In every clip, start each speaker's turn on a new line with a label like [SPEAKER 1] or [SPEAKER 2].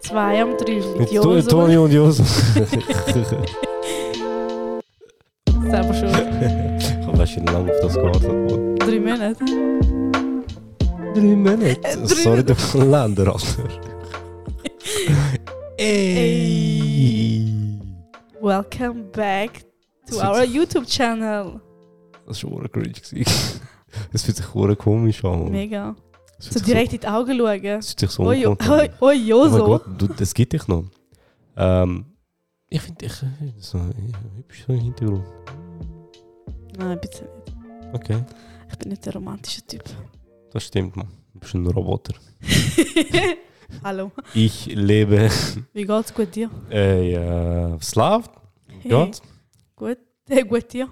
[SPEAKER 1] Zwei am drei liegt
[SPEAKER 2] Jetzt tu- Toni und Josef.
[SPEAKER 1] Selber schon.
[SPEAKER 2] Ich habe schon lange auf das gewartet. Mann.
[SPEAKER 1] Drei Monate.
[SPEAKER 2] Drei Monate.
[SPEAKER 1] drie
[SPEAKER 2] Sorry, du Länder, Alter. Ey.
[SPEAKER 1] Welcome back to
[SPEAKER 2] Zit-
[SPEAKER 1] our YouTube channel.
[SPEAKER 2] Das war schon cringe. gewesen. Das fühlt sich hure komisch an. Mann.
[SPEAKER 1] Mega.
[SPEAKER 2] Das fühlt
[SPEAKER 1] So
[SPEAKER 2] sich
[SPEAKER 1] direkt in die Augen schauen.
[SPEAKER 2] Das fühlt sich so
[SPEAKER 1] Oi,
[SPEAKER 2] unangenehm an.
[SPEAKER 1] oi, oi,
[SPEAKER 2] Oh mein
[SPEAKER 1] Joso.
[SPEAKER 2] Gott, du, das geht dich noch. Ähm, ich finde dich äh, so äh, hübsch so im Hintergrund.
[SPEAKER 1] Nein, bitte nicht.
[SPEAKER 2] Okay,
[SPEAKER 1] Ich bin nicht der romantische Typ.
[SPEAKER 2] das stimmt, Mann. Du bist ein Roboter.
[SPEAKER 1] Hallo.
[SPEAKER 2] Ich lebe.
[SPEAKER 1] Wie geht's gut dir?
[SPEAKER 2] Äh, ja, was läuft? Gott.
[SPEAKER 1] Gut. Hey, gut dir?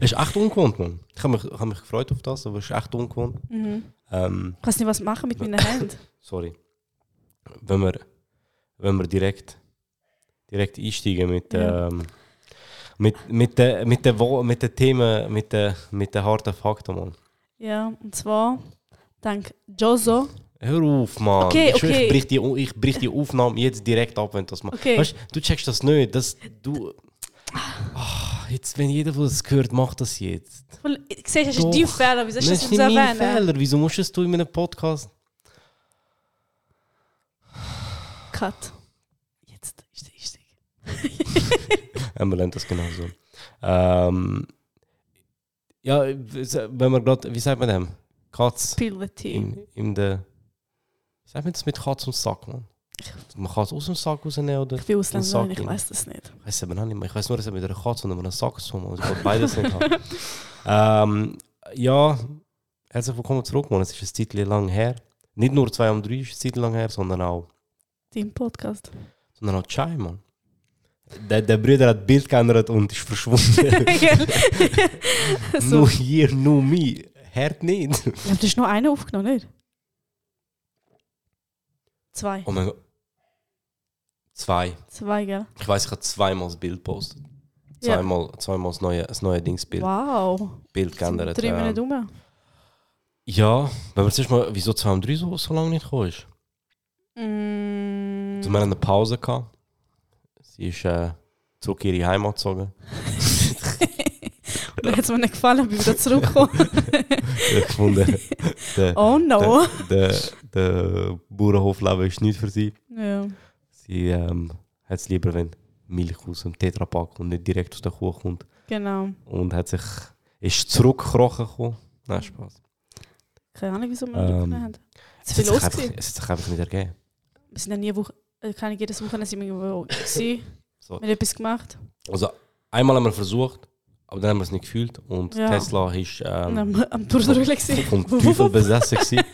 [SPEAKER 2] Es ist echt ungewohnt, Mann. Ich habe mich, ich hab mich gefreut auf das, aber es ist echt ungewohnt.
[SPEAKER 1] Mhm.
[SPEAKER 2] Ähm,
[SPEAKER 1] Ich weiß nicht, was machen mit meinen Händen.
[SPEAKER 2] sorry. Wenn wir, wenn wir direkt, direkt einsteigen mit,
[SPEAKER 1] Ja.
[SPEAKER 2] ähm, mit, mit, den, mit, den, Wo- mit den Themen, mit den, mit den harten Fakten, Mann.
[SPEAKER 1] Ja, und zwar dank Joso.
[SPEAKER 2] Hör auf, Mann.
[SPEAKER 1] Okay,
[SPEAKER 2] ich, schwör,
[SPEAKER 1] okay.
[SPEAKER 2] ich brich die, O- ich brich die Aufnahme jetzt direkt ab, wenn du das machst.
[SPEAKER 1] Okay.
[SPEAKER 2] Weißt, du checkst das nicht. Das, du. Ah, jetzt, wenn jeder, der es hört, macht das jetzt.
[SPEAKER 1] Voll- Ich sehe, das
[SPEAKER 2] Doch.
[SPEAKER 1] ist dein Fehler. Wieso hast du das
[SPEAKER 2] ist
[SPEAKER 1] nicht
[SPEAKER 2] nicht mein
[SPEAKER 1] erwähnen?
[SPEAKER 2] Fehler. Wieso musst du es tun in einem Podcast?
[SPEAKER 1] Cut. Jetzt ist der Einstieg.
[SPEAKER 2] Ja, man lernt das genauso. Ähm, ja, wenn man gerade, wie sagt man dem? Katz
[SPEAKER 1] Pilotee.
[SPEAKER 2] in, in der. Wie sagt man das mit Katz und Sack, Mann? Man kann es aus dem Sack rausnehmen oder?
[SPEAKER 1] Ich bin Ausländerin,
[SPEAKER 2] Sack
[SPEAKER 1] ich
[SPEAKER 2] in.
[SPEAKER 1] weiß das nicht.
[SPEAKER 2] Ich weiß aber noch nicht mehr. Ich weiß nur, dass er mit einer Katze und einem Sack zusammen ist. Ich wollte beides nicht haben. ähm, ja, herzlich willkommen zurück, Mann. Es ist ein Zeit lang her. Nicht nur 2 um 3 ist eine Zeit lang her, sondern auch,
[SPEAKER 1] Dein Podcast.
[SPEAKER 2] sondern auch Chai, Mann. Der, der Bruder hat Bild geändert und ist verschwunden.
[SPEAKER 1] so.
[SPEAKER 2] Nur hier, nur mir. Hört nicht.
[SPEAKER 1] Ich glaube, du hast nur einen aufgenommen, nicht? Zwei.
[SPEAKER 2] Oh mein Gott. Zwei.
[SPEAKER 1] Zwei, gell?
[SPEAKER 2] Ich weiß, ich habe zweimal das Bild gepostet.
[SPEAKER 1] Ja.
[SPEAKER 2] Zweimal, zweimal das neue, das neue Dingsbild
[SPEAKER 1] Wow.
[SPEAKER 2] Bild geändert.
[SPEAKER 1] Drei
[SPEAKER 2] ähm.
[SPEAKER 1] Minuten rum.
[SPEAKER 2] Ja, wenn wir zuerst mal, wieso 2 um 3 so, so lange nicht gekommen ist?
[SPEAKER 1] Mm.
[SPEAKER 2] Also wir hatten eine Pause. Gehabt. Sie ist äh, zurück in ihre Heimat gezogen.
[SPEAKER 1] Mir hat es mir nicht gefallen, bin wieder zurückgekommen.
[SPEAKER 2] Ich gefunden, der,
[SPEAKER 1] Oh no.
[SPEAKER 2] der, der Bauernhofleben ist nicht für sie.
[SPEAKER 1] Ja.
[SPEAKER 2] Sie ähm, hat es lieber, wenn Milch aus dem Tetrapack und nicht direkt aus der Kuh kommt.
[SPEAKER 1] Genau.
[SPEAKER 2] Und hat sich, ist zurückgekrochen gekommen.
[SPEAKER 1] Mhm.
[SPEAKER 2] Nein, Spaß.
[SPEAKER 1] Keine Ahnung, wieso wir
[SPEAKER 2] Ähm,
[SPEAKER 1] ähm, aufgenommen haben. Es
[SPEAKER 2] Es
[SPEAKER 1] war viel los.
[SPEAKER 2] hat sich einfach,
[SPEAKER 1] gewesen.
[SPEAKER 2] es hat sich einfach nicht ergeben.
[SPEAKER 1] Wir sind ja nie Woche, äh, keine jedes Wochenende sind wir irgendwo gewesen.
[SPEAKER 2] So.
[SPEAKER 1] Wir haben etwas gemacht.
[SPEAKER 2] Also einmal haben wir versucht, aber dann haben wir es nicht gefühlt. Und
[SPEAKER 1] Ja.
[SPEAKER 2] Tesla ist... Ähm,
[SPEAKER 1] Und am, am Durchdrücken gewesen.
[SPEAKER 2] vom
[SPEAKER 1] Wuff,
[SPEAKER 2] Teufel
[SPEAKER 1] wuff, wuff.
[SPEAKER 2] besessen gewesen.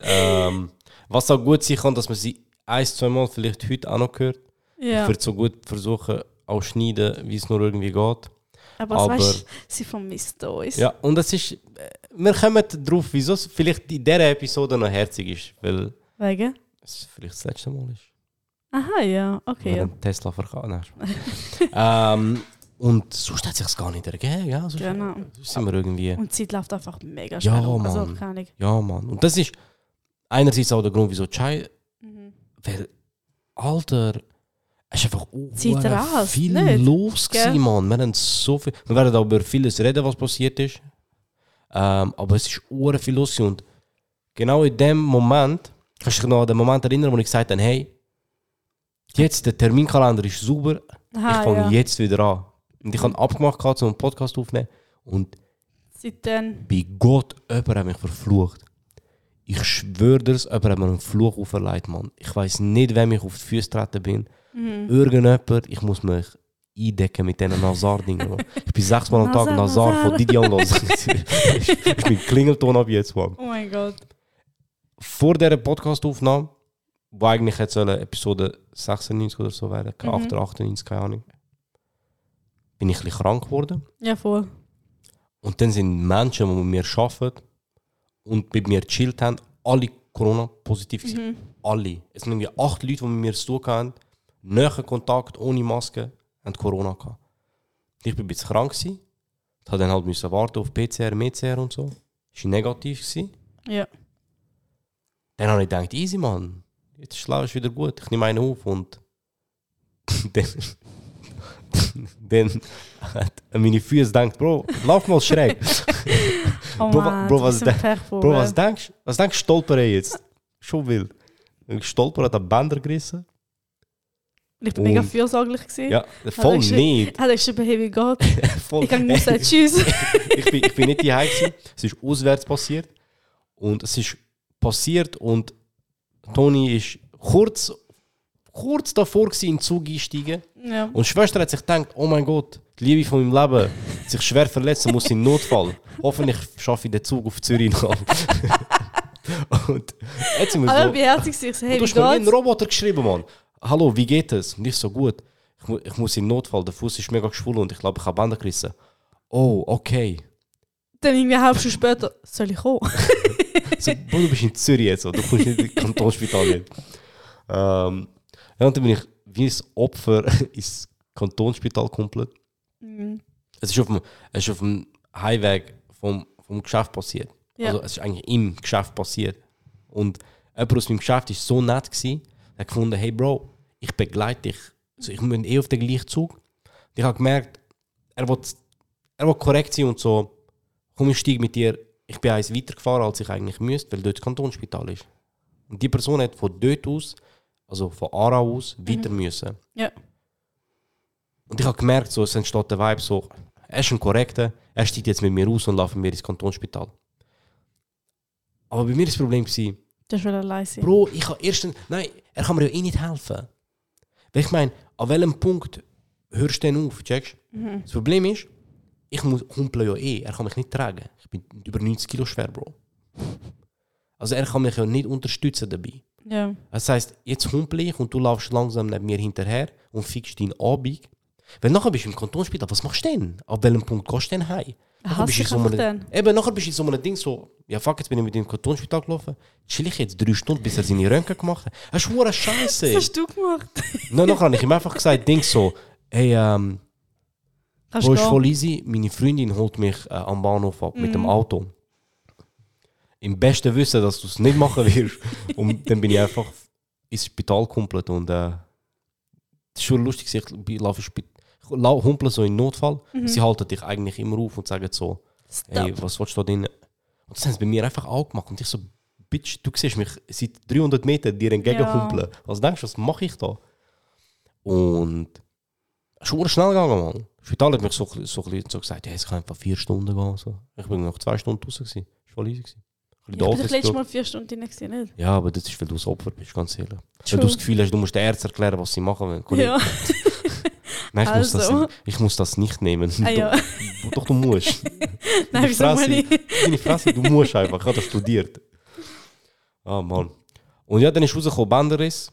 [SPEAKER 2] ähm, was auch gut sein kann, dass man sie ein, zwei Mal vielleicht heute auch noch hört.
[SPEAKER 1] Ja.
[SPEAKER 2] Ich würde so gut versuchen, auch schneiden, wie es nur irgendwie geht.
[SPEAKER 1] Aber,
[SPEAKER 2] aber-
[SPEAKER 1] aber weißt du, sie vermisst uns.
[SPEAKER 2] Ja, und es ist, äh, wir kommen drauf, wieso es vielleicht in dieser Episode noch herzig ist, weil
[SPEAKER 1] Wegen?
[SPEAKER 2] es vielleicht das letzte Mal ist.
[SPEAKER 1] Aha, ja. Okay,
[SPEAKER 2] Wir
[SPEAKER 1] ja.
[SPEAKER 2] haben Tesla verkauft. Nein, Spaß. ähm, und sonst hat es sich gar nicht ergeben. Ja, sonst,
[SPEAKER 1] Genau.
[SPEAKER 2] sonst sind wir irgendwie.
[SPEAKER 1] Und die Zeit läuft einfach mega schnell. um. also,
[SPEAKER 2] Mann.
[SPEAKER 1] keine Ahnung.
[SPEAKER 2] Ja, Mann. Und das ist einerseits auch der Grund, wieso Chai
[SPEAKER 1] Mhm.
[SPEAKER 2] Weil, Alter, es ist einfach
[SPEAKER 1] Zeit
[SPEAKER 2] hure
[SPEAKER 1] rast,
[SPEAKER 2] viel
[SPEAKER 1] nicht?
[SPEAKER 2] los
[SPEAKER 1] Gell?
[SPEAKER 2] gewesen, Mann. Wir haben so viel, wir werden auch über vieles reden, was passiert ist. Ähm, aber es ist hure viel los gewesen. und genau in dem Moment, kannst du dich noch an den Moment erinnern, wo ich gesagt habe, hey, jetzt der Terminkalender ist super, ich
[SPEAKER 1] Aha,
[SPEAKER 2] fange
[SPEAKER 1] Ah, ja.
[SPEAKER 2] jetzt wieder an. Und ich habe abgemacht, gehabt, so einen Podcast aufnehmen und
[SPEAKER 1] Seitdem.
[SPEAKER 2] bei Gott, jemand hat mich verflucht. Ich schwöre dir's, jemand hat mir einen Fluch auferlegt, Mann. Ich weiß nicht, wem ich auf die Füße getreten bin.
[SPEAKER 1] Mhm.
[SPEAKER 2] Irgendjemand, ich muss mich eindecken mit diesen Nazar-Dingen. Mann. Ich bin sechsmal am Tag
[SPEAKER 1] Nazar,
[SPEAKER 2] Nazar von
[SPEAKER 1] Nazar.
[SPEAKER 2] Didi und Nazar. ich, ich bin Klingelton ab jetzt, Mann.
[SPEAKER 1] Oh mein Gott.
[SPEAKER 2] Vor dieser Podcast-Aufnahme, wo eigentlich jetzt sollen Episode 96 oder so werden,
[SPEAKER 1] Mhm.
[SPEAKER 2] 98, 98, keine Ahnung, bin ich ein bisschen krank geworden.
[SPEAKER 1] Ja, voll.
[SPEAKER 2] Und dann sind Menschen, die mit mir arbeiten und mit mir gechillt haben, alle Corona-positiv gewesen.
[SPEAKER 1] Mhm.
[SPEAKER 2] Alle. Es sind irgendwie acht Leute, die mit mir zu tun haben, näher Kontakt, ohne Maske, haben Corona gehabt. Ich bin ein bisschen krank gewesen. Ich musste dann halt müssen warten auf PCR, MCR und so. Ich war negativ. Gewesen.
[SPEAKER 1] Ja.
[SPEAKER 2] Dann habe ich gedacht, easy, Mann. Jetzt schlau ist wieder gut. Ich nehme einen auf und dann, dann hat meine Füße gedacht, Bro, lauf mal schräg.
[SPEAKER 1] Oh
[SPEAKER 2] Bro, wa-
[SPEAKER 1] Mann,
[SPEAKER 2] Bro,
[SPEAKER 1] du
[SPEAKER 2] was
[SPEAKER 1] bist
[SPEAKER 2] da-
[SPEAKER 1] ein Pechvogel.
[SPEAKER 2] Bro, was denkst du? Was denkst du, stolper ich jetzt? Schon wild. Ich stolper hat den Bänder gerissen.
[SPEAKER 1] Ich bin mega
[SPEAKER 2] Und-
[SPEAKER 1] fürsorglich gewesen.
[SPEAKER 2] Ja, voll
[SPEAKER 1] ich-
[SPEAKER 2] nicht.
[SPEAKER 1] Hat er geschrieben, hey, wie geht's?
[SPEAKER 2] Voll.
[SPEAKER 1] Ich kann nicht sagen, tschüss.
[SPEAKER 2] ich, bin, ich bin nicht die gewesen. Es ist auswärts passiert. Und es ist passiert und Toni ist kurz, kurz davor gewesen, in den Zug einsteigen.
[SPEAKER 1] ja.
[SPEAKER 2] Und die Schwester hat sich gedacht, oh mein Gott, die Liebe von meinem Leben, hat sich schwer verletzen muss in Notfall. Hoffentlich schaffe ich den Zug auf Zürich noch. und jetzt sind wir
[SPEAKER 1] Aber
[SPEAKER 2] so.
[SPEAKER 1] ich bin herzig gewesen. Ich so, hey, wie
[SPEAKER 2] du hast mir wie ein
[SPEAKER 1] geht's?
[SPEAKER 2] Roboter geschrieben, Mann. Hallo, wie geht es? Nicht so gut. Ich, mu ich muss in Notfall, der Fuß ist mega geschwollen und ich glaube, ich habe Bänder gerissen. Oh, okay.
[SPEAKER 1] Dann irgendwie eine halbe Stunde später, soll ich kommen?
[SPEAKER 2] So, Bro, Also, du bist in Zürich jetzt, oder? du kommst nicht ins Kantonsspital jetzt. Ähm, ja, und dann bin ich wie ein Opfer ins Kantonsspital komplett.
[SPEAKER 1] Mhm.
[SPEAKER 2] Es ist auf dem, es ist auf dem Highway vom, vom Geschäft passiert.
[SPEAKER 1] Ja.
[SPEAKER 2] Also es ist eigentlich im Geschäft passiert. Und jemand aus meinem Geschäft war so nett, gewesen, der hat gefunden, hey Bro, ich begleite dich. Also ich bin eh auf den gleichen Zug. Und ich habe gemerkt, er will, er will korrekt sein und so, komm, ich steige mit dir. Ich bin eins weitergefahren, als ich eigentlich müsste, weil dort das Kantonsspital ist. Und die Person hat von dort aus, also von Aarau aus, weiter müssen.
[SPEAKER 1] Ja.
[SPEAKER 2] Und ich habe gemerkt, so, es entsteht der Vibe, so, er ist ein Korrekter, er steht jetzt mit mir raus und läuft mit mir ins Kantonsspital. Aber bei mir war das Problem, gewesen,
[SPEAKER 1] Das ist wieder leise.
[SPEAKER 2] Bro, ich habe erstens, nein, er kann mir ja eh nicht helfen. Weil ich meine, an welchem Punkt hörst du denn auf, checkst
[SPEAKER 1] Mhm.
[SPEAKER 2] Das Problem ist, ich muss humpeln ja eh, er kann mich nicht tragen. Ich bin über 90 Kilo schwer, Bro. Also er kann mich ja nicht unterstützen dabei.
[SPEAKER 1] Ja.
[SPEAKER 2] Das heisst, jetzt humpel ich und du laufst langsam neben mir hinterher und fickst deinen Abig. Weil nachher bist du im Kantonsspital, was machst du denn? Ab welchem Punkt gehst du denn heim? Nachher
[SPEAKER 1] Hasse
[SPEAKER 2] bist du in
[SPEAKER 1] ich
[SPEAKER 2] so einem-
[SPEAKER 1] einfach dann.
[SPEAKER 2] Eben, nachher bist du in so einem Ding so, ja fuck, jetzt bin ich mit dem Kantonsspital gelaufen. Chill ich jetzt drei Stunden, bis er seine Röntgen gemacht hat. Das ist hure
[SPEAKER 1] Was
[SPEAKER 2] Scheiße.
[SPEAKER 1] hast du gemacht?
[SPEAKER 2] Nein, nachher habe ich ihm einfach gesagt, Ding so, hey, ähm,
[SPEAKER 1] Kannst
[SPEAKER 2] Bro, ist
[SPEAKER 1] du
[SPEAKER 2] voll easy. Meine Freundin holt mich äh, am Bahnhof ab mit dem Auto. Im besten Wissen, dass du es nicht machen wirst. und dann bin ich einfach ins Spital komplett und äh, das ist schon lustig, ich bin- laufe im Spit- ich lau- humpel so in Notfall. Sie halten dich eigentlich immer auf und sagen so, hey,
[SPEAKER 1] Stop.
[SPEAKER 2] was willst du da drin? Und das haben sie bei mir einfach auch gemacht. Und ich so, Bitch, du siehst mich seit 300 Metern dir entgegen
[SPEAKER 1] Ja.
[SPEAKER 2] humpeln. Was denkst du, was mache ich da? Und es ist verdammt schnell gegangen, Mann. Das Spital hat mich so, so, so, so gesagt, ja, es kann einfach vier Stunden gehen. So. Ich bin noch zwei Stunden draußen. gewesen. Es war voll easy. gewesen.
[SPEAKER 1] Ich
[SPEAKER 2] Ein bisschen
[SPEAKER 1] bin
[SPEAKER 2] Office
[SPEAKER 1] das letzte
[SPEAKER 2] geschaut.
[SPEAKER 1] Mal vier Stunden drin, gewesen, nicht?
[SPEAKER 2] Ja, aber das ist, weil du ein Opfer bist, ganz ehrlich. Wenn
[SPEAKER 1] True.
[SPEAKER 2] du das Gefühl hast, du musst den Ärzten erklären, was sie machen wollen. Kollege,
[SPEAKER 1] Ja.
[SPEAKER 2] Nein, ich, muss
[SPEAKER 1] Also.
[SPEAKER 2] das, ich muss das nicht nehmen.
[SPEAKER 1] Ah, ja.
[SPEAKER 2] doch, doch, du musst.
[SPEAKER 1] Nein,
[SPEAKER 2] Die
[SPEAKER 1] wieso muss
[SPEAKER 2] Fresse.
[SPEAKER 1] ich?
[SPEAKER 2] Deine Fresse, du musst einfach. Ich habe das studiert. Ah, Mann. Und ja, dann ist rausgekommen, Bänderriss.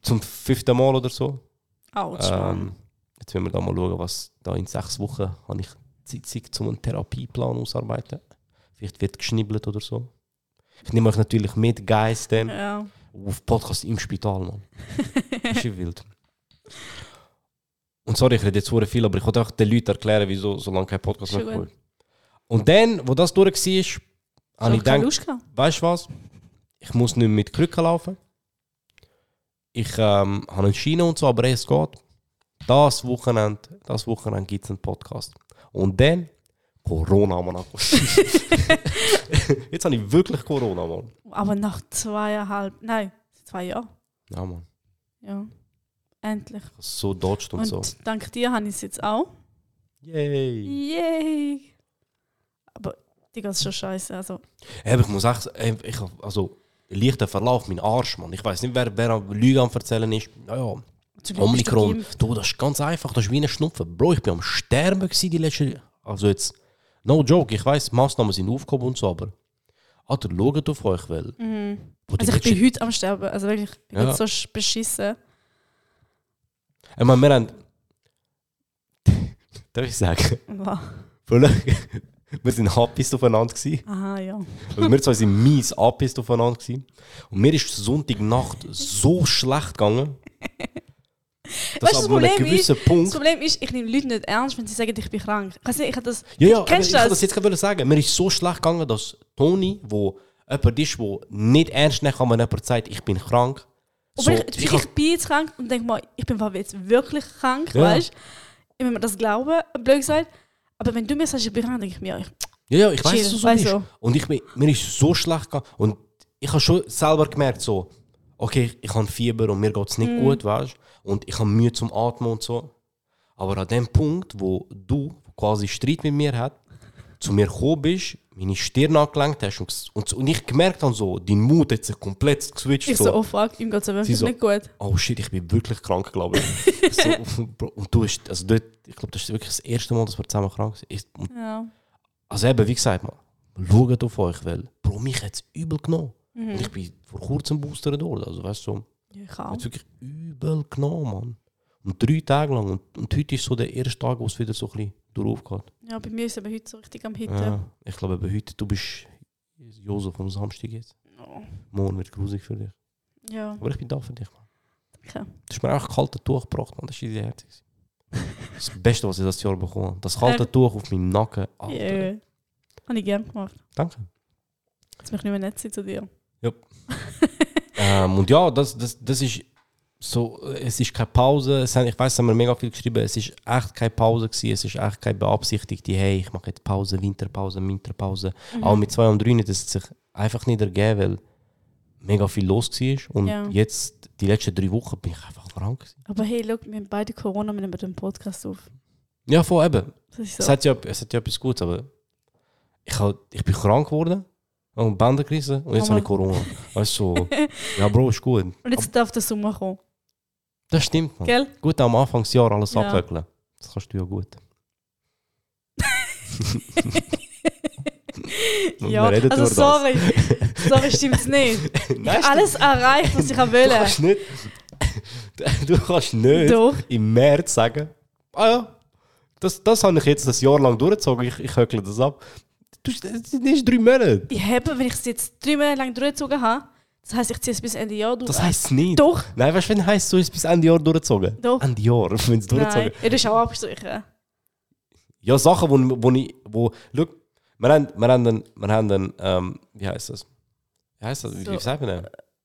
[SPEAKER 2] Zum fünften Mal oder so.
[SPEAKER 1] Autsch, Mann.
[SPEAKER 2] Ähm, jetzt wollen wir da mal schauen, was da in sechs Wochen habe ich Zeit, um einen Therapieplan auszuarbeiten. Vielleicht wird geschnibbelt oder so. Ich nehme euch natürlich mit, Geist, dann
[SPEAKER 1] Ja.
[SPEAKER 2] auf Podcast im Spital, Mann. Das ist ja wild. Und sorry, ich rede jetzt hure viel, aber ich wollte auch den Leuten erklären, wieso so lange kein Podcast
[SPEAKER 1] Schon
[SPEAKER 2] mehr
[SPEAKER 1] gut.
[SPEAKER 2] kommt. Und dann, wo das durch war,
[SPEAKER 1] Hab
[SPEAKER 2] habe ich
[SPEAKER 1] ich keine
[SPEAKER 2] gedacht,
[SPEAKER 1] Lust gehabt.
[SPEAKER 2] weißt du was? Ich muss nicht mehr mit Krücken laufen. Ich ähm, habe einen Schiene und so, aber es geht. Das Wochenende, das Wochenende gibt es einen Podcast. Und dann Corona, Mann. Jetzt habe ich wirklich Corona, Mann.
[SPEAKER 1] Aber nach zweieinhalb, nein, zwei Jahren.
[SPEAKER 2] Ja, Mann.
[SPEAKER 1] Ja. Endlich.
[SPEAKER 2] So dodged und,
[SPEAKER 1] Und
[SPEAKER 2] so.
[SPEAKER 1] dank dir habe ich es jetzt auch.
[SPEAKER 2] Yay.
[SPEAKER 1] Yay! Aber Digga, das ist schon scheiße. Also,
[SPEAKER 2] Hey, aber ich muss echt, hey, ich, hab- also, leichter Verlauf, mein Arsch, Mann. Ich weiß nicht, wer, wer am Lügen am Erzählen ist. Naja,
[SPEAKER 1] zum Glück bist du
[SPEAKER 2] Omikron,
[SPEAKER 1] geimpft.
[SPEAKER 2] du, das ist ganz einfach, das ist wie ein Schnupfen. Bro, ich bin am Sterben gewesen die letzten Also jetzt, no joke, ich weiß, Massnahmen sind aufgehoben und so, aber Alter, schaut auf euch, weil...
[SPEAKER 1] Mhm.
[SPEAKER 2] Bro, die
[SPEAKER 1] Also, ich
[SPEAKER 2] letzten-
[SPEAKER 1] bin heute am Sterben. Also wirklich, ich bin
[SPEAKER 2] Ja.
[SPEAKER 1] jetzt so sch- beschissen.
[SPEAKER 2] Ich meine, wir haben... Darf ich sagen?
[SPEAKER 1] Wow.
[SPEAKER 2] Voll- wir sind happy aufeinander gewesen.
[SPEAKER 1] Aha, ja.
[SPEAKER 2] Also wir zwei sind mies angepisst aufeinacht gewesen. Und mir ist Sonntagnacht so schlecht gegangen. Das
[SPEAKER 1] Weißt du, das
[SPEAKER 2] ab einem
[SPEAKER 1] Problem ist-
[SPEAKER 2] gewissen Punkt.
[SPEAKER 1] Das Problem ist, ich nehme Leute nicht ernst, wenn sie sagen, ich bin krank. Ich weiß nicht, ich hab das.
[SPEAKER 2] Ja, ja,
[SPEAKER 1] Kennst
[SPEAKER 2] ich
[SPEAKER 1] du
[SPEAKER 2] kann
[SPEAKER 1] das?
[SPEAKER 2] das jetzt gerade wollen sagen. Mir ist so schlecht gegangen, dass Toni, wo jemand ist, der nicht ernst nehmen kann, wenn jemand sagt, ich bin krank.
[SPEAKER 1] Aber
[SPEAKER 2] so,
[SPEAKER 1] ich, ich, ich bin jetzt krank und denke mal, ich bin jetzt wirklich krank,
[SPEAKER 2] Ja.
[SPEAKER 1] weißt du? Ich will mir das glauben, blöd gesagt. Aber wenn du mir sagst, ich bin krank, denke ich mir, ja, ich-
[SPEAKER 2] ja, ja, ich weiß,
[SPEAKER 1] Chill,
[SPEAKER 2] dass du so
[SPEAKER 1] weiss
[SPEAKER 2] bist.
[SPEAKER 1] so.
[SPEAKER 2] Und ich, bin- mir ist so schlecht gegangen. Und ich habe schon selber gemerkt, so, okay, ich, ich habe Fieber und mir geht es nicht
[SPEAKER 1] Mhm.
[SPEAKER 2] gut, weißt du? Und ich habe Mühe zum Atmen und so. Aber an dem Punkt, wo du quasi Streit mit mir hat, zu mir gekommen bist, meine Stirn angelangt hast und, ges- und, und ich gemerkt habe, so, dein Mut hat sich komplett geswitcht.
[SPEAKER 1] ich so, oh fuck, ihm geht es wirklich
[SPEAKER 2] Sie so-
[SPEAKER 1] nicht gut.
[SPEAKER 2] oh shit, ich bin wirklich krank, glaube ich. so, Bro, und du hast, also dort, ich glaube, das ist wirklich das erste Mal, dass wir zusammen krank sind. Ich- und-
[SPEAKER 1] Ja.
[SPEAKER 2] Also eben, wie gesagt, man, schaut auf euch, weil, Bro, mich hat es übel genommen.
[SPEAKER 1] Mhm.
[SPEAKER 2] Und ich bin vor kurzem Booster durch, also weißt du, so,
[SPEAKER 1] Ja, ich auch.
[SPEAKER 2] hat's wirklich übel genommen, Mann. Und drei Tage lang. Und, und heute ist so der erste Tag, wo es wieder so ein bisschen durchgeht.
[SPEAKER 1] Ja, bei mir ist es aber heute so richtig am Hitten.
[SPEAKER 2] Ja, ich glaube, eben heute, du bist Josef am Samstag jetzt.
[SPEAKER 1] Oh,
[SPEAKER 2] Morgen wird grusig für dich.
[SPEAKER 1] ja.
[SPEAKER 2] Aber ich bin da für dich, Mann.
[SPEAKER 1] danke.
[SPEAKER 2] Das ist mir echt kalte Tuch gebracht, man. Das ist easy herzig. Das ist das Beste, was ich das Jahr bekommen habe. Das kalte
[SPEAKER 1] Ähm.
[SPEAKER 2] Tuch auf meinem Nacken. Alter.
[SPEAKER 1] Ja. Habe ich gerne gemacht.
[SPEAKER 2] Danke.
[SPEAKER 1] Jetzt möchte ich nicht mehr nett sein zu dir.
[SPEAKER 2] Ähm, und ja, das, das, das ist so, äh, es ist keine Pause. Es haben, ich weiß, es haben mir mega viel geschrieben. Es ist echt keine Pause gewesen. Es ist echt keine beabsichtigte, hey, ich mache jetzt Pause, Winterpause, Winterpause.
[SPEAKER 1] Mhm.
[SPEAKER 2] Auch mit zwei und drei, nicht, das hat sich einfach nicht ergeben, weil mega viel los war. Und
[SPEAKER 1] Ja.
[SPEAKER 2] jetzt, die letzten drei Wochen, bin ich einfach krank. Gewesen.
[SPEAKER 1] Aber hey, schau, wir haben beide Corona, wir nehmen den Podcast auf.
[SPEAKER 2] Ja, voll eben.
[SPEAKER 1] Das ist
[SPEAKER 2] Es,
[SPEAKER 1] so.
[SPEAKER 2] hat ja, es hat ja etwas Gutes, aber ich, hab, ich bin krank geworden und Bänder gerissen und jetzt
[SPEAKER 1] Aber-
[SPEAKER 2] habe ich Corona. Also, ja, Bro, ist gut.
[SPEAKER 1] Und jetzt darf der Sommer kommen,
[SPEAKER 2] Aber Das stimmt, man.
[SPEAKER 1] gell?
[SPEAKER 2] Gut, am Anfangsjahr alles
[SPEAKER 1] Ja.
[SPEAKER 2] abwickeln. Das kannst du ja gut. Und
[SPEAKER 1] ja,
[SPEAKER 2] wir reden
[SPEAKER 1] also
[SPEAKER 2] über das.
[SPEAKER 1] sorry, sorry stimmt's nicht. Ich
[SPEAKER 2] Nein,
[SPEAKER 1] habe alles erreicht, was ich
[SPEAKER 2] du
[SPEAKER 1] wollte.
[SPEAKER 2] kannst nicht, du kannst nicht
[SPEAKER 1] Doch,
[SPEAKER 2] im März sagen, ah ja, das, das habe ich jetzt das Jahr lang durchgezogen, ich, ich höckle das ab. Du, das sind erst drei Monate.
[SPEAKER 1] ich habe, wenn ich es jetzt drei Monate lang durchgezogen habe, das heisst, ich ziehe es bis Ende Jahr durch.
[SPEAKER 2] Das heisst es nicht.
[SPEAKER 1] Doch,
[SPEAKER 2] Nein, weißt du, wenn heisst du, es bis Ende Jahr durchgezogen?
[SPEAKER 1] Doch.
[SPEAKER 2] Ende Jahr, wenn es durchgezogen
[SPEAKER 1] nein. Ja, du hast auch abgestrichen.
[SPEAKER 2] Ja, Sachen, wo, wo ich, wo, schau, wir haben, wir haben einen, wir haben einen ähm, wie heisst das? Wie heisst das? Wie, wie
[SPEAKER 1] So,
[SPEAKER 2] sagt man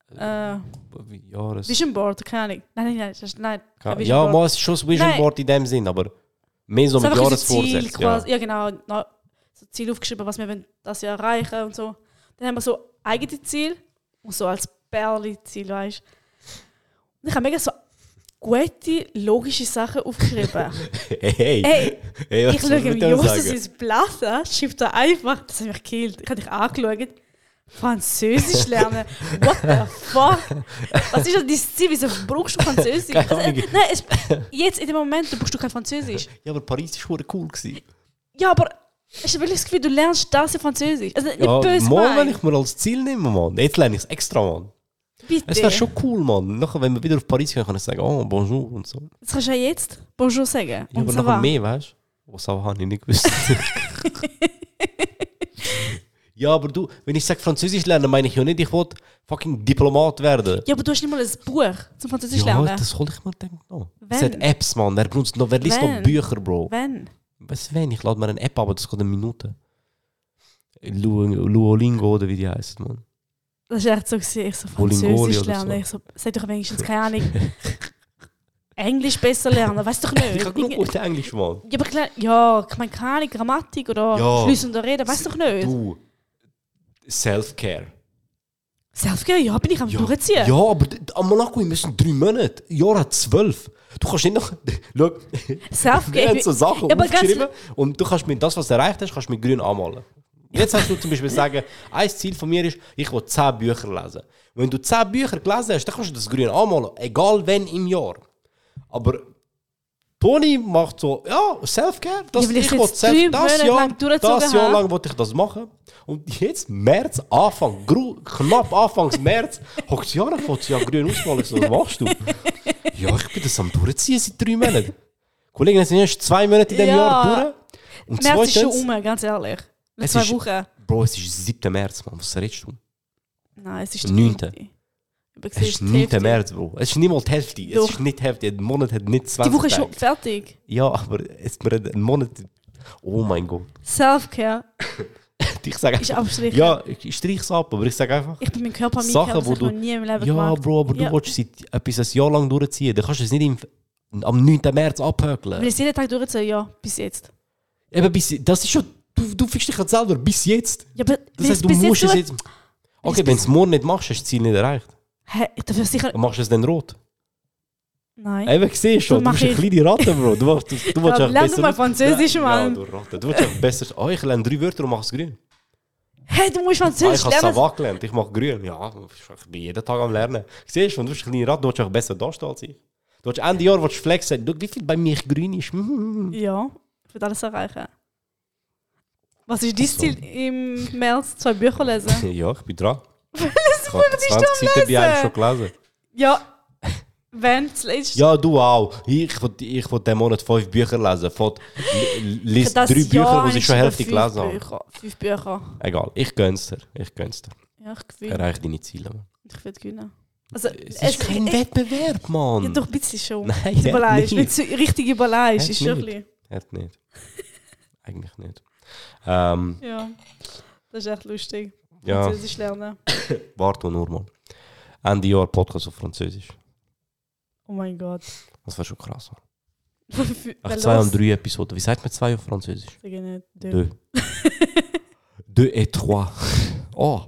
[SPEAKER 2] denn?
[SPEAKER 1] Äh,
[SPEAKER 2] Wie- Jahres...
[SPEAKER 1] Vision Board, keine Ahnung. Nein, nein, nein, das ist- nein. kein
[SPEAKER 2] Ka-
[SPEAKER 1] Vision
[SPEAKER 2] ja,
[SPEAKER 1] Board.
[SPEAKER 2] mal, es ist schon das Vision
[SPEAKER 1] Nein.
[SPEAKER 2] Board in dem Sinn, aber mehr so
[SPEAKER 1] Das
[SPEAKER 2] mit
[SPEAKER 1] ist einfach unser Ziel
[SPEAKER 2] Jahresvorsätzen. Ja.
[SPEAKER 1] quasi. Ja, genau. Na, So Ziel aufgeschrieben, was wir wollen das Jahr erreichen und so. Dann haben wir so eigene Ziel und so als Perli-Ziel, weißt du. Und ich habe mega so gute, logische Sachen aufgeschrieben.
[SPEAKER 2] Hey, hey,
[SPEAKER 1] Ey,
[SPEAKER 2] hey,
[SPEAKER 1] ich schaue
[SPEAKER 2] mit
[SPEAKER 1] im
[SPEAKER 2] dem
[SPEAKER 1] Justus
[SPEAKER 2] sagen?
[SPEAKER 1] ins Blatt an, schreibt er einfach, das hat mich gekillt. Ich habe dich angeschaut. Französisch lernen. What the fuck? Was ist denn dein Ziel? Wieso brauchst du Französisch?
[SPEAKER 2] Keine
[SPEAKER 1] Also, äh,
[SPEAKER 2] Ahnung.
[SPEAKER 1] nein, es, jetzt in dem Moment brauchst du kein Französisch.
[SPEAKER 2] Ja, aber Paris war verdammt cool. Gewesen.
[SPEAKER 1] Ja, aber ich habe wirklich das Gefühl, du lernst das in Französisch. Also nicht böse
[SPEAKER 2] mal, wenn
[SPEAKER 1] gemeint.
[SPEAKER 2] ich mir als Ziel nehme, Mann. Jetzt lerne ich es extra, Mann.
[SPEAKER 1] Bitte.
[SPEAKER 2] Es wäre schon cool, Mann. Nachher, wenn wir wieder auf Paris gehen, kann ich sagen, oh, bonjour und so.
[SPEAKER 1] Das kannst du ja jetzt Bonjour sagen.
[SPEAKER 2] Ja,
[SPEAKER 1] Und
[SPEAKER 2] aber
[SPEAKER 1] so
[SPEAKER 2] nachher
[SPEAKER 1] war.
[SPEAKER 2] mehr, weißt du? Was Oh, auch habe ich nicht gewusst. ja, aber du, wenn ich sage Französisch lernen, meine ich ja nicht, ich wollte fucking Diplomat werden.
[SPEAKER 1] Ja, aber du hast nicht mal ein Buch zum Französisch
[SPEAKER 2] Ja,
[SPEAKER 1] lernen.
[SPEAKER 2] das hol ich mir denk noch.
[SPEAKER 1] Wenn?
[SPEAKER 2] Es hat Apps, Mann. Wer, benutzt noch, wer liest noch
[SPEAKER 1] Wenn?
[SPEAKER 2] Bücher, Bro?
[SPEAKER 1] Wenn?
[SPEAKER 2] Was wenn? Ich lade mir eine App, aber das geht eine Minute. Lu- Luolingo oder wie die heißt, Mann.
[SPEAKER 1] Das war echt so, gewesen. ich so
[SPEAKER 2] Polingoli
[SPEAKER 1] Französisch
[SPEAKER 2] oder so.
[SPEAKER 1] lernen. Ich so, sag doch wenigstens keine Ahnung. Englisch besser lernen, weißt doch nicht.
[SPEAKER 2] Ich kann genug
[SPEAKER 1] Irgend-
[SPEAKER 2] gut Englisch, Mann.
[SPEAKER 1] ja, aber klar, ja, ich meine, keine Ahnung, Grammatik oder
[SPEAKER 2] Ja.
[SPEAKER 1] flüssende Reden, weißt doch nicht.
[SPEAKER 2] Du. Self-care.
[SPEAKER 1] Selfcare, ja, bin ich am durchziehen.
[SPEAKER 2] Ja, aber d- am Monaco wir müssen drei Monate. Jahr hat zwölf. Du kannst nicht noch. Schau, wir
[SPEAKER 1] Selfcare,
[SPEAKER 2] haben
[SPEAKER 1] ich
[SPEAKER 2] äh, so
[SPEAKER 1] bin-
[SPEAKER 2] Sachen
[SPEAKER 1] Ja, aber ganz-
[SPEAKER 2] aufgeschrieben und du kannst mit das, was du erreicht hast, kannst du mit grün anmalen. Jetzt hast du zum Beispiel sagen, ein Ziel von mir ist, ich will zehn Bücher lesen. Wenn du zehn Bücher gelesen hast, dann kannst du das grün anmalen, egal wann im Jahr. Aber Toni macht so, ja, Selfcare, das,
[SPEAKER 1] Ja, weil ich
[SPEAKER 2] ich will
[SPEAKER 1] jetzt
[SPEAKER 2] self,
[SPEAKER 1] drei
[SPEAKER 2] das
[SPEAKER 1] Monate
[SPEAKER 2] Jahr,
[SPEAKER 1] lang durchgezogen
[SPEAKER 2] das Jahr
[SPEAKER 1] habe.
[SPEAKER 2] lang wollte ich das machen. Und jetzt, März, Anfang, gru, knapp Anfangs März, hockt ja, ich wollte ja grün ausmalen, Ich so, was machst du? Ja, ich bin das am durchziehen seit drei Monaten. Kollegen, es sind erst zwei Monate in diesem
[SPEAKER 1] Ja.
[SPEAKER 2] Jahr durch. Und
[SPEAKER 1] März ist schon
[SPEAKER 2] zweitens,
[SPEAKER 1] um, ganz ehrlich. Nach
[SPEAKER 2] Es
[SPEAKER 1] zwei
[SPEAKER 2] ist-
[SPEAKER 1] Wochen.
[SPEAKER 2] Bro, es ist 7. März, Mann, was redest du?
[SPEAKER 1] Nein, es ist
[SPEAKER 2] Neunte.
[SPEAKER 1] Aber
[SPEAKER 2] Es
[SPEAKER 1] siehst
[SPEAKER 2] ist
[SPEAKER 1] die
[SPEAKER 2] nicht
[SPEAKER 1] Hälfte.
[SPEAKER 2] der März, Bro. Es ist nicht mal die Hälfte. Es
[SPEAKER 1] Doch.
[SPEAKER 2] ist nicht die Hälfte. Ein Monat hat nicht 20
[SPEAKER 1] Die Woche ist schon
[SPEAKER 2] Tage.
[SPEAKER 1] fertig.
[SPEAKER 2] Ja, aber es, wir reden einen Monat... Oh mein Gott.
[SPEAKER 1] Selfcare
[SPEAKER 2] Ich sage
[SPEAKER 1] ist
[SPEAKER 2] einfach...
[SPEAKER 1] abstrichen.
[SPEAKER 2] Ja, ich streich es ab, aber ich sage einfach...
[SPEAKER 1] Ich bin meinem Körper
[SPEAKER 2] Sachen,
[SPEAKER 1] mitgekommen, das
[SPEAKER 2] wo
[SPEAKER 1] habe ich noch
[SPEAKER 2] du-
[SPEAKER 1] nie im Leben
[SPEAKER 2] Ja,
[SPEAKER 1] gemacht.
[SPEAKER 2] Bro, aber
[SPEAKER 1] Ja.
[SPEAKER 2] du willst seit etwas ein Jahr lang durchziehen. Dann kannst du es nicht im, am 9. März
[SPEAKER 1] Will
[SPEAKER 2] abhökeln.
[SPEAKER 1] ich es jeden Tag durchziehen? Ja, bis jetzt.
[SPEAKER 2] Eben bis, das ist schon... Du, du fickst dich halt selber. Bis jetzt.
[SPEAKER 1] Ja, aber will
[SPEAKER 2] Das
[SPEAKER 1] ich's
[SPEAKER 2] heißt, du
[SPEAKER 1] bis
[SPEAKER 2] musst es
[SPEAKER 1] durch-
[SPEAKER 2] jetzt... Okay, Ähm, wenn du es morgen nicht machst, hast du das Ziel nicht erreicht.
[SPEAKER 1] Hä, ich darf ja sicher...
[SPEAKER 2] Dann machst du es dann rot.
[SPEAKER 1] Nein.
[SPEAKER 2] Eben, siehst schon,
[SPEAKER 1] Dann
[SPEAKER 2] du
[SPEAKER 1] mach
[SPEAKER 2] bist eine
[SPEAKER 1] ich-
[SPEAKER 2] kleine Ratte, Bro. Du, willst- du, du willst
[SPEAKER 1] Ja,
[SPEAKER 2] einfach
[SPEAKER 1] lern
[SPEAKER 2] besser...
[SPEAKER 1] doch mal Französisch,
[SPEAKER 2] Ja,
[SPEAKER 1] Mann.
[SPEAKER 2] du Ratte. Du willst einfach besser... Oh, ich lerne drei Wörter und mache es grün.
[SPEAKER 1] Hey, du musst
[SPEAKER 2] Ah,
[SPEAKER 1] Französisch
[SPEAKER 2] ich habe
[SPEAKER 1] lernen.
[SPEAKER 2] Savant gelernt, ich mache grün. Ja, ich bin jeden Tag am Lernen. Siehst du, wenn du bist ein kleiner Rat, du willst einfach besser dastehen als ich. Du willst Ende Jahr willst du flexen. Schau, wie viel bei mir grün ist. Mhm.
[SPEAKER 1] Ja, ich will alles erreichen. Was ist dein
[SPEAKER 2] so.
[SPEAKER 1] Ziel im März? Zwei Bücher lesen?
[SPEAKER 2] Ja, ich bin dran.
[SPEAKER 1] Welches
[SPEAKER 2] Ich
[SPEAKER 1] Buch
[SPEAKER 2] habe
[SPEAKER 1] bist du
[SPEAKER 2] 20
[SPEAKER 1] am
[SPEAKER 2] Seiten bei einem
[SPEAKER 1] lesen?
[SPEAKER 2] schon gelesen.
[SPEAKER 1] Ja. Wenn, das letzte.
[SPEAKER 2] Ja, du auch. Ich will, ich will diesen Monat fünf Bücher lesen. Von, lies drei
[SPEAKER 1] Das Jahr
[SPEAKER 2] Bücher, die
[SPEAKER 1] habe
[SPEAKER 2] ich schon
[SPEAKER 1] sogar
[SPEAKER 2] Hälfte
[SPEAKER 1] fünf
[SPEAKER 2] gelesen habe.
[SPEAKER 1] Bücher- Fünf Bücher.
[SPEAKER 2] Egal, ich gönn's dir. Ich gönn's dir.
[SPEAKER 1] Ja, ich gewinne.
[SPEAKER 2] Erreich deine Ziele. Mann.
[SPEAKER 1] Ich will gewinnen. Also,
[SPEAKER 2] Genau. Es ist kein
[SPEAKER 1] ich-
[SPEAKER 2] Wettbewerb,
[SPEAKER 1] Ja,
[SPEAKER 2] Mann.
[SPEAKER 1] doch ein bisschen schon.
[SPEAKER 2] Nein,
[SPEAKER 1] Zu
[SPEAKER 2] ja,
[SPEAKER 1] überleist. Wenn
[SPEAKER 2] nicht.
[SPEAKER 1] du richtig überleist,
[SPEAKER 2] Ja,
[SPEAKER 1] ist schon ein
[SPEAKER 2] nicht.
[SPEAKER 1] bisschen.
[SPEAKER 2] Echt nicht. Eigentlich nicht. Ähm,
[SPEAKER 1] Ja. Das ist echt lustig.
[SPEAKER 2] ja.
[SPEAKER 1] Französisch lernen.
[SPEAKER 2] Warte nur mal. Ende Jahr Podcast auf Französisch.
[SPEAKER 1] Oh mein Gott.
[SPEAKER 2] Das wäre schon krass. Mann. Ach,
[SPEAKER 1] Weil
[SPEAKER 2] zwei
[SPEAKER 1] los-
[SPEAKER 2] und drei Episoden. Wie sagt man zwei auf Französisch?
[SPEAKER 1] Sag ich nicht. Dö.
[SPEAKER 2] Deux. Deux et trois. Oh.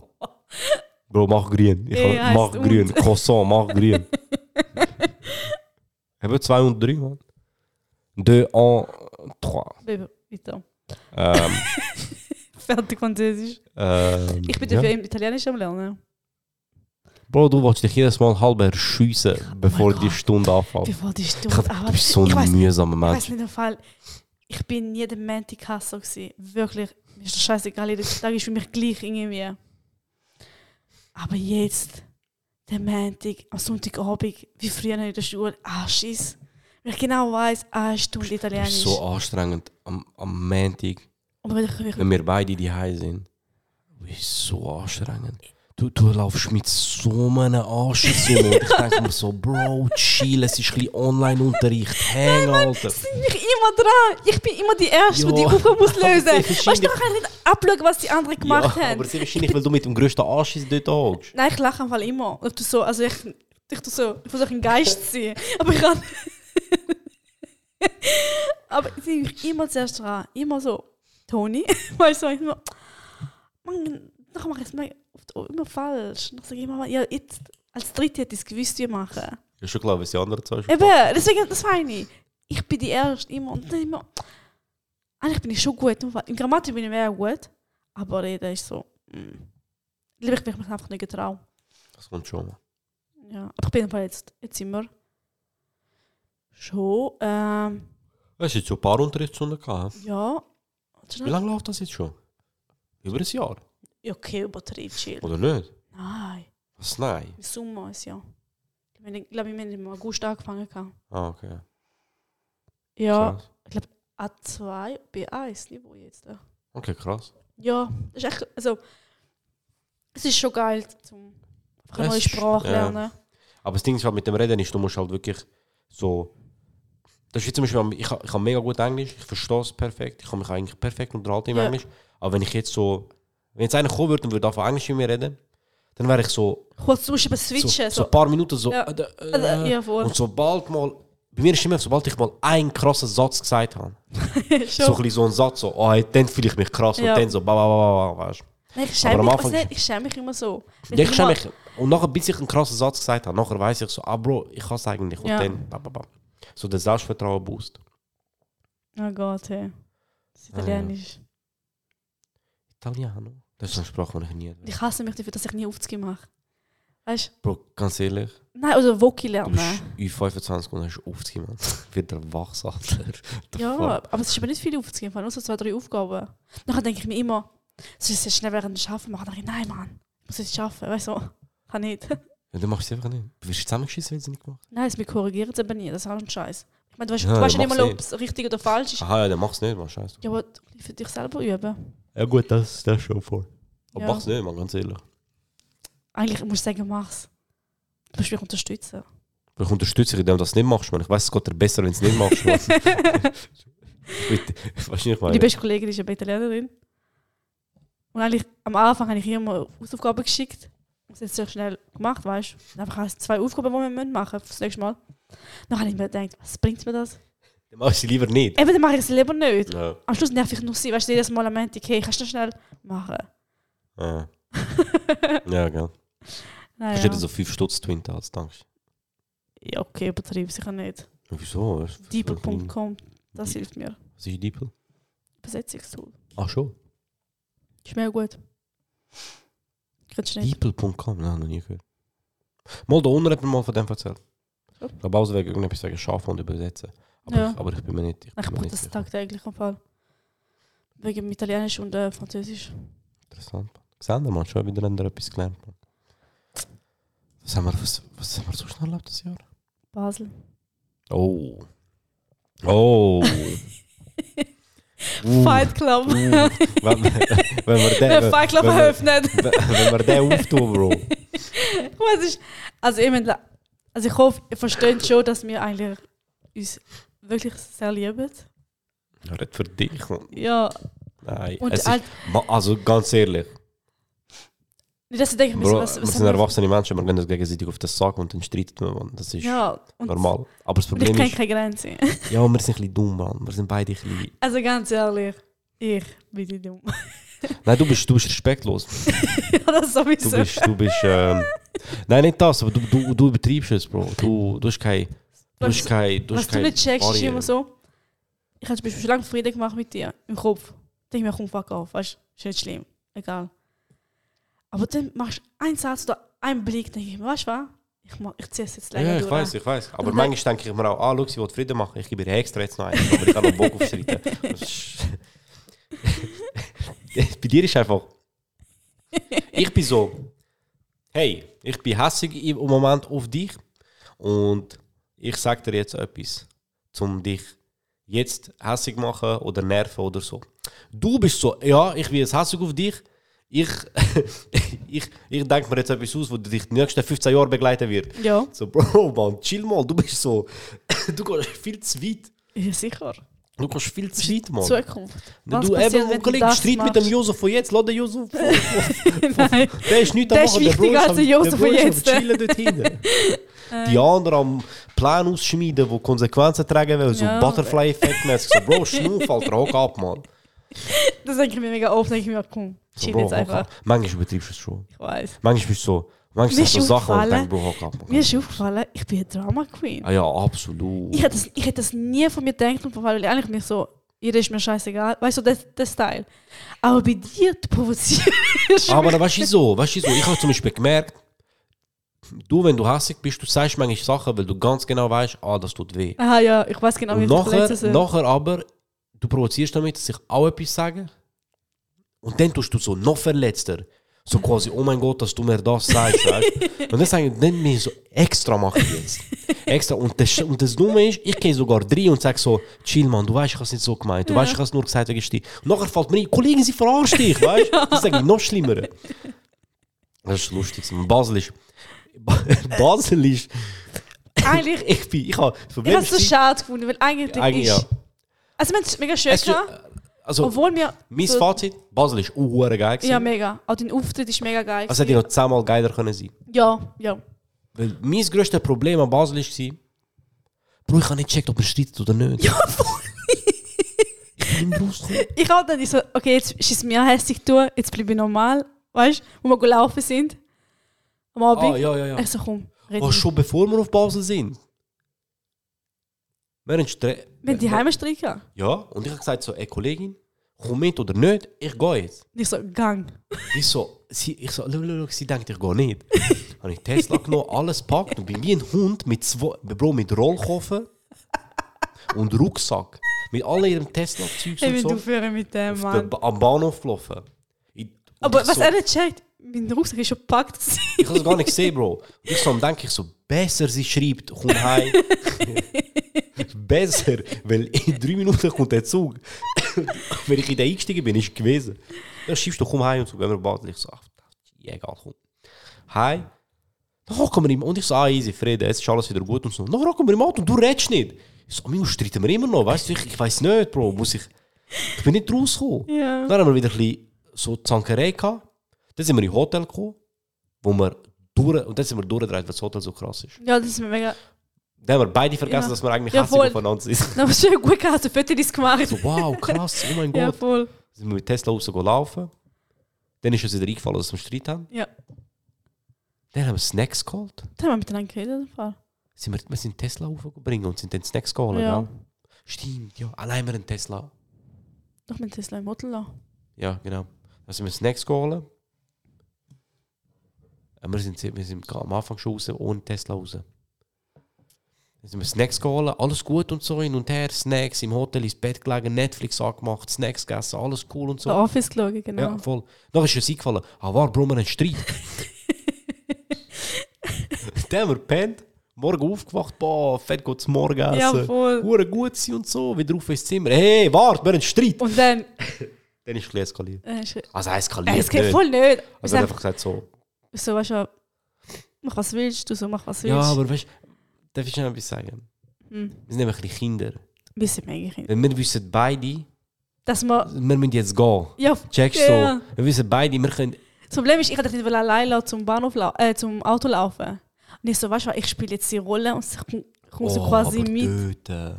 [SPEAKER 2] Bro, mach grün. Ich
[SPEAKER 1] Ja,
[SPEAKER 2] hab- mach
[SPEAKER 1] heißt
[SPEAKER 2] grün.
[SPEAKER 1] und.
[SPEAKER 2] Croissant, mach grün. Eben zwei und drei, Mann. Deux en trois.
[SPEAKER 1] Baby, Weiter.
[SPEAKER 2] Ähm,
[SPEAKER 1] Fertig Französisch.
[SPEAKER 2] ähm,
[SPEAKER 1] Ich bin
[SPEAKER 2] ja.
[SPEAKER 1] dafür im Italienisch am Lernen.
[SPEAKER 2] Bro, du willst dich jedes Mal halb erschiessen,
[SPEAKER 1] Oh
[SPEAKER 2] bevor die
[SPEAKER 1] Gott.
[SPEAKER 2] Stunde anfängt.
[SPEAKER 1] Bevor die Stunde.
[SPEAKER 2] Oh. Ich glaub,
[SPEAKER 1] aber
[SPEAKER 2] Du bist so
[SPEAKER 1] ich
[SPEAKER 2] ein
[SPEAKER 1] weiß,
[SPEAKER 2] mühsamer
[SPEAKER 1] ich
[SPEAKER 2] Mensch.
[SPEAKER 1] weiß nicht, der Fall. Ich bin jeden Montag Kassel gewesen. Wirklich. Mir ist das scheißegal. Jeder Tag ist für mich gleich irgendwie. Aber jetzt, der Montag, am Sonntagabend, wie früher in der Schule, ah, Schiss. Weil ich genau weiß, eine Stunde
[SPEAKER 2] Du bist
[SPEAKER 1] Italienisch.
[SPEAKER 2] so anstrengend am, am Montag.
[SPEAKER 1] Aber ich mich
[SPEAKER 2] wenn wir beide die high sind, das ist so anstrengend. Du, du laufst mit so einem Arsch so und ich denke mir so, Bro, chill, es ist ein bisschen Online-Unterricht. Hang, Alter.
[SPEAKER 1] sind mich immer dran. Ich bin immer die Erste, die die
[SPEAKER 2] Ja.
[SPEAKER 1] Aufgabe muss
[SPEAKER 2] Aber
[SPEAKER 1] lösen.
[SPEAKER 2] sehr
[SPEAKER 1] Weißt du,
[SPEAKER 2] wahrscheinlich-
[SPEAKER 1] man kann nicht abschauen, was die anderen gemacht
[SPEAKER 2] ja,
[SPEAKER 1] haben.
[SPEAKER 2] aber sehr wahrscheinlich, weil du mit dem grössten Arsch dort anhängst.
[SPEAKER 1] Nein, ich lache einfach immer. Ich tu so, also ich, ich tu so, ich versuche einen Geist zu sein. Aber ich kann. aber ich sehe mich immer zuerst dran. Immer so, Toni. weißt du, ich immer, Mann, doch mach ich es mal oft auch immer falsch. Dann sage ich immer, ja, jetzt, als Dritte hätte ich es gewusst, wie machen.
[SPEAKER 2] Ja, schon klar, was die anderen zwei schon
[SPEAKER 1] Eben, deswegen, das meine ich. Ich bin die Erste immer. Und dann immer. Eigentlich bin ich schon gut. In Grammatik bin ich mehr gut. Aber Reden ist so. mm. Lieber, ich bin mich einfach nicht getraut.
[SPEAKER 2] Das kommt schon. mal.
[SPEAKER 1] Ja, aber ich bin aber jetzt, jetzt sind wir schon, ähm,
[SPEAKER 2] Hast du jetzt schon ein paar Unterrichtsstunden gehabt? hä?
[SPEAKER 1] ja. Warte
[SPEAKER 2] Wie
[SPEAKER 1] schnell.
[SPEAKER 2] lange läuft das jetzt schon? Über ein Jahr?
[SPEAKER 1] Ja, Okay, übertrieben, chill.
[SPEAKER 2] Oder nicht?
[SPEAKER 1] Nein,
[SPEAKER 2] Was? Nein.
[SPEAKER 1] im Sommer ist ja. Ich meine, Ich glaube, ich habe im August angefangen. gehabt.
[SPEAKER 2] Ah, okay.
[SPEAKER 1] Ja,
[SPEAKER 2] Krass.
[SPEAKER 1] A2, B1 Niveau jetzt. äh.
[SPEAKER 2] Okay, krass.
[SPEAKER 1] Ja, das ist echt, also, es ist schon geil, zum einfach eine
[SPEAKER 2] Es
[SPEAKER 1] neue
[SPEAKER 2] ist-
[SPEAKER 1] Sprache
[SPEAKER 2] ja.
[SPEAKER 1] lernen.
[SPEAKER 2] Aber das Ding ist halt mit dem Reden ist, du musst halt wirklich so. Das ist wie zum Beispiel, am- ich, ha- ich kann mega gut Englisch, ich verstehe es perfekt, ich kann mich eigentlich perfekt unterhalten im
[SPEAKER 1] Ja.
[SPEAKER 2] Englisch. Aber wenn ich jetzt so, wenn jetzt einer kommen würde und würde auf Englisch mit mir reden, dann wäre ich so,
[SPEAKER 1] Kurz, du musst eben
[SPEAKER 2] so, so
[SPEAKER 1] switchen. So,
[SPEAKER 2] ein paar Minuten so.
[SPEAKER 1] Ja.
[SPEAKER 2] äh, äh,
[SPEAKER 1] Also, ja, voll.
[SPEAKER 2] und sobald mal, bei mir ist immer, sobald ich mal einen krassen Satz gesagt habe, so ein
[SPEAKER 1] schon.
[SPEAKER 2] bisschen so einen Satz, so, oh, dann fühle ich mich krass
[SPEAKER 1] Ja.
[SPEAKER 2] und dann so, ba, ba, ba, ba, ba, weißt du.
[SPEAKER 1] Nein, ich
[SPEAKER 2] Aber
[SPEAKER 1] schäme
[SPEAKER 2] am
[SPEAKER 1] mich,
[SPEAKER 2] Anfang
[SPEAKER 1] also, nein, ich schäme mich immer so. Wenn
[SPEAKER 2] Ja, ich
[SPEAKER 1] immer-
[SPEAKER 2] schäme mich. Und nachher, bis ich einen krassen Satz gesagt habe, nachher weiß ich so, ah Bro, ich kann es eigentlich. Und
[SPEAKER 1] Ja.
[SPEAKER 2] dann, ba, ba, ba. So der Selbstvertrauen boost.
[SPEAKER 1] Oh Gott, hey. Das
[SPEAKER 2] Ah, ja.
[SPEAKER 1] Italienisch.
[SPEAKER 2] Italiano. Das ist eine Sprache, die ich nie.
[SPEAKER 1] Ich hasse mich dafür, dass ich nie Aufzüge mache. Weißt
[SPEAKER 2] Bro, ganz ehrlich,
[SPEAKER 1] du? Nein, also Woki
[SPEAKER 2] du
[SPEAKER 1] lernen.
[SPEAKER 2] bist U25 und hast aufgegeben. Wird der Wachsalter. The
[SPEAKER 1] Ja,
[SPEAKER 2] fuck?
[SPEAKER 1] aber es ist aber nicht viel Aufzüge, nur so zwei, drei Aufgaben. Nachher denke ich mir immer, soll ich es jetzt schnell während des Arbeiten machen? Dann denke ich, nein, Mann, ich muss jetzt arbeiten. Weißt du, kann nicht.
[SPEAKER 2] Ja, dann machst du es einfach nicht. Du wirst zusammengeschissen, wenn du es nicht gemacht
[SPEAKER 1] Nein, es mir korrigieren sie aber nie, das ist auch ein Scheiß. Ich meine, du weißt,
[SPEAKER 2] Ja, Ah.
[SPEAKER 1] du weißt ja
[SPEAKER 2] dann
[SPEAKER 1] nicht mal,
[SPEAKER 2] mach's
[SPEAKER 1] ob es richtig oder falsch ist.
[SPEAKER 2] Aha, ja, dann mach es nicht, man. Scheiße.
[SPEAKER 1] Ja, aber du musst für dich selber üben.
[SPEAKER 2] Ja, gut, das, das ist schon voll. Aber
[SPEAKER 1] Ja.
[SPEAKER 2] mach es nicht, man, ganz ehrlich.
[SPEAKER 1] Eigentlich muss ich sagen, mach's. Du musst mich unterstützen.
[SPEAKER 2] Ich unterstütze dich, indem du das nicht machst, man. Ich weiß, es geht dir besser, wenn du es nicht machst, man. Bitte. Wahrscheinlich
[SPEAKER 1] Die
[SPEAKER 2] meine.
[SPEAKER 1] beste Kollegin ist eine Italienerin. Und eigentlich am Anfang habe ich ihr immer Hausaufgaben geschickt. Und sie hat es sehr schnell gemacht, weißt du. Einfach als zwei Aufgaben, die wir müssen machen müssen, das nächste Mal. Dann habe ich mir gedacht, was bringt mir das?
[SPEAKER 2] Dann machst du sie lieber nicht.
[SPEAKER 1] Eben, dann mache ich es lieber nicht.
[SPEAKER 2] Ja.
[SPEAKER 1] Am Schluss nerv ich nur sie, weißt du, jedes Mal am Ende, hey, kannst du das schnell machen?
[SPEAKER 2] Ja, Ah. ja gell. Hast du
[SPEAKER 1] Naja.
[SPEAKER 2] dir so 5 Stutz Twin als Dankeschön.
[SPEAKER 1] Ja, okay, übertrieben sicher nicht.
[SPEAKER 2] Wieso? Das ist-
[SPEAKER 1] Deeper.com, das hilft mir.
[SPEAKER 2] Was ist Deeple?
[SPEAKER 1] Besetzungstool.
[SPEAKER 2] Ach schon.
[SPEAKER 1] Ist mir gut. Kennst du nicht?
[SPEAKER 2] Deeple.com, nein, noch nie gehört. Mal da unten hat mir mal von dem erzählt.
[SPEAKER 1] Ja.
[SPEAKER 2] Ich glaube, also wegen irgendetwas sagen, schaffen und übersetzen. Aber,
[SPEAKER 1] Ja.
[SPEAKER 2] ich, aber ich bin mir nicht. Ich bin
[SPEAKER 1] Ich
[SPEAKER 2] mir
[SPEAKER 1] brauche
[SPEAKER 2] nicht
[SPEAKER 1] das
[SPEAKER 2] sicher.
[SPEAKER 1] tagtäglich am Fall. Wegen Italienisch und äh, Französisch.
[SPEAKER 2] Interessant. Gesehen, man, schon wieder haben wir etwas gelernt. Mann. Was haben wir, was, was haben wir so schnell erlebt das Jahr?
[SPEAKER 1] Basel.
[SPEAKER 2] Oh. Oh. Uh.
[SPEAKER 1] Fight Club.
[SPEAKER 2] Uh, wenn, wenn, wenn wir
[SPEAKER 1] Der
[SPEAKER 2] den,
[SPEAKER 1] Fight Club
[SPEAKER 2] wenn, wir-
[SPEAKER 1] eröffnet.
[SPEAKER 2] wenn, wenn wir den auftun, Bro.
[SPEAKER 1] Ich weiß nicht. Also, ich, mein, also ich hoffe, ihr versteht schon, dass wir eigentlich uns wirklich sehr lieben.
[SPEAKER 2] Ja, red für dich. Mann.
[SPEAKER 1] Ja.
[SPEAKER 2] Nein.
[SPEAKER 1] Und
[SPEAKER 2] es ist,
[SPEAKER 1] halt-
[SPEAKER 2] Ma- also ganz ehrlich,
[SPEAKER 1] Nicht, dass ich denke, wir
[SPEAKER 2] Bro,
[SPEAKER 1] sind
[SPEAKER 2] was,
[SPEAKER 1] was, was
[SPEAKER 2] sind
[SPEAKER 1] haben wir-
[SPEAKER 2] erwachsene Menschen, wir gehen uns gegenseitig auf den Sack und dann streiten wir. Mann. Das ist
[SPEAKER 1] Ja, und,
[SPEAKER 2] normal. Aber das
[SPEAKER 1] und ich
[SPEAKER 2] Problem
[SPEAKER 1] kenne
[SPEAKER 2] ist,
[SPEAKER 1] keine Grenzen.
[SPEAKER 2] ja, wir sind ein bisschen dumm, Mann. Wir sind beide ein bisschen.
[SPEAKER 1] Also ganz ehrlich, ich bin die Dumme.
[SPEAKER 2] Nein, du bist, du bist respektlos.
[SPEAKER 1] ja, das
[SPEAKER 2] Du
[SPEAKER 1] sowieso.
[SPEAKER 2] bist, du bist. Ähm, nein, nicht das, aber du, du, du übertreibst es, Bro. Du, du hast keine. Du hast
[SPEAKER 1] was
[SPEAKER 2] keine. Du
[SPEAKER 1] was
[SPEAKER 2] hast
[SPEAKER 1] du
[SPEAKER 2] keine
[SPEAKER 1] nicht checkst, ist
[SPEAKER 2] Barriere.
[SPEAKER 1] immer so. Ich habe zum Beispiel schon lange Frieden gemacht mit dir im Kopf. Denk mir, komm, fuck auf, weißt du, ist nicht schlimm, egal. Aber dann machst du einen Satz oder einen Blick, denke ich mir, weißt du was? Ich, mach- ich ziehe es jetzt länger
[SPEAKER 2] Ja, ich
[SPEAKER 1] durch.
[SPEAKER 2] weiß, ich weiß. Aber
[SPEAKER 1] Und dann-
[SPEAKER 2] manchmal denke ich mir auch, ah, schau, sie will Frieden machen. Ich gebe ihr extra jetzt noch eins, aber ich habe noch Bock auf Streiten. Das ist- Bei Dus- dir ist einfach. Ich bin so. Hey, ich bin hässig im Moment auf dich und ich sage dir jetzt etwas, um dich jetzt hässig machen oder nerven oder so. Du bist so, ja, ich bin jetzt hässig auf dich. Ich, ich, ich denke mir jetzt etwas aus, wo du dich die nächsten 15 Jahre begleiten wird.
[SPEAKER 1] Ja,
[SPEAKER 2] So, Bro, Mann, chill mal, du bist so. Du gehst viel zu weit.
[SPEAKER 1] ja, sicher.
[SPEAKER 2] Du gehst viel zu weit, Mann.
[SPEAKER 1] Zukunft. Was
[SPEAKER 2] du
[SPEAKER 1] passiert,
[SPEAKER 2] eben,
[SPEAKER 1] wenn
[SPEAKER 2] mein
[SPEAKER 1] du
[SPEAKER 2] Kollege,
[SPEAKER 1] das
[SPEAKER 2] Streit mit
[SPEAKER 1] machst?
[SPEAKER 2] dem Josef von jetzt, lass den Josef vor.
[SPEAKER 1] Nein.
[SPEAKER 2] Der ist nichts
[SPEAKER 1] Der
[SPEAKER 2] am
[SPEAKER 1] ist
[SPEAKER 2] Machen,
[SPEAKER 1] wichtiger als
[SPEAKER 2] am-
[SPEAKER 1] der Josef
[SPEAKER 2] Bro
[SPEAKER 1] von
[SPEAKER 2] ist am
[SPEAKER 1] jetzt. Äh.
[SPEAKER 2] Chillen dort hinten. Die anderen am Plan ausschmieden, die Konsequenzen tragen wollen, so
[SPEAKER 1] Ja.
[SPEAKER 2] Butterfly-Effekt-mäßig. So, Bro, schnuff, Alter, hock ab, Mann.
[SPEAKER 1] Das denke ich mir mega oft, denke ich mir, komm,
[SPEAKER 2] So,
[SPEAKER 1] chill
[SPEAKER 2] Bro,
[SPEAKER 1] jetzt
[SPEAKER 2] hock
[SPEAKER 1] einfach.
[SPEAKER 2] ab. Manchmal übertreibst du es schon.
[SPEAKER 1] Ich weiß.
[SPEAKER 2] Manchmal bist du so, manchmal
[SPEAKER 1] Mir
[SPEAKER 2] sagst du
[SPEAKER 1] ist
[SPEAKER 2] Sachen und denkst,
[SPEAKER 1] aufgefallen-
[SPEAKER 2] Bro, hock ab. Mann.
[SPEAKER 1] Mir ist aufgefallen, ich bin eine Drama Queen.
[SPEAKER 2] Ah ja, absolut.
[SPEAKER 1] Ich hätte das, ich hätte das nie von mir gedacht, und vor allem, weil eigentlich mich so, jeder ist mir scheißegal. Weißt du, das, das Teil. Aber bei dir, du provozierst.
[SPEAKER 2] Aber dann weißt du so, weißt du so, ich habe zum Beispiel gemerkt, du, wenn du hässig bist, du sagst manchmal Sachen, weil du ganz genau weißt, ah, das tut weh.
[SPEAKER 1] Aha, ja, ich weiß genau, wie
[SPEAKER 2] und
[SPEAKER 1] ich das verletzen
[SPEAKER 2] nachher,
[SPEAKER 1] soll.
[SPEAKER 2] nachher aber, du provozierst damit, dass ich auch etwas sage. Und dann tust du so noch verletzter. So quasi, oh mein Gott, dass du mir das sagst, weißt du? Und dann sage ich, dann mir so, extra mache ich jetzt. Extra. Und das, und das Dumme ist, ich gehe sogar drei und sage so, chill Mann, du weißt, ich habe es nicht so gemeint. Du weißt, ich habe es nur gesagt wegen dir. Und nachher fällt mir ein, Kollegen, sie verarschen dich, weißt du? Das sage ich noch schlimmer. Das ist lustig. Mann. Basel ist... Basel ist...
[SPEAKER 1] Eigentlich,
[SPEAKER 2] Ich bin... Ich habe...
[SPEAKER 1] ich habe es so schade gefunden, weil eigentlich,
[SPEAKER 2] Eigentlich,
[SPEAKER 1] eigentlich
[SPEAKER 2] ja.
[SPEAKER 1] ist... Also, wir haben es mega schön
[SPEAKER 2] Es-
[SPEAKER 1] gehabt,
[SPEAKER 2] Also,
[SPEAKER 1] obwohl wir...
[SPEAKER 2] Mein
[SPEAKER 1] so,
[SPEAKER 2] Fazit, Basel ist auch geil.
[SPEAKER 1] Ja,
[SPEAKER 2] gewesen.
[SPEAKER 1] mega. Auch dein Auftritt ist mega geil.
[SPEAKER 2] Also hätte ich noch zehnmal geiler können sein.
[SPEAKER 1] ja, ja.
[SPEAKER 2] Weil mein grösstes Problem an Basel war, Bro, ich habe nicht gecheckt, ob er streitet oder nicht. Ja, voll. Ich
[SPEAKER 1] Ich habe dann ich so, okay, jetzt ist es mir hässlich tun, jetzt bleibe ich normal. Weißt du, wo wir gelaufen sind. Am Abend.
[SPEAKER 2] ah, ja, ja, ja.
[SPEAKER 1] Ich so, komm, red
[SPEAKER 2] Oh,
[SPEAKER 1] mit.
[SPEAKER 2] schon bevor wir auf Basel sind. Wir haben Stre
[SPEAKER 1] Wenn die Heimstrecke. gehabt.
[SPEAKER 2] Ja, und ich habe gesagt so, ey Kollegin, komm mit oder nicht, ich gehe jetzt.
[SPEAKER 1] Und ich so, gang.
[SPEAKER 2] Ich so, sie, ich so, schau, schau, schau, sie denkt, ich gehe nicht. habe ich Tesla genommen, nou alles gepackt und bin wie ein Hund mit, zwei, Bro, mit Rollkoffer und Rucksack. Mit all ihrem Tesla-Zeugs
[SPEAKER 1] Ich
[SPEAKER 2] und
[SPEAKER 1] will
[SPEAKER 2] so.
[SPEAKER 1] aufhören mit dem,
[SPEAKER 2] auf der
[SPEAKER 1] Mann.
[SPEAKER 2] Ba- am Bahnhof gelaufen. Ich, und
[SPEAKER 1] Aber
[SPEAKER 2] ich
[SPEAKER 1] was
[SPEAKER 2] so,
[SPEAKER 1] er nicht checkt, mein Rucksack er ist schon gepackt.
[SPEAKER 2] Ich habe es gar nicht gesehen, Bro. Und ich so, am denke ich so, besser sie schreibt, komm heim. besser, weil in drei Minuten kommt der Zug. wenn ich in den eingestiegen bin, ist es gewesen. "Ah, Dann schreibst du, komm heim und so, gehen wir baden. Ich so, ach, egal, komm. Heim. Dann hocken wir im Und ich so, ah, easy, Frieden, jetzt ist alles wieder gut und so. Dann hocken wir im Auto und du redest nicht. Ich so, Amigo, streiten wir immer noch, weißt du? Ich, ich weiß nicht, Bro, muss ich... Ich bin nicht rausgekommen.
[SPEAKER 1] Ja.
[SPEAKER 2] Dann haben wir wieder ein bisschen so Zankerei gehabt. Dann sind wir in ein Hotel gekommen, wo wir durch... Und dann sind wir durchgedreht, weil das Hotel so krass ist.
[SPEAKER 1] Ja, das ist mir mega.
[SPEAKER 2] Dann haben wir beide vergessen,
[SPEAKER 1] Ja.
[SPEAKER 2] dass wir eigentlich
[SPEAKER 1] Ja,
[SPEAKER 2] hässlich
[SPEAKER 1] voll.
[SPEAKER 2] aufeinander sind.
[SPEAKER 1] Na, was schön gut gehabt, hast du Fotos gemacht.
[SPEAKER 2] So, wow, krass, oh mein Gott.
[SPEAKER 1] Ja, voll.
[SPEAKER 2] sind wir mit Tesla raus laufen. Dann ist uns wieder eingefallen, dass wir Streit haben.
[SPEAKER 1] Ja.
[SPEAKER 2] Dann haben wir Snacks geholt.
[SPEAKER 1] Dann haben wir miteinander geredet. im Fall.
[SPEAKER 2] Sind wir, wir sind Tesla aufgebracht und sind dann Snacks geholt.
[SPEAKER 1] Ja.
[SPEAKER 2] Ja. Stimmt, ja. Allein wir einen Tesla.
[SPEAKER 1] Doch mit Tesla im Hotel noch.
[SPEAKER 2] Ja, genau. Dann sind wir Snacks geholt. Und wir sind, wir sind gerade am Anfang schon raus, ohne Tesla raus. Dann sind wir Snacks geholt, alles gut und so, hin und her, Snacks, im Hotel ins Bett gelegen, Netflix angemacht, Snacks gegessen, alles cool und so.
[SPEAKER 1] So. Office geschaut, genau.
[SPEAKER 2] Ja, voll. Dann ist es eingefallen, ah, war brummen ein Streit. Dann haben wir gepennt, morgen aufgewacht, boah, fett geht's morgen
[SPEAKER 1] Ja,
[SPEAKER 2] essen.
[SPEAKER 1] voll.
[SPEAKER 2] Hure gut sein und so, wieder auf ins Zimmer. Hey, warte, wir haben einen Streit.
[SPEAKER 1] Und dann.
[SPEAKER 2] Dann ist es ein bisschen eskaliert.
[SPEAKER 1] Äh, ist-
[SPEAKER 2] Also
[SPEAKER 1] Nein,
[SPEAKER 2] eskaliert
[SPEAKER 1] es geht
[SPEAKER 2] nicht.
[SPEAKER 1] voll nicht. wir
[SPEAKER 2] Also er
[SPEAKER 1] haben
[SPEAKER 2] hat einfach gesagt so,
[SPEAKER 1] so, weißt du, mach was willst du, so mach was willst.
[SPEAKER 2] ja, aber weißt du, darf ich noch etwas sagen?
[SPEAKER 1] Hm.
[SPEAKER 2] Wir sind nämlich ein bisschen Kinder.
[SPEAKER 1] Wir sind mega Kinder.
[SPEAKER 2] Wenn wir wissen beide,
[SPEAKER 1] Dass man.
[SPEAKER 2] wir müssen jetzt gehen.
[SPEAKER 1] Ja,
[SPEAKER 2] Checkst du?
[SPEAKER 1] Ja.
[SPEAKER 2] Wir wissen beide, wir können...
[SPEAKER 1] das Problem ist, ich hätte dich nicht allein lassen, zum Bahnhof lau äh, zum Auto laufen. Und ich so, weißt du, was, ich spiele jetzt die Rolle und ich komme so quasi
[SPEAKER 2] Oh, aber
[SPEAKER 1] mit.
[SPEAKER 2] dort, äh,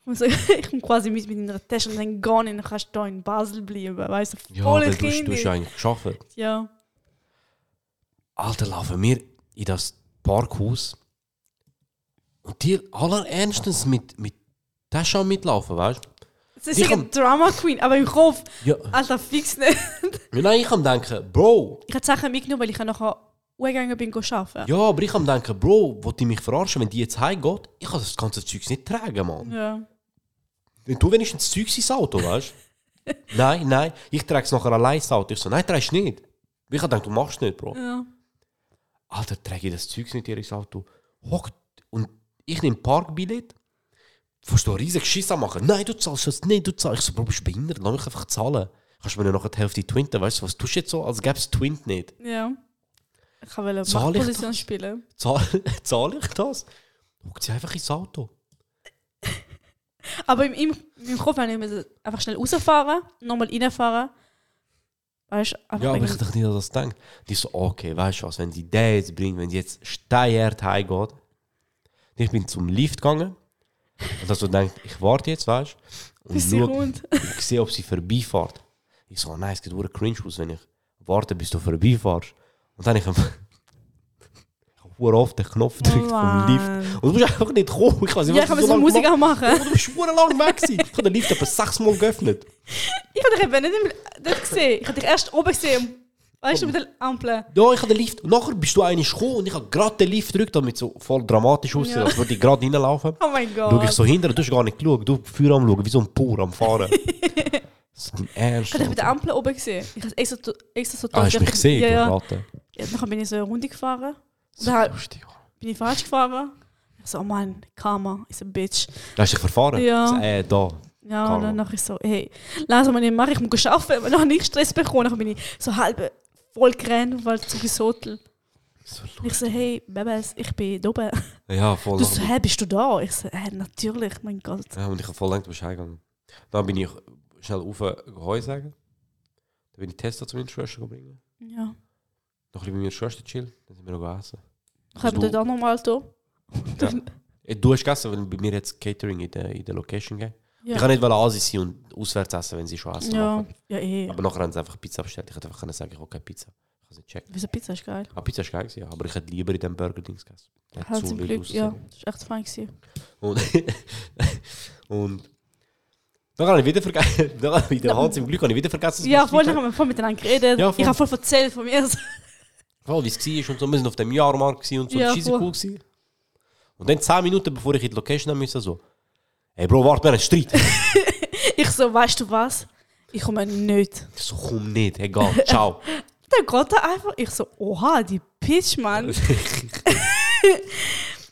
[SPEAKER 1] Ich muss- ich komme quasi mit mit einer Tasche und dann gehe ich, dann kannst du hier in Basel bleiben, weißt du?
[SPEAKER 2] Ja,
[SPEAKER 1] voll
[SPEAKER 2] weil du, hast- du hast ja eigentlich geschafft.
[SPEAKER 1] Ja.
[SPEAKER 2] Alter, laufen wir in das Parkhaus und die aller ernstens mit, mit Taschen mitlaufen, weißt du?
[SPEAKER 1] Es ist
[SPEAKER 2] Die
[SPEAKER 1] eine
[SPEAKER 2] kommt-
[SPEAKER 1] Drama Queen, aber im Kopf,
[SPEAKER 2] Ja.
[SPEAKER 1] Alter, fix nicht.
[SPEAKER 2] Nein, ich am denken, Bro,
[SPEAKER 1] Ich habe die Sachen mitgenommen, weil ich nachher umgegangen bin, go arbeiten.
[SPEAKER 2] ja, aber ich am denken, Bro, wollt ihr mich verarschen, wenn die jetzt heimgeht? Ich kann das ganze Zeugs nicht tragen, Mann.
[SPEAKER 1] Ja.
[SPEAKER 2] Wenn du wenigstens Zeugs ins Auto, weißt du? nein, nein, ich trage es nachher allein ins Auto. Ich so, nein, tragst du nicht. Ich hab gedacht, du machst nicht, Bro.
[SPEAKER 1] ja.
[SPEAKER 2] Alter, trage ich das Zeugs nicht hier ins Auto. Hockt und ich nehme Parkbillett. Fast du einen riesigen Schiss anmachen. Nein, du zahlst das nicht, du zahlst. Ich so, Bro, bist du behindert? Lass mich einfach zahlen. Kannst du mir noch die Hälfte twinten, weißt du? Was tust du jetzt so, als gäbe es Twint nicht?
[SPEAKER 1] Ja. Ich wollte
[SPEAKER 2] Soll ich
[SPEAKER 1] Machtposition spielen.
[SPEAKER 2] Zahl, zahle ich das? Hockt sie einfach ins Auto.
[SPEAKER 1] Aber im, im, im Kopf habe ich müssen einfach schnell rausfahren, nochmal reinfahren. Weißt du, einfach
[SPEAKER 2] Ja, aber
[SPEAKER 1] wegen-
[SPEAKER 2] ich dachte nicht, dass das denkt. Die so, okay, weißt du was, wenn sie den jetzt bringt, wenn sie jetzt steinhart heimgeht. Ich bin zum Lift gegangen. Und dass du denkst, ich warte jetzt, weißt du? Und
[SPEAKER 1] bis sie
[SPEAKER 2] schau-
[SPEAKER 1] rund.
[SPEAKER 2] Ich sehe, ob sie vorbeifährt. Ich so, nein, es geht nur cringe aus, wenn ich warte, bis du vorbeifährst. Und dann habe ich hab oft den Knopf gedrückt vom Lift.
[SPEAKER 1] Oh Mann.
[SPEAKER 2] Und du musst einfach nicht kommen. Ich weiß nicht,
[SPEAKER 1] Ja, ich
[SPEAKER 2] was du
[SPEAKER 1] habe
[SPEAKER 2] so
[SPEAKER 1] so
[SPEAKER 2] lange
[SPEAKER 1] Musik
[SPEAKER 2] gemacht
[SPEAKER 1] anmachen.
[SPEAKER 2] hast. Du bist verdammt lang weg. gewesen. Ich habe den Lift etwa sechsmal geöffnet.
[SPEAKER 1] Ich habe dich eben nicht, im- nicht gesehen. Ich habe dich erst oben gesehen. um- Weißt du, mit der Ampel.
[SPEAKER 2] Ja, ich habe den Lift. Und nachher bist du eigentlich gekommen und ich habe gerade den Lift gedrückt, damit es so voll dramatisch aussieht,
[SPEAKER 1] Ja.
[SPEAKER 2] als würde ich gerade reinlaufen.
[SPEAKER 1] Oh mein
[SPEAKER 2] Schau ich
[SPEAKER 1] Gott.
[SPEAKER 2] so hinter, du hast gar nicht geschaut. Du Feuer am Schauen, wie so ein Pur am Fahren. Das ist ein Ernst.
[SPEAKER 1] Ich habe dich mit der Ampel oben gesehen. Ich habe es extra, extra so
[SPEAKER 2] Ah, hast du mich gesehen?
[SPEAKER 1] Ja, ja.
[SPEAKER 2] Du Ratte.
[SPEAKER 1] ja. Dann bin ich so eine Runde gefahren. Und
[SPEAKER 2] So
[SPEAKER 1] dann
[SPEAKER 2] lustig, Mann.
[SPEAKER 1] bin ich falsch gefahren. Ich so, oh Mann, Karma is a bitch.
[SPEAKER 2] Da hast du dich verfahren?
[SPEAKER 1] Ja.
[SPEAKER 2] Das, äh, da.
[SPEAKER 1] Ja,
[SPEAKER 2] Karma.
[SPEAKER 1] und dann dachte ich so, hey, lass mal nicht machen, ich muss arbeiten, aber noch nicht Stress bekommen. Dann bin ich so halb voll gerannt, weil zu gesotel.
[SPEAKER 2] So
[SPEAKER 1] Ich so, hey, Babes, ich bin da oben.
[SPEAKER 2] Ja, voll
[SPEAKER 1] Du so,
[SPEAKER 2] lang.
[SPEAKER 1] hey, bist du da? Ich so, hey, natürlich, mein Gott.
[SPEAKER 2] Ja, und ich habe voll lang bist heimgegangen. Dann bin ich schnell rauf Heu sagen. Dann bin ich Tester zu meiner Schwester bringen.
[SPEAKER 1] Ja.
[SPEAKER 2] Noch ein bisschen mit meiner Schwester chillen. Dann sind wir noch gegessen.
[SPEAKER 1] Ich habe
[SPEAKER 2] Also Du-
[SPEAKER 1] dort auch nochmal da.
[SPEAKER 2] Äh, Du hast gegessen, weil bei mir jetzt Catering in der, in der Location gegeben.
[SPEAKER 1] Ja.
[SPEAKER 2] Ich kann nicht wollen Asi sein und auswärts essen, wenn sie schon Essen
[SPEAKER 1] Ja,
[SPEAKER 2] machen.
[SPEAKER 1] ja, eh.
[SPEAKER 2] Aber nachher haben sie einfach Pizza bestellt. Ich hätte einfach können sagen, ich will keine Pizza. Ich habe es nicht checken.
[SPEAKER 1] Wieso Pizza ist geil?
[SPEAKER 2] Ah, Pizza ist geil, gewesen, ja. aber ich hätte lieber in dem Burger-Dings gegessen. Der hat
[SPEAKER 1] Halt
[SPEAKER 2] so
[SPEAKER 1] zum
[SPEAKER 2] wild
[SPEAKER 1] Glück, ja.
[SPEAKER 2] ausgesehen.
[SPEAKER 1] Das war echt fein. Gewesen.
[SPEAKER 2] Und, und dann habe ich wieder vergessen, dann habe ich den Hans im Glück habe ich wieder vergessen. dass
[SPEAKER 1] Ja,
[SPEAKER 2] wir
[SPEAKER 1] voll,
[SPEAKER 2] Streit
[SPEAKER 1] dann haben wir voll miteinander geredet.
[SPEAKER 2] Ja, voll.
[SPEAKER 1] ich habe voll erzählt von mir.
[SPEAKER 2] hatten. Voll, wie es war und so. Wir sind auf dem Jahrmarkt gewesen und so.
[SPEAKER 1] Ja,
[SPEAKER 2] das war
[SPEAKER 1] voll.
[SPEAKER 2] cool. Gewesen. Und dann 10 Minuten, bevor ich in die Location haben musste, so, hey Bro, warte, wir haben einen Streit.
[SPEAKER 1] Ich so, weißt du was? Ich komme nicht.
[SPEAKER 2] Ich so, komm nicht, egal, ciao.
[SPEAKER 1] Dann geht er einfach. Ich so, oha, die Pitch, Mann.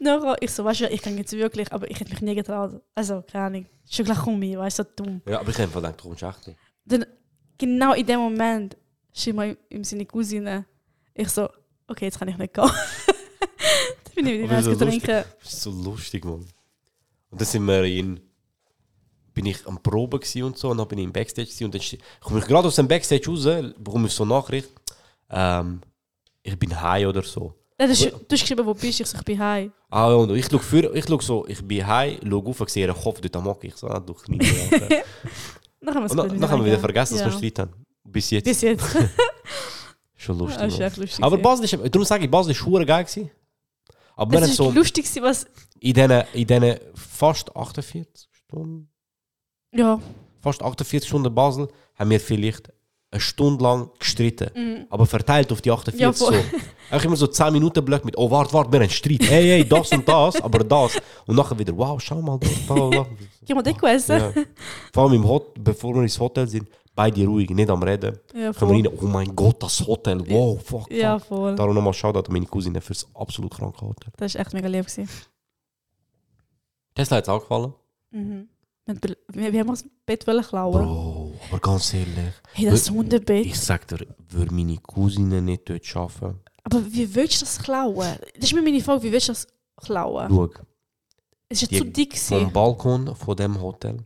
[SPEAKER 1] Nachher, ich so, weißt du, ich kann jetzt wirklich, aber ich hätte mich nie getraut. Also, keine Ahnung. Schon gleich um mich, weißt du, so dumm.
[SPEAKER 2] ja, aber ich habe einfach gedacht, du kommst echt nicht.
[SPEAKER 1] Dann, genau nou, in dem Moment, schrieb mir im Sinne Cousine, ich so, okay, jetzt kann ich nicht gehen. Ich bin nicht wieder
[SPEAKER 2] Aber
[SPEAKER 1] das
[SPEAKER 2] so
[SPEAKER 1] Getränke.
[SPEAKER 2] Das ist so lustig, Mann. Und dann sind wir in. Bin ich am Proben gsi und so, und dann bin ich im Backstage gsi und dann ste- komme ich gerade aus dem Backstage raus, bekomme ich so eine Nachricht. Ähm, ich bin high oder so.
[SPEAKER 1] Nein, das ist, du hast geschrieben, wo bist du? Ich sag, ich bin heim.
[SPEAKER 2] Ah, ja, und ich schaue für, ich schaue so, ich bin high, schaue auf und sehe ihren Kopf dort am Hocken. Ich so, ah, du Knie. Alter.
[SPEAKER 1] Dann haben
[SPEAKER 2] und
[SPEAKER 1] wir
[SPEAKER 2] dann,
[SPEAKER 1] es
[SPEAKER 2] dann haben wir wieder vergessen, dass
[SPEAKER 1] ja.
[SPEAKER 2] wir Streit haben. Bis jetzt.
[SPEAKER 1] Bis Oh, jetzt.
[SPEAKER 2] Schon lustig. Ah,
[SPEAKER 1] das ist
[SPEAKER 2] Mann.
[SPEAKER 1] echt lustig.
[SPEAKER 2] Aber
[SPEAKER 1] gewesen.
[SPEAKER 2] Basel ist, darum sage ich, Basel ist hure geil gewesen. Aber wir haben
[SPEAKER 1] Es war
[SPEAKER 2] so
[SPEAKER 1] lustig, gewesen, was.
[SPEAKER 2] in diesen in diesen fast 48 Stunden.
[SPEAKER 1] Ja,
[SPEAKER 2] fast 48 Stunden Basel, haben wir vielleicht eine Stunde lang gestritten.
[SPEAKER 1] mm,
[SPEAKER 2] Aber verteilt auf die 48
[SPEAKER 1] Ja,
[SPEAKER 2] so.
[SPEAKER 1] voll.
[SPEAKER 2] Eigentlich immer so 10 Minuten Blöcke mit, oh, warte, warte, wir haben Streit. Hey, hey, das und das, aber das. Und nachher wieder, wow, schau mal, das, bla, bla, bla.
[SPEAKER 1] gehen wir dort essen.
[SPEAKER 2] Ja. Vor allem, im Hot bevor wir ins Hotel sind, beide ruhig, nicht am Reden.
[SPEAKER 1] Ja,
[SPEAKER 2] Kommen wir
[SPEAKER 1] voll.
[SPEAKER 2] rein, oh mein Gott, das Hotel, wow, fuck, fuck.
[SPEAKER 1] Ja, voll.
[SPEAKER 2] Darum nochmal Shoutout an meine Cousine fürs absolut kranke Hotel.
[SPEAKER 1] Das war echt mega lieb. Gewesen.
[SPEAKER 2] Tesla hat es auch gefallen.
[SPEAKER 1] Mhm. Wir, haben- wir, wir haben uns das Bett wollen klauen.
[SPEAKER 2] Bro, aber ganz ehrlich,
[SPEAKER 1] Hey, das Hundebett.
[SPEAKER 2] ich sag dir, würde meine Cousine nicht dort arbeiten,
[SPEAKER 1] Aber wie willst du das klauen? Das ist mir meine Frage, wie willst du das klauen?
[SPEAKER 2] schau.
[SPEAKER 1] Es war
[SPEAKER 2] Die-
[SPEAKER 1] ja zu dick.
[SPEAKER 2] Vom
[SPEAKER 1] gewesen.
[SPEAKER 2] Balkon von dem Hotel,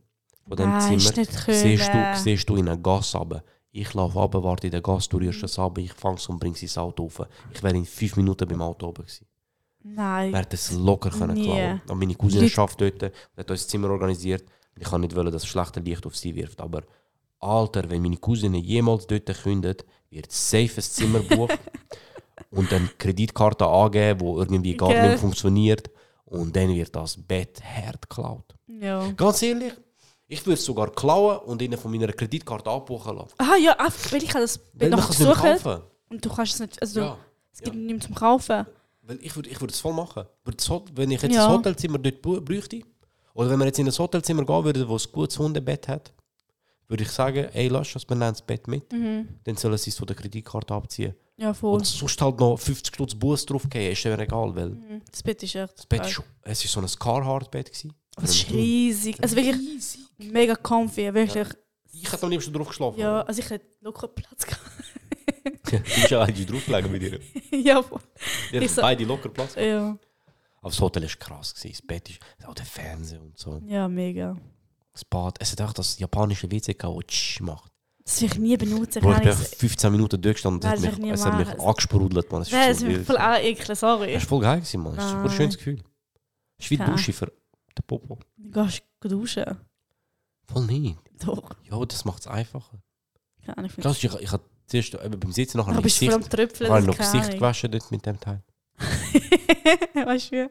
[SPEAKER 2] von dem
[SPEAKER 1] Nein, Ah, ist
[SPEAKER 2] Zimmer,
[SPEAKER 1] nicht äh.
[SPEAKER 2] siehst du,
[SPEAKER 1] können.
[SPEAKER 2] siehst du in einen Gas runter. Ich laufe runter, warte in den Gas, du rührst es runter, ich fange es und bringe es ins Auto rauf. Ich wäre in fünf Minuten beim Auto oben gewesen.
[SPEAKER 1] Nein.
[SPEAKER 2] Wir hätten es locker können
[SPEAKER 1] Nie.
[SPEAKER 2] klauen. Und meine Cousine
[SPEAKER 1] Leute-
[SPEAKER 2] schafft dort, und hat uns das Zimmer organisiert. Und Ich kann nicht wollen, dass das schlechte Licht auf sie wirft, aber Alter, wenn meine Cousine jemals dort kündet, wird safe ein Zimmer buchen und dann Kreditkarte angeben, wo irgendwie gar nicht
[SPEAKER 1] Gell.
[SPEAKER 2] mehr funktioniert und dann wird das Bett hart geklaut.
[SPEAKER 1] Ja.
[SPEAKER 2] Ganz ehrlich, ich würde es sogar klauen und ihnen von meiner Kreditkarte abbuchen lassen.
[SPEAKER 1] Ah ja, einfach, weil ich habe das Bett
[SPEAKER 2] Weil man
[SPEAKER 1] noch
[SPEAKER 2] kann es nicht mehr
[SPEAKER 1] gesucht
[SPEAKER 2] kaufen.
[SPEAKER 1] und du kannst es nicht. Also,
[SPEAKER 2] Ja.
[SPEAKER 1] es gibt nichts zum Kaufen.
[SPEAKER 2] Weil ich würde ich würd es voll machen. Würde das Hot- Wenn ich jetzt
[SPEAKER 1] Ja.
[SPEAKER 2] ein Hotelzimmer dort bu- bräuchte, oder wenn wir jetzt in ein Hotelzimmer gehen würden, wo ein gutes Hundebett hat, würde ich sagen, ey, lass uns, wir nehmen das Bett mit,
[SPEAKER 1] Mhm.
[SPEAKER 2] dann sollen sie es von der Kreditkarte abziehen.
[SPEAKER 1] Ja, voll.
[SPEAKER 2] Und sonst halt noch 50 Stutz Bus draufgeben, ist mir egal, weil
[SPEAKER 1] Mhm. Das Bett ist echt.
[SPEAKER 2] das Bett ist, es war so ein Carhartt-Bett. gewesen.
[SPEAKER 1] Aber es ist riesig. Also wirklich
[SPEAKER 2] Riesig.
[SPEAKER 1] mega comfy. Wirklich.
[SPEAKER 2] Ich hätte am liebsten drauf geschlafen.
[SPEAKER 1] Ja, also ich hätte locker Platz gehabt.
[SPEAKER 2] Du bist ja eigentlich draufgelegen mit dir.
[SPEAKER 1] ja, voll.
[SPEAKER 2] Ihr
[SPEAKER 1] Ich
[SPEAKER 2] habt
[SPEAKER 1] so-
[SPEAKER 2] beide locker Platz.
[SPEAKER 1] Ja.
[SPEAKER 2] Aber das Hotel war krass. Gewesen. Das Bett ist auch der Fernseher und so.
[SPEAKER 1] ja, mega.
[SPEAKER 2] Das Bad. Es hat auch das japanische WC gehabt, das tsch macht.
[SPEAKER 1] Das will ich nie benutzen.
[SPEAKER 2] Bro, ich
[SPEAKER 1] kann
[SPEAKER 2] bin
[SPEAKER 1] ich-
[SPEAKER 2] 15 Minuten durchgestanden. Es
[SPEAKER 1] Nein, das
[SPEAKER 2] hat
[SPEAKER 1] will ich
[SPEAKER 2] mich,
[SPEAKER 1] nie
[SPEAKER 2] es hat mich
[SPEAKER 1] machen.
[SPEAKER 2] angesprudelt, man. Es
[SPEAKER 1] Nein,
[SPEAKER 2] ist
[SPEAKER 1] das
[SPEAKER 2] so
[SPEAKER 1] ist mir
[SPEAKER 2] wild.
[SPEAKER 1] voll angeekeln, sorry.
[SPEAKER 2] Es ist voll geil gewesen, man. Es ist ein super
[SPEAKER 1] Nein.
[SPEAKER 2] schönes Gefühl. Es ist wie die
[SPEAKER 1] Keine
[SPEAKER 2] Dusche für den Popo.
[SPEAKER 1] Du gehst duschen.
[SPEAKER 2] Voll nicht.
[SPEAKER 1] Doch.
[SPEAKER 2] Ja, das macht es einfacher.
[SPEAKER 1] Keine Ahnung. Ich
[SPEAKER 2] Krass, ich, ich habe zuerst eben beim Sitzen nachher
[SPEAKER 1] aber
[SPEAKER 2] mein
[SPEAKER 1] bist du voll
[SPEAKER 2] Gesicht,
[SPEAKER 1] am Tröpfeln.
[SPEAKER 2] habe ich
[SPEAKER 1] das
[SPEAKER 2] noch
[SPEAKER 1] keine
[SPEAKER 2] Gesicht
[SPEAKER 1] Ahnung.
[SPEAKER 2] gewaschen dort mit dem Teil.
[SPEAKER 1] weißt du wie?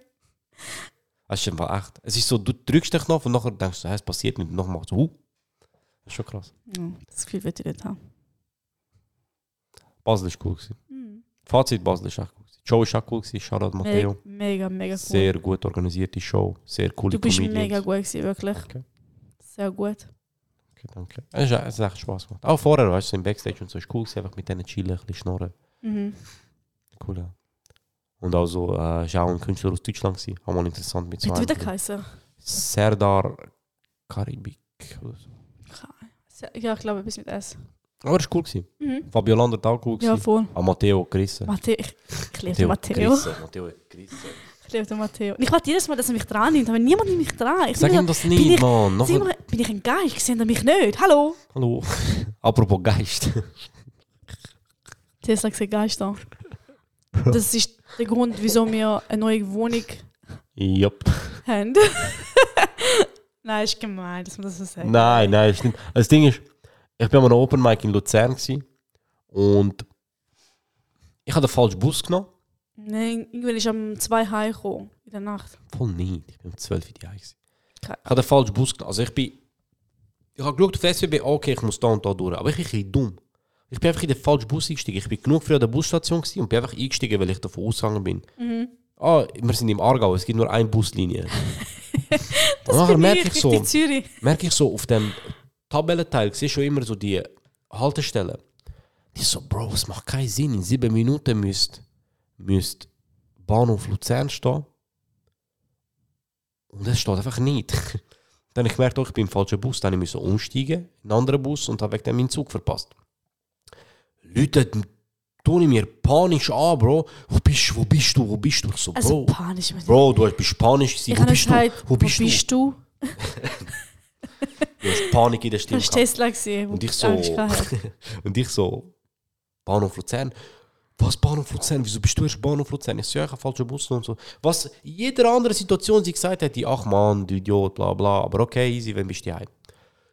[SPEAKER 2] Es ist einfach echt. Es ist so, du drückst dich noch und nachher denkst du, hey, es passiert nicht. Und nachher machst du, huh. Das ist schon krass.
[SPEAKER 1] Ja, das Gefühl würde ich nicht haben.
[SPEAKER 2] Basel ist cool gewesen.
[SPEAKER 1] Mhm.
[SPEAKER 2] Fazit, Basel ist echt cool. gewesen. Die Show ist auch cool gewesen. Shoutout Matteo.
[SPEAKER 1] Mega, mega, mega cool.
[SPEAKER 2] Sehr gut organisierte Show. Sehr coole
[SPEAKER 1] du bist
[SPEAKER 2] Comedians.
[SPEAKER 1] mega gut gewesen, wirklich.
[SPEAKER 2] Okay.
[SPEAKER 1] Sehr gut.
[SPEAKER 2] Okay, danke. Es ist- es hat echt Spaß gemacht. Auch vorher, weißt du, so im Backstage und so ist cool gewesen. Einfach mit denen chillen, ein bisschen schnorren.
[SPEAKER 1] Mhm.
[SPEAKER 2] Cool, ja. Und auch so, äh, ist auch ein Künstler aus Deutschland gewesen. Auch mal interessant mit
[SPEAKER 1] Wie
[SPEAKER 2] so
[SPEAKER 1] hat wieder
[SPEAKER 2] einem.
[SPEAKER 1] geheißen?
[SPEAKER 2] Serdar Karibik oder so.
[SPEAKER 1] Ja, ich glaube, bis mit S.
[SPEAKER 2] Aber es war cool gewesen.
[SPEAKER 1] Mhm.
[SPEAKER 2] Fabio Landert auch cool
[SPEAKER 1] Ja,
[SPEAKER 2] gewesen.
[SPEAKER 1] voll.
[SPEAKER 2] auch Matteo gerissen.
[SPEAKER 1] Matteo, ich, ich liebe den Matteo.
[SPEAKER 2] gerissen. Matteo hat gerissen.
[SPEAKER 1] Ich liebe den Matteo. Und ich warte jedes Mal, dass er mich dran nimmt, aber niemand nimmt mich dran. Ich
[SPEAKER 2] Sag
[SPEAKER 1] bin
[SPEAKER 2] ihm
[SPEAKER 1] so-
[SPEAKER 2] das nicht,
[SPEAKER 1] ich-
[SPEAKER 2] Mann. Noch
[SPEAKER 1] Sag mal, bin ich ein Geist? Sehen er mich nicht? Hallo?
[SPEAKER 2] Hallo. Apropos Geist.
[SPEAKER 1] Tesla sieht Geist an. Das ist der Grund, wieso wir eine neue Wohnung
[SPEAKER 2] Jupp.
[SPEAKER 1] haben. Nein, ist gemein, dass man das so sagt.
[SPEAKER 2] Nein, nein, ist nicht. Das Ding ist, ich bin an einem Open Mic in Luzern gewesen, und ich habe den falschen Bus genommen.
[SPEAKER 1] Nein, irgendwann ist um zwei heimgekommen in der Nacht.
[SPEAKER 2] Voll nicht. Ich bin um 12 Uhr die Heim gewesen. Ich
[SPEAKER 1] Keine-
[SPEAKER 2] habe den falschen Bus genommen. Also ich bin. Ich habe geschaut auf die SBB, okay, ich muss da und da durch. Aber ich bin ein bisschen dumm. Ich bin einfach in den falschen Bus eingestiegen. Ich bin genug früh an der Busstation gewesen und bin einfach eingestiegen, weil ich davon ausgegangen bin. Ah, wir sind im Aargau, es gibt nur eine Buslinie. und
[SPEAKER 1] Bin
[SPEAKER 2] nachher Ah, merke ich so,
[SPEAKER 1] Richtung Zürich.
[SPEAKER 2] merke ich so auf dem Tabellenteil, siehst schon immer so die Haltestellen. Die so, Bro, es macht keinen Sinn. In sieben Minuten müsst, müsst Bahnhof Luzern stehen. Und es steht einfach nicht. dann habe ich gemerkt, oh, ich bin im falschen Bus. Dann musste ich umsteigen in einen anderen Bus und habe wegen dem meinen Zug verpasst. Leute, tue ich mir panisch an, Bro. Wo bist du, wo bist du, wo bist du? Ich so, Bro.
[SPEAKER 1] Also panisch. Ich
[SPEAKER 2] Oh. Bro, du bist panisch gewesen. Wo
[SPEAKER 1] habe
[SPEAKER 2] bist, du?
[SPEAKER 1] gesagt,
[SPEAKER 2] halt wo bist du?
[SPEAKER 1] du?
[SPEAKER 2] Du hast Panik in der Stimme.
[SPEAKER 1] Das war
[SPEAKER 2] gehabt.
[SPEAKER 1] Tesla. Gewesen, wo
[SPEAKER 2] Und ich so,
[SPEAKER 1] Angst hatte.
[SPEAKER 2] und ich so, Bahnhof Luzern. Was, Bahnhof Luzern? Wieso bist du erst Bahnhof Luzern? Ich so, ja, ich habe falschen Bus genommen und so. Was in jeder anderen Situation sie gesagt hätte, ach Mann, du Idiot, bla bla. Aber okay, easy, wenn bist du heim.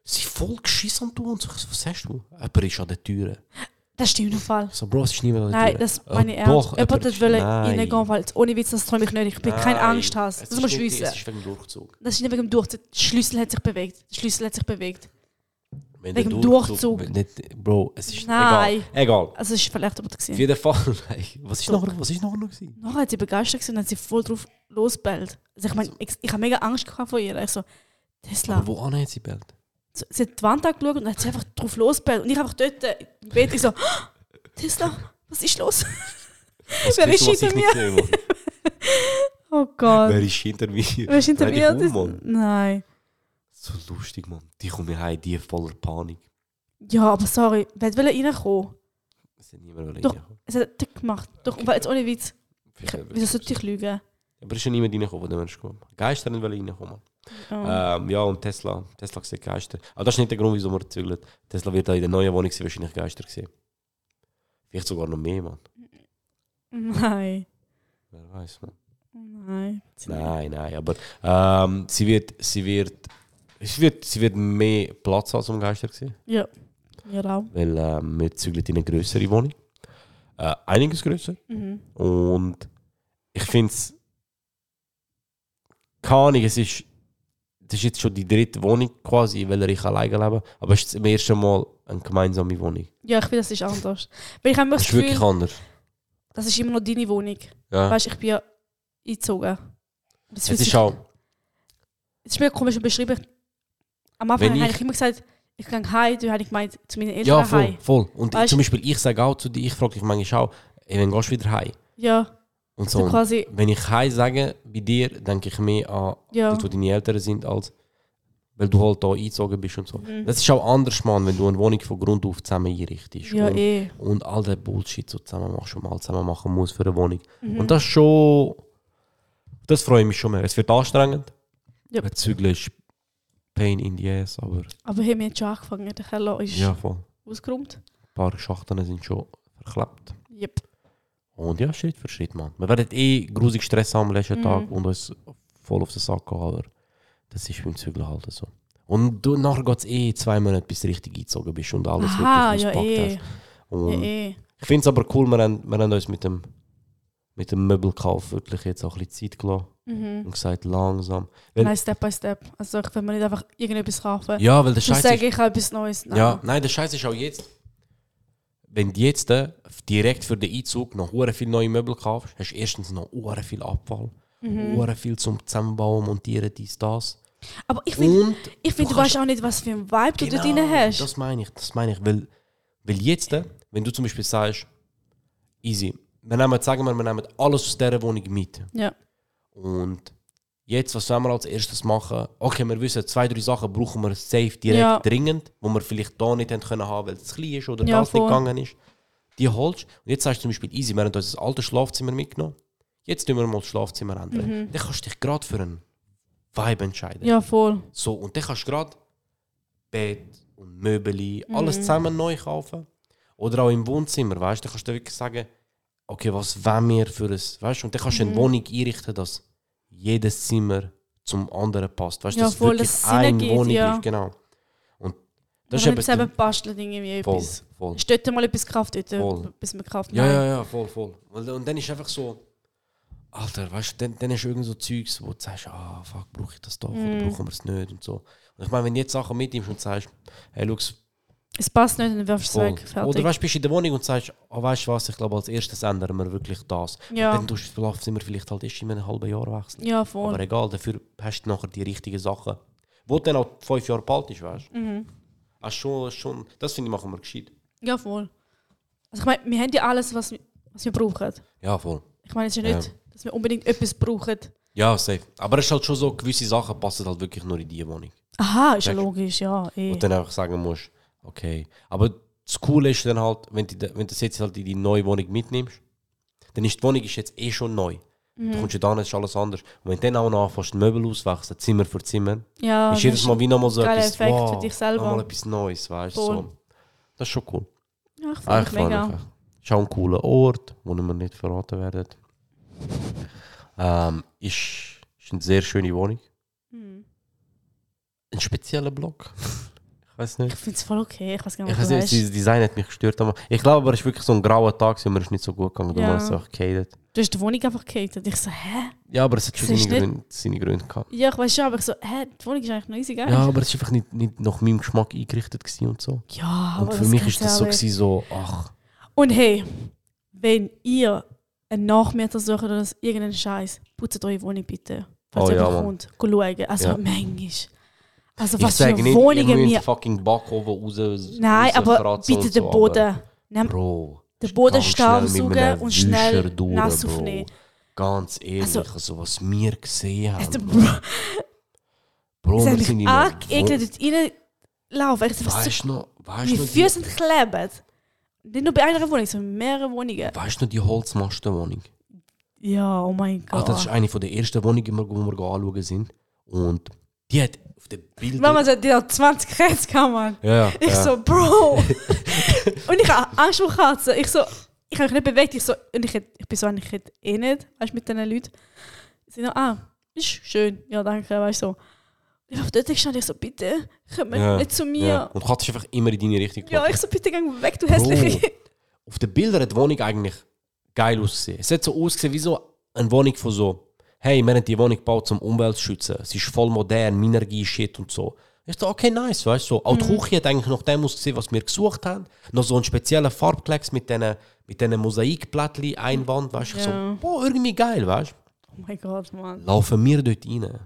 [SPEAKER 2] Sie voll geschissen an du und so, ich so, was hast du? Jemand ist an der Tür.
[SPEAKER 1] Das stimmt im Fall.
[SPEAKER 2] Ich so, Bro, es ist niemand an der
[SPEAKER 1] Nein,
[SPEAKER 2] Tür.
[SPEAKER 1] das
[SPEAKER 2] Äh,
[SPEAKER 1] meine ich
[SPEAKER 2] doch,
[SPEAKER 1] ernst. Jemand
[SPEAKER 2] ist-
[SPEAKER 1] hat wollen
[SPEAKER 2] Nein.
[SPEAKER 1] reingehen, weil ohne Witz, das träume ich nicht. Ich bin kein
[SPEAKER 2] Nein,
[SPEAKER 1] Angsthase.
[SPEAKER 2] es
[SPEAKER 1] Das
[SPEAKER 2] ist
[SPEAKER 1] musst du
[SPEAKER 2] nicht-
[SPEAKER 1] wissen.
[SPEAKER 2] Es ist wegen dem Durchzug.
[SPEAKER 1] Das ist nicht wegen dem Durchzug. Der Schlüssel hat sich bewegt. Der Schlüssel hat sich bewegt.
[SPEAKER 2] Wenn
[SPEAKER 1] Wegen
[SPEAKER 2] der
[SPEAKER 1] dem Durchzug.
[SPEAKER 2] wenn Nicht, Bro, es ist
[SPEAKER 1] Nein.
[SPEAKER 2] egal. Egal.
[SPEAKER 1] Also es war vielleicht jemand.
[SPEAKER 2] Auf
[SPEAKER 1] Gewesen.
[SPEAKER 2] jeden Fall. Nein. Was ist noch, was ist noch, noch gewesen?
[SPEAKER 1] Nachher hat sie begeistert gewesen und hat sie voll drauf losbellt. Also ich meine, ich, ich habe mega Angst gehabt vor ihr. Ich so, Tesla.
[SPEAKER 2] Aber wo an hat sie bellt?
[SPEAKER 1] So, Sie hat die Wand angeschaut und hat sie einfach drauf losbellt. Und ich einfach dort äh, im Bett, ich so, Tesla, was ist los?
[SPEAKER 2] Was
[SPEAKER 1] Wer
[SPEAKER 2] kriegst
[SPEAKER 1] ist
[SPEAKER 2] du, was
[SPEAKER 1] hinter
[SPEAKER 2] ich nicht sehe, Mann?
[SPEAKER 1] Oh Gott.
[SPEAKER 2] Wer ist hinter mir?
[SPEAKER 1] Wer ist hinter
[SPEAKER 2] Dreh dich
[SPEAKER 1] mir?
[SPEAKER 2] um, Mann.
[SPEAKER 1] Das- Nein.
[SPEAKER 2] So lustig, Mann. Die kommen heim, die voller Panik.
[SPEAKER 1] Ja, aber sorry, wer will reinkommen?
[SPEAKER 2] Es hat niemand wollen
[SPEAKER 1] Doch.
[SPEAKER 2] reinkommen.
[SPEAKER 1] Es hat Tick gemacht. Doch, weil jetzt ohne Witz. Ich,
[SPEAKER 2] Vielleicht-
[SPEAKER 1] wieso sollte ich lügen?
[SPEAKER 2] Aber es ist ja niemand reingekommen, wo der Mensch kam. Geister nicht wollen reinkommen.
[SPEAKER 1] Oh.
[SPEAKER 2] Ähm, ja, und Tesla. Tesla sieht Geister. Aber das ist nicht der Grund, wieso wir zügeln. Tesla wird auch in der neuen Wohnung sein, wahrscheinlich Geister sehen. Vielleicht sogar noch mehr, Mann.
[SPEAKER 1] Nein.
[SPEAKER 2] Wer weiß, Mann.
[SPEAKER 1] Nein.
[SPEAKER 2] Nein, nein, aber ähm, sie, wird, sie, wird, sie, wird, sie wird mehr Platz haben zum Geister sehen.
[SPEAKER 1] Ja. Mir auch.
[SPEAKER 2] weil ähm, wir zügeln in eine größere Wohnung. Äh, einiges größer.
[SPEAKER 1] Mhm.
[SPEAKER 2] Und ich finde es. Keine Ahnung, es ist. Das ist jetzt schon die dritte Wohnung quasi, in welcher ich alleine lebe. Aber es ist zum ersten Mal eine gemeinsame Wohnung.
[SPEAKER 1] Ja, ich finde, das ist anders. Weil ich habe immer
[SPEAKER 2] Das
[SPEAKER 1] das
[SPEAKER 2] ist wirklich
[SPEAKER 1] Gefühl,
[SPEAKER 2] anders.
[SPEAKER 1] das ist immer noch deine Wohnung.
[SPEAKER 2] Ja.
[SPEAKER 1] Weißt du, ich bin ja eingezogen. Das fühlt
[SPEAKER 2] Es ist
[SPEAKER 1] sich-
[SPEAKER 2] auch.
[SPEAKER 1] Es ist mir komisch beschrieben. Am Anfang
[SPEAKER 2] Wenn
[SPEAKER 1] habe
[SPEAKER 2] ich-
[SPEAKER 1] ich immer gesagt, ich gehe heim, du habe ich gemeint, zu meinen Eltern
[SPEAKER 2] Ja,
[SPEAKER 1] ja,
[SPEAKER 2] voll.
[SPEAKER 1] heim.
[SPEAKER 2] voll. Und
[SPEAKER 1] Weißt-
[SPEAKER 2] zum Beispiel, ich sage auch zu dir, ich frage dich manchmal auch, ey, wann gehst du wieder heim?
[SPEAKER 1] Ja,
[SPEAKER 2] Und so.
[SPEAKER 1] so
[SPEAKER 2] Und
[SPEAKER 1] quasi,
[SPEAKER 2] wenn ich heim sage, bei dir, denke ich mehr an
[SPEAKER 1] ja.
[SPEAKER 2] dort, wo deine Eltern sind, als weil du halt da eingezogen bist und so.
[SPEAKER 1] Mhm.
[SPEAKER 2] Das ist auch anders, Mann, wenn du eine Wohnung von Grund auf zusammen einrichtest
[SPEAKER 1] Ja,
[SPEAKER 2] und,
[SPEAKER 1] eh.
[SPEAKER 2] und all den Bullshit so zusammen machst und mal zusammen machen musst für eine Wohnung.
[SPEAKER 1] Mhm.
[SPEAKER 2] Und das ist schon, das freue ich mich schon mehr. Es wird anstrengend.
[SPEAKER 1] Ja.
[SPEAKER 2] Ein Zügeln ist Pain in the ass, aber
[SPEAKER 1] Aber hey, wir haben schon angefangen. Der Keller ist
[SPEAKER 2] ja, voll. Ein
[SPEAKER 1] ausgeräumt.
[SPEAKER 2] paar Schachteln sind schon verklebt.
[SPEAKER 1] Yep.
[SPEAKER 2] Und ja, Schritt für Schritt, Mann. Wir werden eh grusig Stress haben am letzten
[SPEAKER 1] Mhm.
[SPEAKER 2] Tag und uns voll auf den Sack gehen, aber das ist beim Zügeln halt so. Und du, nachher geht es eh zwei Monate, bis du richtig eingezogen bist und alles
[SPEAKER 1] Aha,
[SPEAKER 2] wirklich
[SPEAKER 1] ja,
[SPEAKER 2] ausgepackt
[SPEAKER 1] eh.
[SPEAKER 2] hast. Und
[SPEAKER 1] Ja, eh.
[SPEAKER 2] Ich finde es aber cool, wir haben, wir haben uns mit dem, mit dem Möbelkauf wirklich jetzt auch ein bisschen Zeit gelassen
[SPEAKER 1] Mhm.
[SPEAKER 2] und gesagt, langsam. Weil-
[SPEAKER 1] Nein, Step by Step. Also ich will mir nicht einfach irgendetwas kaufen.
[SPEAKER 2] Ja, weil der
[SPEAKER 1] Ich muss
[SPEAKER 2] Scheiß
[SPEAKER 1] sagen,
[SPEAKER 2] ist,
[SPEAKER 1] ich habe etwas Neues. Nein.
[SPEAKER 2] ja, nein, der Scheiß ist auch jetzt, wenn du jetzt äh, direkt für den Einzug noch hure viel neue Möbel kaufst, hast du erstens noch hure viel Abfall,
[SPEAKER 1] Mhm.
[SPEAKER 2] hure viel zum Zusammenbauen, montieren, dies, das.
[SPEAKER 1] Aber ich finde,
[SPEAKER 2] Und
[SPEAKER 1] ich find, du,
[SPEAKER 2] kannst-
[SPEAKER 1] weißt auch nicht, was für ein Vibe du dort drin hast.
[SPEAKER 2] Oh Genau, Das meine ich, das meine ich. Weil, weil jetzt, äh, wenn du zum Beispiel sagst, easy, wir nehmen, sagen wir, wir nehmen alles aus dieser Wohnung mit.
[SPEAKER 1] ja.
[SPEAKER 2] Und jetzt, was wollen wir als erstes machen? Okay, wir wissen, zwei, drei Sachen brauchen wir safe direkt
[SPEAKER 1] Ja.
[SPEAKER 2] dringend, wo wir vielleicht da nicht haben können haben, weil es klein ist oder
[SPEAKER 1] Ja,
[SPEAKER 2] das
[SPEAKER 1] voll.
[SPEAKER 2] nicht gegangen ist. Die holst du. Und jetzt sagst du zum Beispiel, easy, wir haben uns das alte Schlafzimmer mitgenommen. Jetzt tun wir mal das Schlafzimmer ändern. Dann kannst du dich gerade für einen Vibe entscheiden.
[SPEAKER 1] Mhm. ja, voll.
[SPEAKER 2] So, und dann kannst du gerade Bett und Möbel,
[SPEAKER 1] Mhm.
[SPEAKER 2] alles zusammen neu kaufen. Oder auch im Wohnzimmer, weißt du, dann kannst du wirklich sagen, okay, was wollen wir für ein, weißt du, und dann kannst
[SPEAKER 1] Mhm.
[SPEAKER 2] du eine Wohnung einrichten, dass jedes Zimmer zum anderen passt. Weißt du,
[SPEAKER 1] Ja,
[SPEAKER 2] dass
[SPEAKER 1] voll,
[SPEAKER 2] wirklich
[SPEAKER 1] dass es Sinn
[SPEAKER 2] eine
[SPEAKER 1] ergibt,
[SPEAKER 2] Wohnung
[SPEAKER 1] ja.
[SPEAKER 2] ist, genau. Und
[SPEAKER 1] Das ist
[SPEAKER 2] das ist eben
[SPEAKER 1] nicht selber
[SPEAKER 2] die-
[SPEAKER 1] basteln irgendwie
[SPEAKER 2] voll,
[SPEAKER 1] etwas.
[SPEAKER 2] voll.
[SPEAKER 1] Ist dort mal etwas gekauft, dort,
[SPEAKER 2] Voll.
[SPEAKER 1] bis man gekauft
[SPEAKER 2] Ja,
[SPEAKER 1] Nein.
[SPEAKER 2] ja, ja, voll, voll. Und, und dann ist einfach so, Alter, weißt du, dann, dann ist irgend so Zeugs, wo du sagst, ah, fuck, brauche ich das doch
[SPEAKER 1] Mhm.
[SPEAKER 2] oder brauchen wir es nicht und so. Und ich meine, wenn du jetzt Sachen mitnimmst und sagst, hey, schau,
[SPEAKER 1] Es passt nicht, dann wirfst du
[SPEAKER 2] Voll.
[SPEAKER 1] es weg. Fertig.
[SPEAKER 2] Oder weißt, du, bist in der Wohnung und sagst, oh, weißt du was, ich glaube, als erstes ändern wir wirklich das.
[SPEAKER 1] Ja.
[SPEAKER 2] Und dann tust du das Schlafzimmer vielleicht halt erst in einem halben Jahr wechseln.
[SPEAKER 1] ja, voll.
[SPEAKER 2] Aber egal, dafür hast du nachher die richtigen Sachen. Wo du dann auch fünf Jahre bald ist, weißt du?
[SPEAKER 1] Mhm.
[SPEAKER 2] Ah, schon, schon. Das finde ich, machen wir gescheit.
[SPEAKER 1] Ja, voll. Also ich meine, wir haben ja alles, was, was wir brauchen.
[SPEAKER 2] Ja, voll.
[SPEAKER 1] Ich meine, es ist ja
[SPEAKER 2] Ja.
[SPEAKER 1] nicht, dass wir unbedingt etwas brauchen.
[SPEAKER 2] Ja, safe. Aber es ist halt schon so, gewisse Sachen passen halt wirklich nur in die Wohnung.
[SPEAKER 1] Aha, ist ja
[SPEAKER 2] Check.
[SPEAKER 1] logisch, ja. Eh.
[SPEAKER 2] Und dann einfach sagen musst, okay. Aber das Coole ist dann halt, wenn du, wenn du das jetzt halt in die neue Wohnung mitnimmst, dann ist die Wohnung ist jetzt eh schon neu.
[SPEAKER 1] Mhm.
[SPEAKER 2] Du kommst ja da, ist alles anders. Und wenn du dann auch noch anfängst, die Möbel auswachsen, Zimmer für Zimmer,
[SPEAKER 1] Ja,
[SPEAKER 2] ist jedes
[SPEAKER 1] Ah, das
[SPEAKER 2] Mal wie nochmal so
[SPEAKER 1] geiler
[SPEAKER 2] etwas,
[SPEAKER 1] Effekt
[SPEAKER 2] wow,
[SPEAKER 1] für dich selber.
[SPEAKER 2] nochmal etwas Neues, weißt du.
[SPEAKER 1] Voll.
[SPEAKER 2] So. Das ist schon cool.
[SPEAKER 1] Ja, ich freue
[SPEAKER 2] Ah, ich
[SPEAKER 1] mich
[SPEAKER 2] freue mich.
[SPEAKER 1] mega.
[SPEAKER 2] echt. Ist auch ein cooler Ort, wo wir nicht verraten werden. Ähm, ist, ist eine sehr schöne Wohnung.
[SPEAKER 1] Hm.
[SPEAKER 2] Ein spezieller Block. ich weiß nicht.
[SPEAKER 1] Ich finde es voll okay. Ich weiß gar nicht,
[SPEAKER 2] Ich
[SPEAKER 1] was
[SPEAKER 2] weiß
[SPEAKER 1] du
[SPEAKER 2] nicht,
[SPEAKER 1] weißt.
[SPEAKER 2] das Design hat mich gestört. aber Ich glaube, aber es war wirklich so ein grauer Tag, gewesen, mir ist nicht so gut gegangen.
[SPEAKER 1] Ja.
[SPEAKER 2] Du hast so gehatet.
[SPEAKER 1] Du hast die Wohnung einfach gehatet. Ich so, hä?
[SPEAKER 2] Ja, aber es hat schon
[SPEAKER 1] Es ist
[SPEAKER 2] seine Gründe, seine Gründe gehabt.
[SPEAKER 1] Ja, ich weiß schon, aber ich so, hä? Die Wohnung ist eigentlich noch easy geil.
[SPEAKER 2] Ja, aber es war einfach nicht, nicht nach meinem Geschmack eingerichtet gewesen und so.
[SPEAKER 1] Ja,
[SPEAKER 2] Und
[SPEAKER 1] aber
[SPEAKER 2] für mich
[SPEAKER 1] ganz
[SPEAKER 2] ist das so,
[SPEAKER 1] ehrlich.
[SPEAKER 2] gewesen, so, ach,
[SPEAKER 1] Und hey, wenn ihr einen Nachmieter sucht oder so irgendeinen Scheiß, putzt eure Wohnung bitte. Falls
[SPEAKER 2] Oh
[SPEAKER 1] ihr
[SPEAKER 2] ja,
[SPEAKER 1] jemand
[SPEAKER 2] Mann.
[SPEAKER 1] kommt, Geh schauen. Also,
[SPEAKER 2] Ja.
[SPEAKER 1] manchmal. Also,
[SPEAKER 2] ich
[SPEAKER 1] was für
[SPEAKER 2] sage nicht, ihr
[SPEAKER 1] Wohnungen
[SPEAKER 2] müsst
[SPEAKER 1] wir.
[SPEAKER 2] fucking Backofen raus, raus
[SPEAKER 1] Nein, aber
[SPEAKER 2] kratzen
[SPEAKER 1] bitte
[SPEAKER 2] und so,
[SPEAKER 1] den
[SPEAKER 2] aber-
[SPEAKER 1] Boden. Nimm
[SPEAKER 2] Bro.
[SPEAKER 1] den Boden
[SPEAKER 2] ganz schnell
[SPEAKER 1] stark
[SPEAKER 2] mit
[SPEAKER 1] saugen
[SPEAKER 2] einem
[SPEAKER 1] und schnell
[SPEAKER 2] Wischer durch,
[SPEAKER 1] nass
[SPEAKER 2] Bro.
[SPEAKER 1] aufnehmen.
[SPEAKER 2] Ganz ehrlich,
[SPEAKER 1] Also-
[SPEAKER 2] also, was wir gesehen
[SPEAKER 1] Also,
[SPEAKER 2] haben.
[SPEAKER 1] Bro,
[SPEAKER 2] Bro,
[SPEAKER 1] es
[SPEAKER 2] wir
[SPEAKER 1] hat
[SPEAKER 2] sind in
[SPEAKER 1] mich
[SPEAKER 2] einer
[SPEAKER 1] angeekelt, dort reinlaufen. Ich so, was
[SPEAKER 2] Weißt du noch,
[SPEAKER 1] zu-
[SPEAKER 2] weißt du
[SPEAKER 1] Meine
[SPEAKER 2] noch, die,
[SPEAKER 1] Füße sind geklebt. Nicht nur bei einer Wohnung, sondern in mehreren Wohnungen.
[SPEAKER 2] weißt du noch die Holzmastenwohnung?
[SPEAKER 1] Ja, oh mein
[SPEAKER 2] Ah,
[SPEAKER 1] Gott.
[SPEAKER 2] das ist eine von der ersten Wohnungen, die wir wo wir anschauen sind. Und die hat auf den Bildern.
[SPEAKER 1] Mama sagt, die hat 20 Kreuz gehabt, Mann.
[SPEAKER 2] ja, ja,
[SPEAKER 1] Ich
[SPEAKER 2] ja.
[SPEAKER 1] so, Bro! und ich habe Angst vor Katzen. Ich so, ich habe mich nicht bewegt. Ich so, und ich, hätt- ich bin so, ich hätte eh nicht, weißt du, mit diesen Leuten. Sie sind ah, ist schön, ja, danke, weißt du. So. Ich habe dort gestanden, ich so, bitte, komm
[SPEAKER 2] Ja,
[SPEAKER 1] nicht zu mir.
[SPEAKER 2] Ja.
[SPEAKER 1] Ja.
[SPEAKER 2] Und die Katze ist einfach immer in deine Richtung
[SPEAKER 1] ich so, bitte geh weg, du
[SPEAKER 2] Bro.
[SPEAKER 1] hässliche.
[SPEAKER 2] Auf den Bildern hat die Wohnung eigentlich geil ausgesehen. Es hat so ausgesehen wie so eine Wohnung von so, hey, wir haben die Wohnung gebaut zum Umwelt zu schützen. Es ist voll modern, Minergie-Shit und so. Ich dachte, okay, nice, weißt du. So. Auch die Küche hat eigentlich nach dem ausgesehen, was wir gesucht haben. Noch so einen speziellen Farbklecks mit diesen mit diesen Mosaikplättchen, Einwand, weißt du. Ich
[SPEAKER 1] Ja.
[SPEAKER 2] So, boah, irgendwie geil, weißt du.
[SPEAKER 1] Oh mein Gott, Mann.
[SPEAKER 2] Laufen wir dort rein.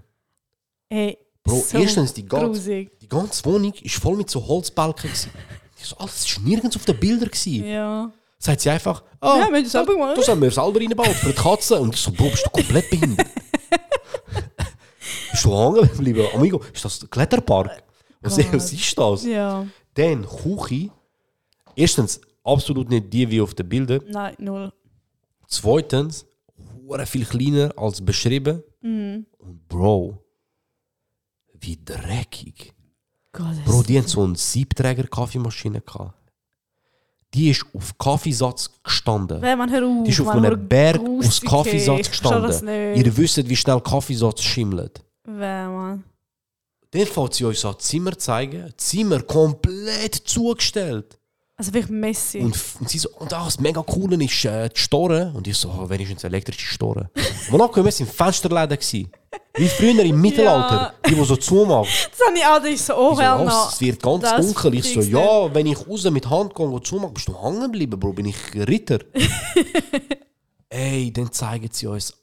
[SPEAKER 1] Ey,
[SPEAKER 2] Bro,
[SPEAKER 1] so
[SPEAKER 2] erstens, die ganze,
[SPEAKER 1] grusig.
[SPEAKER 2] die ganze Wohnung ist voll mit so Holzbalken. gewesen. Ich so, alles ist nirgends auf den Bildern. gewesen.
[SPEAKER 1] Ja.
[SPEAKER 2] Sagt sie einfach,
[SPEAKER 1] Ja,
[SPEAKER 2] ah,
[SPEAKER 1] wir haben das selber gemacht.
[SPEAKER 2] Das haben wir selber reingebaut für die Katze. Und ich so, Bro, bist du komplett behindert? bist du hängen geblieben? Amigo, ist das ein Kletterpark? Was,
[SPEAKER 1] Gott.
[SPEAKER 2] was ist das?
[SPEAKER 1] Ja.
[SPEAKER 2] Dann Küche. Erstens, absolut nicht die wie auf den Bildern.
[SPEAKER 1] Nein, null.
[SPEAKER 2] Zweitens, hure viel kleiner als beschrieben.
[SPEAKER 1] Mhm.
[SPEAKER 2] Und Bro, wie dreckig.
[SPEAKER 1] Gott, das-
[SPEAKER 2] Bro, die hatten so eine Siebträger-Kaffeemaschine. gehabt. Die ist auf Kaffeesatz gestanden.
[SPEAKER 1] Wer, Mann, hör auf.
[SPEAKER 2] Die ist auf
[SPEAKER 1] Mann,
[SPEAKER 2] einem
[SPEAKER 1] nur
[SPEAKER 2] Berg aus
[SPEAKER 1] grusig, ey. Ich
[SPEAKER 2] Kaffeesatz
[SPEAKER 1] verstehe
[SPEAKER 2] gestanden.
[SPEAKER 1] das nicht.
[SPEAKER 2] Ihr wisst, wie schnell Kaffeesatz schimmelt.
[SPEAKER 1] Wer, Mann.
[SPEAKER 2] Dann fängt sie uns an das Zimmer zu zeigen. Zimmer komplett zugestellt.
[SPEAKER 1] Also wirklich Messi.
[SPEAKER 2] Und, f- und sie so, und ah, das mega coole ist äh, die Store. Und ich so, oh, wenigstens elektrische Store. Monaco, wir waren Fensterläden. Gewesen. Wie früher im Mittelalter. Die, die so zumachen.
[SPEAKER 1] Das habe ich auch ich so, oh,
[SPEAKER 2] Ich so,
[SPEAKER 1] hell no.
[SPEAKER 2] was, es wird ganz
[SPEAKER 1] Das
[SPEAKER 2] dunkel. Ich so,
[SPEAKER 1] fix
[SPEAKER 2] ja, wenn ich raus mit Hand gehe und zumache, bist du hängen geblieben, Bro, bin ich Ritter. Ey, dann zeigen sie uns,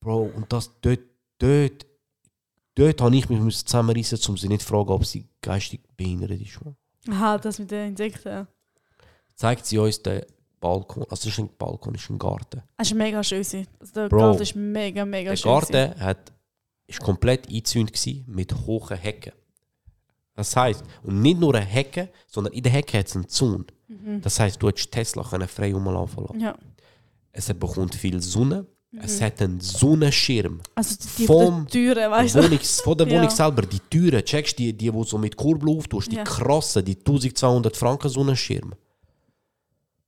[SPEAKER 2] Bro, und das dort, dort, dort habe ich mich müssen zusammenreißen, um sie nicht zu fragen, ob sie geistig behindert ist. Man.
[SPEAKER 1] Aha, das mit den Insekten.
[SPEAKER 2] Zeigt sie uns den Balkon, also es ist ein Balkon, es ist ein Garten.
[SPEAKER 1] Das ist mega schön. gewesen. Also der
[SPEAKER 2] Bro,
[SPEAKER 1] Garten ist mega, mega
[SPEAKER 2] Der
[SPEAKER 1] schön. gewesen.
[SPEAKER 2] Garten hat, ist komplett eingezäunt gewesen mit hohen Hecken. Das heisst, und nicht nur eine Hecke, sondern in der Hecke hat es einen Zaun.
[SPEAKER 1] Mhm.
[SPEAKER 2] Das heisst, du hättest Tesla können frei rumlaufen lassen.
[SPEAKER 1] Ja. Mhm.
[SPEAKER 2] Es bekommt viel Sonne, es hat einen Sonnenschirm.
[SPEAKER 1] Also die, die
[SPEAKER 2] Vom-
[SPEAKER 1] Türen, weißt du.
[SPEAKER 2] Wohnung, von der
[SPEAKER 1] Ja.
[SPEAKER 2] Wohnung selber, die Türen, checkst die, die, die so mit Kurbel auftust, die
[SPEAKER 1] Ja.
[SPEAKER 2] krassen, die 1200 Franken Sonnenschirm.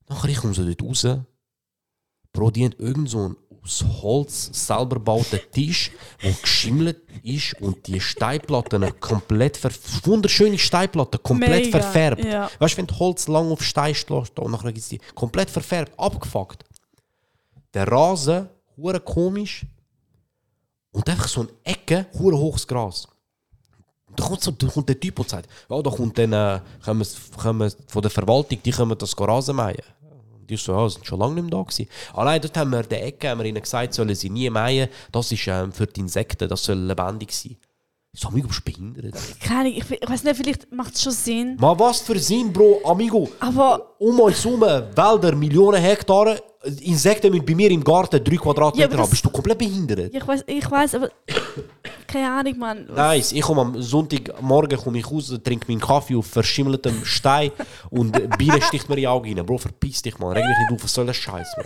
[SPEAKER 2] Nachher ich komme so dort raus. Bro, die haben irgend so einen aus Holz selber gebauten Tisch, der geschimmelt ist und die Steinplatten komplett ver wunderschöne Steinplatten, komplett
[SPEAKER 1] Mega,
[SPEAKER 2] verfärbt.
[SPEAKER 1] ja.
[SPEAKER 2] Weißt du, wenn du Holz lang auf Stein schlägt und nachher gibt's die komplett verfärbt, abgefuckt. Der Rasen, hure komisch. Und einfach so eine Ecke, hure hohes Gras. Und Da kommt, so, da kommt der Typ und sagt, ja, da kommt dann, äh, kommen, kommen von der Verwaltung, die kommen das Rasen mähen. Und ich so, ja, sind schon lange nicht mehr da gewesen. Allein dort haben wir die Ecke, haben wir ihnen gesagt, sollen sie nie mähen, das ist ähm, für die Insekten, das soll lebendig sein. Ich so, amigo, bist du behindert?
[SPEAKER 1] Keine Ahnung, ich, ich weiß nicht, vielleicht macht es schon Sinn.
[SPEAKER 2] Ma was für Sinn, Bro, amigo.
[SPEAKER 1] Aber
[SPEAKER 2] Um uns herum, Wälder, Millionen Hektare, Insekten müssen bei mir im Garten 3 Quadratmeter
[SPEAKER 1] aber das-
[SPEAKER 2] haben. Bist du komplett behindert?
[SPEAKER 1] ja, ich weiß, ich weiß, aber keine Ahnung, Mann. Was-
[SPEAKER 2] Nice, ich komme am Sonntagmorgen komme ich raus, trinke meinen Kaffee auf verschimmeltem Stein und die Biene sticht mir in die Augen rein. Bro, verpiss dich, Mann. Reg mich nicht auf, was soll der Scheiß, Mann?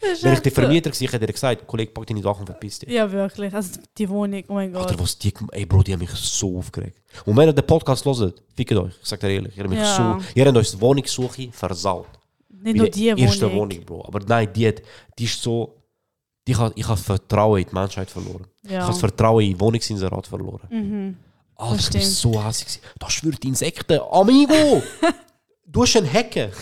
[SPEAKER 1] Das ist
[SPEAKER 2] Wenn ich
[SPEAKER 1] echt
[SPEAKER 2] der
[SPEAKER 1] so-
[SPEAKER 2] Vermieter gewesen, ich hätte dir gesagt, Kollege, pack deine Sachen und verpiss dich.
[SPEAKER 1] Ja, wirklich. Also die Wohnung, oh mein Gott.
[SPEAKER 2] Alter, was die gemacht Ey, Bro, die haben mich so aufgeregt. Und wenn ihr den Podcast hört, fickt euch. Ich sag dir ehrlich, ihr habt, mich
[SPEAKER 1] Ja.
[SPEAKER 2] so, ihr habt euch die Wohnungssuche versaut.
[SPEAKER 1] Nicht nur die
[SPEAKER 2] Wohnung. erste
[SPEAKER 1] Wohnung.
[SPEAKER 2] Wohnung, Bro. Aber nein, die, hat, die ist so... Die hat, ich habe Vertrauen in die Menschheit verloren. Ich
[SPEAKER 1] Ja.
[SPEAKER 2] habe das Vertrauen in Wohnungsinserat verloren. Oh,
[SPEAKER 1] Mhm.
[SPEAKER 2] Alter, ich bin
[SPEAKER 1] stimmt.
[SPEAKER 2] so hässlich. gewesen. Da schwört Insekten. Amigo! du hast einen Hecke.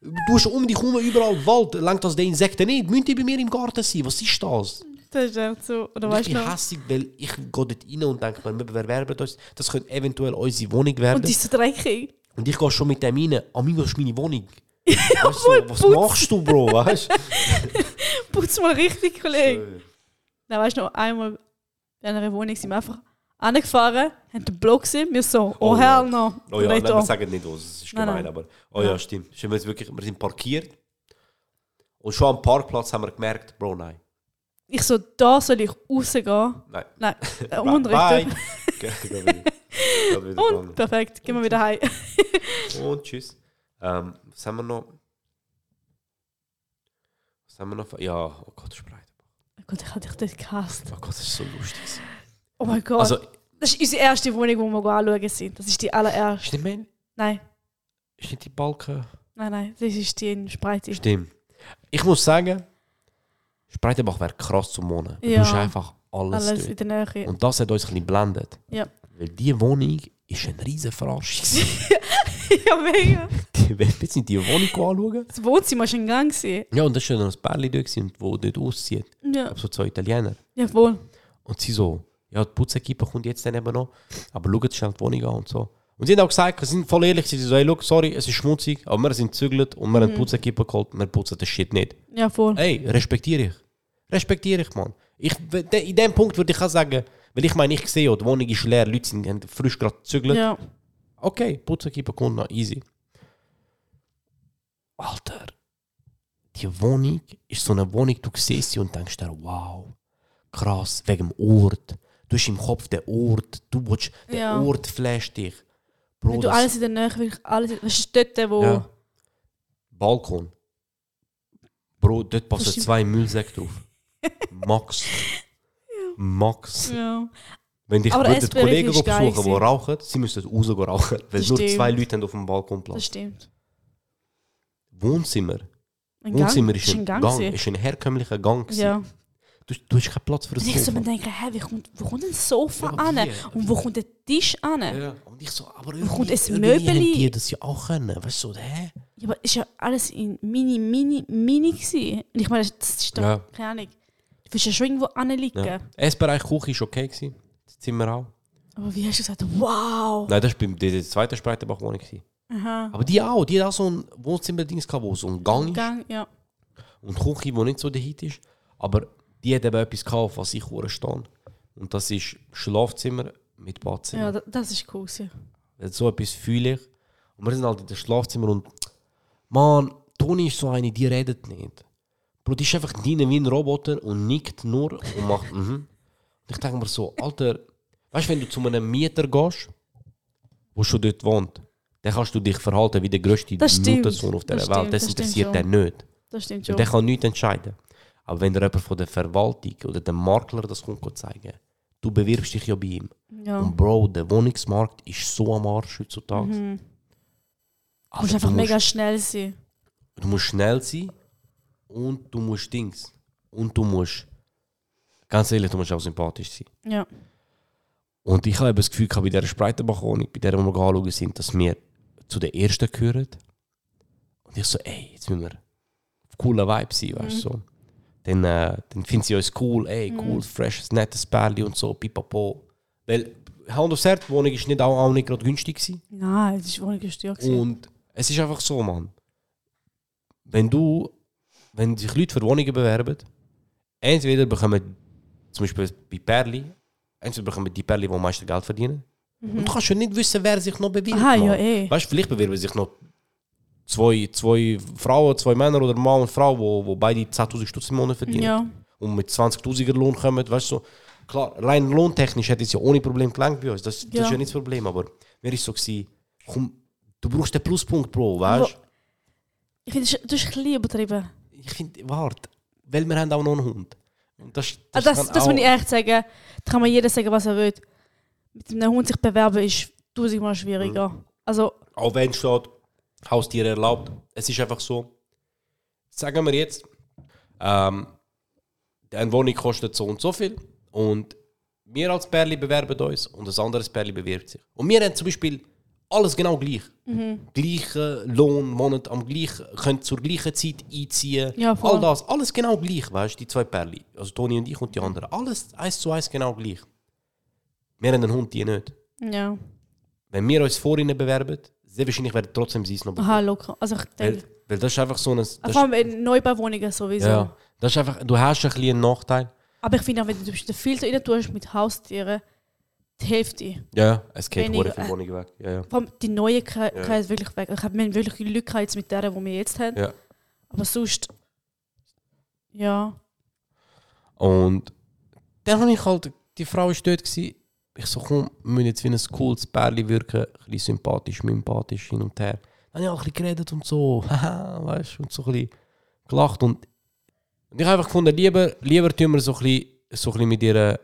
[SPEAKER 2] Du hast um dich herum überall Wald. Langt das die Insekten nicht? Müssen die bei mir im Garten sein? Was ist das?
[SPEAKER 1] Das ist echt so. Oder
[SPEAKER 2] Und ich
[SPEAKER 1] weißt du
[SPEAKER 2] bin
[SPEAKER 1] noch?
[SPEAKER 2] hässlich, weil ich gehe dort rein und denke mir, wir bewerben uns. Das könnte eventuell unsere Wohnung
[SPEAKER 1] Und
[SPEAKER 2] werden. Und
[SPEAKER 1] die
[SPEAKER 2] ich,
[SPEAKER 1] ist so dreckig.
[SPEAKER 2] gehe schon mit dem rein. Amigo, das ist meine Wohnung. weißt du, was machst du, Bro? Weißt? du?
[SPEAKER 1] Putz mal richtig, Kollege. Dann weißt du noch, einmal in einer Wohnung sind wir einfach angefahren, haben den Block gesehen, wir so, oh,
[SPEAKER 2] Oh,
[SPEAKER 1] hell no.
[SPEAKER 2] Oh ja,
[SPEAKER 1] Nicht
[SPEAKER 2] nein, wir
[SPEAKER 1] da.
[SPEAKER 2] sagen nicht was, es ist
[SPEAKER 1] Nein,
[SPEAKER 2] gemein,
[SPEAKER 1] nein.
[SPEAKER 2] aber oh ja, stimmt. Stimmt, wir, sind wirklich, wir sind parkiert und schon am Parkplatz haben wir gemerkt, Bro, nein.
[SPEAKER 1] Ich so, da soll ich rausgehen.
[SPEAKER 2] Nein.
[SPEAKER 1] Nein, äh,
[SPEAKER 2] Bye.
[SPEAKER 1] Unrecht.
[SPEAKER 2] Bye. Geh- geh wieder. Geh wieder
[SPEAKER 1] Und
[SPEAKER 2] dran.
[SPEAKER 1] perfekt, gehen wir wieder heim.
[SPEAKER 2] Und tschüss. Ähm, was haben wir noch? Was haben wir noch? Ja, oh Gott, das ist breit.
[SPEAKER 1] Oh Gott, ich hab dich dort gehasst.
[SPEAKER 2] Oh Gott, das ist so lustig.
[SPEAKER 1] Oh mein Gott.
[SPEAKER 2] Also,
[SPEAKER 1] das ist unsere erste Wohnung, wo wir gehen anschauen sind. Das ist die allererste.
[SPEAKER 2] ist nicht mehr,
[SPEAKER 1] Nein,
[SPEAKER 2] ist nicht die Balken?
[SPEAKER 1] nein, nein, das ist die in Spreite.
[SPEAKER 2] Stimmt. Ich muss sagen, Spreitenbach wäre krass zum Wohnen. Du
[SPEAKER 1] Ja.
[SPEAKER 2] hast einfach alles,
[SPEAKER 1] Alles
[SPEAKER 2] alles
[SPEAKER 1] in der Nähe.
[SPEAKER 2] Und das hat uns ein bisschen blendet.
[SPEAKER 1] Ja.
[SPEAKER 2] Weil diese Wohnung ist ein riesen Verarsch. gewesen.
[SPEAKER 1] ja, mega.
[SPEAKER 2] Die- Wenn wir jetzt in diese Wohnung anschauen.
[SPEAKER 1] Das Wohnzimmer war schon in Gang. gewesen.
[SPEAKER 2] Ja, und da war noch ein Pärchen da, gewesen, wo dort aussieht.
[SPEAKER 1] Ja,
[SPEAKER 2] Aber so zwei Italiener.
[SPEAKER 1] jawohl.
[SPEAKER 2] Und sie so, ja, die Putzekippe kommt jetzt dann eben noch. Aber schaut schnell die Wohnung an und so. Und sie haben auch gesagt, sie sind voll ehrlich, sie sind so, hey, look, sorry, es ist schmutzig, aber wir sind gezügelt und wir haben die Putzekippe geholt, wir putzen das Shit nicht.
[SPEAKER 1] Ja, voll.
[SPEAKER 2] Ey, respektiere ich. Respektiere ich, Mann. Ich, de- in dem Punkt würde ich auch sagen, weil ich meine, ich sehe ja, die Wohnung ist leer, Leute sind haben frisch gerade gezügelt.
[SPEAKER 1] Ja.
[SPEAKER 2] Okay, Putzekippe kommt noch, easy. Alter, die Wohnung ist so eine Wohnung, du siehst sie und denkst dir, wow, krass, wegen dem Ort. Du hast im Kopf den Ort, du willst, der
[SPEAKER 1] Ja.
[SPEAKER 2] Ort flasht dich. Bro,
[SPEAKER 1] Wenn du
[SPEAKER 2] das-
[SPEAKER 1] alles in der Nähe, wirklich alles. Das ist dort, wo.
[SPEAKER 2] Ja. Balkon. Bro, dort
[SPEAKER 1] Das
[SPEAKER 2] passen
[SPEAKER 1] stimmt.
[SPEAKER 2] zwei Müllsäcke drauf. Max. Max.
[SPEAKER 1] Ja.
[SPEAKER 2] Wenn dich
[SPEAKER 1] Aber
[SPEAKER 2] dort die
[SPEAKER 1] SBRF
[SPEAKER 2] Kollegen
[SPEAKER 1] ist geil
[SPEAKER 2] besuchen, die
[SPEAKER 1] gewesen.
[SPEAKER 2] rauchen, sie müssen rausgehen rauchen, weil
[SPEAKER 1] Das
[SPEAKER 2] nur
[SPEAKER 1] stimmt.
[SPEAKER 2] zwei Leute haben auf dem Balkon
[SPEAKER 1] das
[SPEAKER 2] Platz.
[SPEAKER 1] stimmt.
[SPEAKER 2] Wohnzimmer.
[SPEAKER 1] Ein
[SPEAKER 2] Wohnzimmer ist
[SPEAKER 1] in
[SPEAKER 2] ein Gang,
[SPEAKER 1] gewesen.
[SPEAKER 2] ist ein herkömmlicher Gang. gewesen.
[SPEAKER 1] Ja.
[SPEAKER 2] Du, du hast keinen Platz für das
[SPEAKER 1] Und ich so mir
[SPEAKER 2] Sofa.
[SPEAKER 1] denken, hä, wie kommt, wo kommt ein Sofa
[SPEAKER 2] Ja,
[SPEAKER 1] an?
[SPEAKER 2] wie?
[SPEAKER 1] Und wo kommt der Tisch an? Ja.
[SPEAKER 2] Ja. Und ich so, aber
[SPEAKER 1] kommt ein
[SPEAKER 2] irgendwie, irgendwie haben
[SPEAKER 1] Möbeli?
[SPEAKER 2] die das ja auch können. Weißt du, hä?
[SPEAKER 1] aber ist ja alles in mini, mini, mini gewesen. Und ich meine, das ist doch,
[SPEAKER 2] Ja.
[SPEAKER 1] keine Ahnung. Du willst ja schon irgendwo anliegen.
[SPEAKER 2] Ja. Essbereich Küche ist okay gewesen. Das Zimmer auch.
[SPEAKER 1] Aber wie hast du gesagt, wow!
[SPEAKER 2] Nein, das war beim- das war die zweite Spreitenbach-Wohnung. gewesen.
[SPEAKER 1] Aha.
[SPEAKER 2] Aber die auch, die hat auch so ein Wohnzimmerdings gehabt, wo so ein Gang ist
[SPEAKER 1] Gang, ja.
[SPEAKER 2] und Küche, wo nicht so der Hit ist. Aber die hat eben etwas gehabt, auf was ich hure stehe. Und das ist Schlafzimmer mit
[SPEAKER 1] ja,
[SPEAKER 2] Badzimmer.
[SPEAKER 1] da- das ist cool. gewesen.
[SPEAKER 2] So etwas fühle ich. Und wir sind halt in dem Schlafzimmer und Mann, Toni ist so eine, die redet nicht. Bro, die ist einfach drin wie ein Roboter und nickt nur und macht mhm. Und ich denke mir so, Alter, weißt du, wenn du zu einem Mieter gehst, der schon dort wohnt, dann kannst du dich verhalten wie der grösste
[SPEAKER 1] Das stimmt.
[SPEAKER 2] Mutensohn auf der
[SPEAKER 1] Das
[SPEAKER 2] Welt.
[SPEAKER 1] stimmt,
[SPEAKER 2] Das
[SPEAKER 1] das stimmt
[SPEAKER 2] interessiert
[SPEAKER 1] schon.
[SPEAKER 2] den nicht.
[SPEAKER 1] Das stimmt
[SPEAKER 2] Und
[SPEAKER 1] schon.
[SPEAKER 2] der kann nichts entscheiden. Aber wenn dir jemand von der Verwaltung oder dem Makler das kommt zeigen, du bewirbst dich ja bei ihm.
[SPEAKER 1] Ja.
[SPEAKER 2] Und Bro, der Wohnungsmarkt ist so am Arsch heutzutage.
[SPEAKER 1] Mhm. Du
[SPEAKER 2] Alter,
[SPEAKER 1] musst einfach
[SPEAKER 2] du, musst,
[SPEAKER 1] mega schnell sein.
[SPEAKER 2] du musst schnell sein und du musst Dings. Und du musst, ganz ehrlich, du musst auch sympathisch sein.
[SPEAKER 1] Ja.
[SPEAKER 2] Und ich habe eben das Gefühl gehabt, bei dieser Spreitenbachwohnung, bei der wir anschauen sind, dass wir zu den Ersten gehören. Und ich so, ey, jetzt müssen wir auf cooler Vibe sein, weißt
[SPEAKER 1] Mhm.
[SPEAKER 2] du. So. Dann, äh, dann finden sie uns cool, ey, cool, fresh, nettes Pärchen und so, pipapo. Weil, Hand aufs Herz, die Wohnung war nicht, auch, auch nicht gerade günstig. Gewesen.
[SPEAKER 1] Nein, das war ungestört.
[SPEAKER 2] Und es ist einfach so, Mann. Wenn du, wenn sich Leute für Wohnungen bewerben, entweder bekommen, zum Beispiel bei Perli, entweder bekommen die Perli, die am meisten Geld verdienen. Und du kannst schon nicht wissen, wer sich noch bewirbt.
[SPEAKER 1] Mhm. Aha, ja,
[SPEAKER 2] Mann.
[SPEAKER 1] eh.
[SPEAKER 2] Weißt du, vielleicht bewerben sich noch zwei, zwei Frauen, zwei Männer oder Mann und Frau, wo, wo beide 10.000 Stutz im Monat verdienen.
[SPEAKER 1] Ja.
[SPEAKER 2] Und mit 20.000er Lohn kommen, weißt du. So. Klar, rein lohntechnisch hätte es ja ohne Problem gelangt bei uns. Das, das
[SPEAKER 1] Ja.
[SPEAKER 2] ist ja nicht das Problem, aber mir ist so gewesen, komm, du brauchst den Pluspunkt, Bro, weißt du?
[SPEAKER 1] Ich finde, das ist- das ist ein bisschen übertrieben.
[SPEAKER 2] Ich finde, warte, weil wir haben auch noch einen Hund. Und das,
[SPEAKER 1] Das,
[SPEAKER 2] das,
[SPEAKER 1] also das,
[SPEAKER 2] kann
[SPEAKER 1] das
[SPEAKER 2] auch,
[SPEAKER 1] muss ich echt sagen. Da kann man jeder sagen, was er will. Mit einem Hund sich bewerben ist tausendmal schwieriger.
[SPEAKER 2] Mhm.
[SPEAKER 1] Also,
[SPEAKER 2] auch wenn steht, Haustiere erlaubt. Es ist einfach so, sagen wir jetzt, ähm, eine Wohnung kostet so und so viel und wir als Pärli bewerben uns und ein anderes Pärli bewirbt sich. Und wir haben zum Beispiel alles genau gleich.
[SPEAKER 1] Mhm.
[SPEAKER 2] Gleichen Lohn, wohnen am gleichen, können zur gleichen Zeit einziehen.
[SPEAKER 1] Ja, voll.
[SPEAKER 2] All das, alles genau gleich, weißt du, die zwei Pärli. Also Toni und ich und die anderen. Alles eins zu eins genau gleich. Wir haben einen Hund, die nicht
[SPEAKER 1] ja.
[SPEAKER 2] wenn wir uns vor ihnen bewerben, sehr wahrscheinlich werden trotzdem sie es noch bekommen.
[SPEAKER 1] Aha, locker. Also, ich
[SPEAKER 2] Weil,
[SPEAKER 1] denke.
[SPEAKER 2] weil das ist einfach so ein. Das,
[SPEAKER 1] Vor allem in Neubauwohnungen sowieso.
[SPEAKER 2] ja, das ist einfach, du hast ein bisschen einen Nachteil.
[SPEAKER 1] Aber ich finde auch, wenn du zum Beispiel den Filter rein tust mit Haustieren, die Hälfte.
[SPEAKER 2] Ja, es geht
[SPEAKER 1] Weniger.
[SPEAKER 2] hure viel Wohnungen weg. Ja, ja.
[SPEAKER 1] Vor allem die neue Ke- Keine ist wirklich weg. Ich hab, wir haben wirklich Glück gehabt jetzt mit der, die wir jetzt haben.
[SPEAKER 2] ja.
[SPEAKER 1] Aber sonst. Ja.
[SPEAKER 2] Und dann habe ich halt, die Frau war dort, gewesen. ich so, komm, wir müssen jetzt wie ein cooles Pärchen wirken, ein bisschen sympathisch, sympathisch hin und her. Dann habe ich auch ein bisschen geredet und so, haha, weißt du, und so ein bisschen gelacht. Und, und ich habe einfach gefunden, lieber, lieber tun wir so ein bisschen, so ein bisschen mit ihr äh,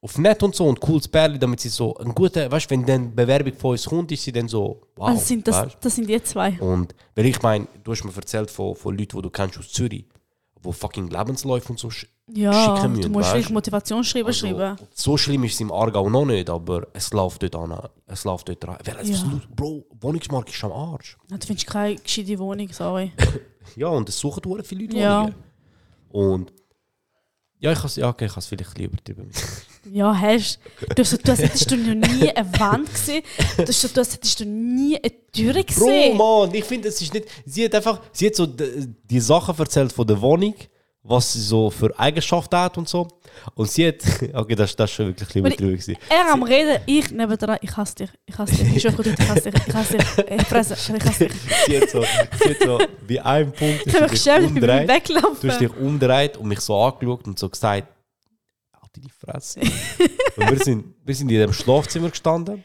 [SPEAKER 2] auf nett und so und cooles Pärchen, damit sie so ein guter, weißt du, wenn dann Bewerbung von uns kommt, ist sie dann so, wow.
[SPEAKER 1] also sind das,
[SPEAKER 2] weisst du?
[SPEAKER 1] das sind die zwei.
[SPEAKER 2] Und weil ich meine, du hast mir erzählt von, von Leuten, die du kennst aus Zürich, wo fucking Lebensläufe und so sch
[SPEAKER 1] Ja,
[SPEAKER 2] schicken
[SPEAKER 1] du
[SPEAKER 2] müssen,
[SPEAKER 1] musst
[SPEAKER 2] weisst
[SPEAKER 1] wirklich Motivation schreiben.
[SPEAKER 2] also,
[SPEAKER 1] schreiben.
[SPEAKER 2] So schlimm ist es im Aargau noch nicht, aber es läuft dort an. Es läuft dort rein. Wer
[SPEAKER 1] Ja.
[SPEAKER 2] ja. Bro, Wohnungsmarkt ist am Arsch.
[SPEAKER 1] Ja, Du findest keine gescheite Wohnung, sorry.
[SPEAKER 2] Ja, und es suchen hure viele Leute
[SPEAKER 1] Ja.
[SPEAKER 2] Wohnungen. Und ja, ich has, ja, okay, ich has vielleicht lieber drüber.
[SPEAKER 1] Ja, hast du. hast so- Du hast- hättest du noch nie eine Wand gesehen. Du hast so- du hast- hättest du nie eine Tür
[SPEAKER 2] Bro,
[SPEAKER 1] gesehen.
[SPEAKER 2] Mann, ich finde, es ist nicht. Sie hat einfach, sie hat so d- die Sachen erzählt von der Wohnung, was sie so für Eigenschaften hat und so. Und sie hat, okay, das, das ist schon wirklich lieber
[SPEAKER 1] Aber ich-
[SPEAKER 2] drüber. gewesen.
[SPEAKER 1] er am Reden, ich nebenan, ich hasse dich, ich hasse dich, ich schwöre Gott, ich hasse dich, ich hasse dich, ich fresse, ich hasse dich.
[SPEAKER 2] Sie hat so, sie hat so wie ein Punkt.
[SPEAKER 1] Ich habe mich geschämt, ich bin beim
[SPEAKER 2] Du hast
[SPEAKER 1] Weglaufen.
[SPEAKER 2] dich umgedreht und mich so angeschaut und so gesagt, halt deine Fresse. und wir sind, wir sind in dem Schlafzimmer gestanden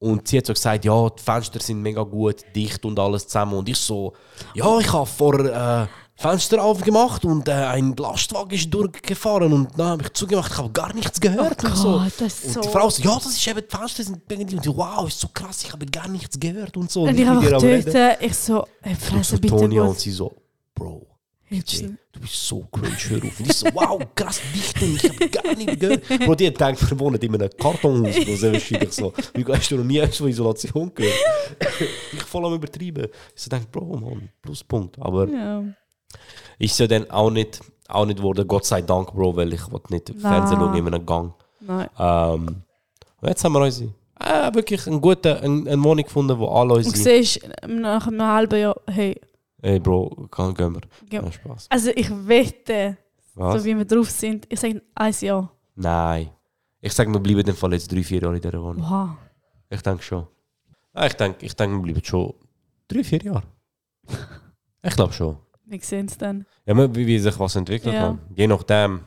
[SPEAKER 2] und sie hat so gesagt, ja, die Fenster sind mega gut, dicht und alles zusammen. Und ich so, ja, ich habe vor äh, Fenster aufgemacht und äh, ein Lastwagen ist durchgefahren und dann habe ich zugemacht, ich habe gar nichts gehört.
[SPEAKER 1] Oh
[SPEAKER 2] und so.
[SPEAKER 1] Gott, das ist
[SPEAKER 2] und
[SPEAKER 1] so-
[SPEAKER 2] die Frau so, ja, das ist eben, die Fenster sind mega dicht. Und ich, wow, ist so krass, ich habe gar nichts gehört und so.
[SPEAKER 1] Und
[SPEAKER 2] Und
[SPEAKER 1] ich
[SPEAKER 2] mit ihr
[SPEAKER 1] einfach
[SPEAKER 2] am Reden.
[SPEAKER 1] töten, ich so, ey,
[SPEAKER 2] Und so
[SPEAKER 1] fresse bitte
[SPEAKER 2] Tonia und
[SPEAKER 1] gut.
[SPEAKER 2] sie so, Bro,
[SPEAKER 1] Hübsch.
[SPEAKER 2] Ey, du bist so cringe, hör auf. Und ich so, wow, krass, dicht und ich hab gar nicht gehört. Bro, die hat gedacht, wir wohnen in einem Kartonhaus, Bro, sehr wahrscheinlich so. Wie hast du noch nie von Isolation gehört? ich voll am übertrieben. Ich so denke, Bro, Mann, Pluspunkt. Aber
[SPEAKER 1] Ja.
[SPEAKER 2] ist ja dann auch nicht, auch nicht worden, Gott sei Dank, Bro, weil ich wollte nicht Fernsehen schauen in einem Gang.
[SPEAKER 1] Nein.
[SPEAKER 2] Ähm, und jetzt haben wir unsere, äh, wirklich einen guten, ein- eine Wohnung gefunden, wo alle
[SPEAKER 1] Und
[SPEAKER 2] unsere,
[SPEAKER 1] siehst, äh, nach einem halben Jahr, hey,
[SPEAKER 2] ey, Bro, kann, gehen wir.
[SPEAKER 1] Gehen wir.
[SPEAKER 2] Ja, Spaß.
[SPEAKER 1] also ich wette, so
[SPEAKER 2] Was?
[SPEAKER 1] wie wir drauf sind, ich sage ein Jahr.
[SPEAKER 2] Nein. Ich sage, wir bleiben in dem Fall jetzt drei, vier Jahre in dieser Wohnung.
[SPEAKER 1] Wow.
[SPEAKER 2] Ich denke schon. Ah, ich denke, ich denk, wir bleiben schon drei, vier Jahre. ich glaube schon.
[SPEAKER 1] Wir sehen es dann.
[SPEAKER 2] Ja, man, wie, wie sich was entwickelt
[SPEAKER 1] Ja.
[SPEAKER 2] hat. Je nachdem,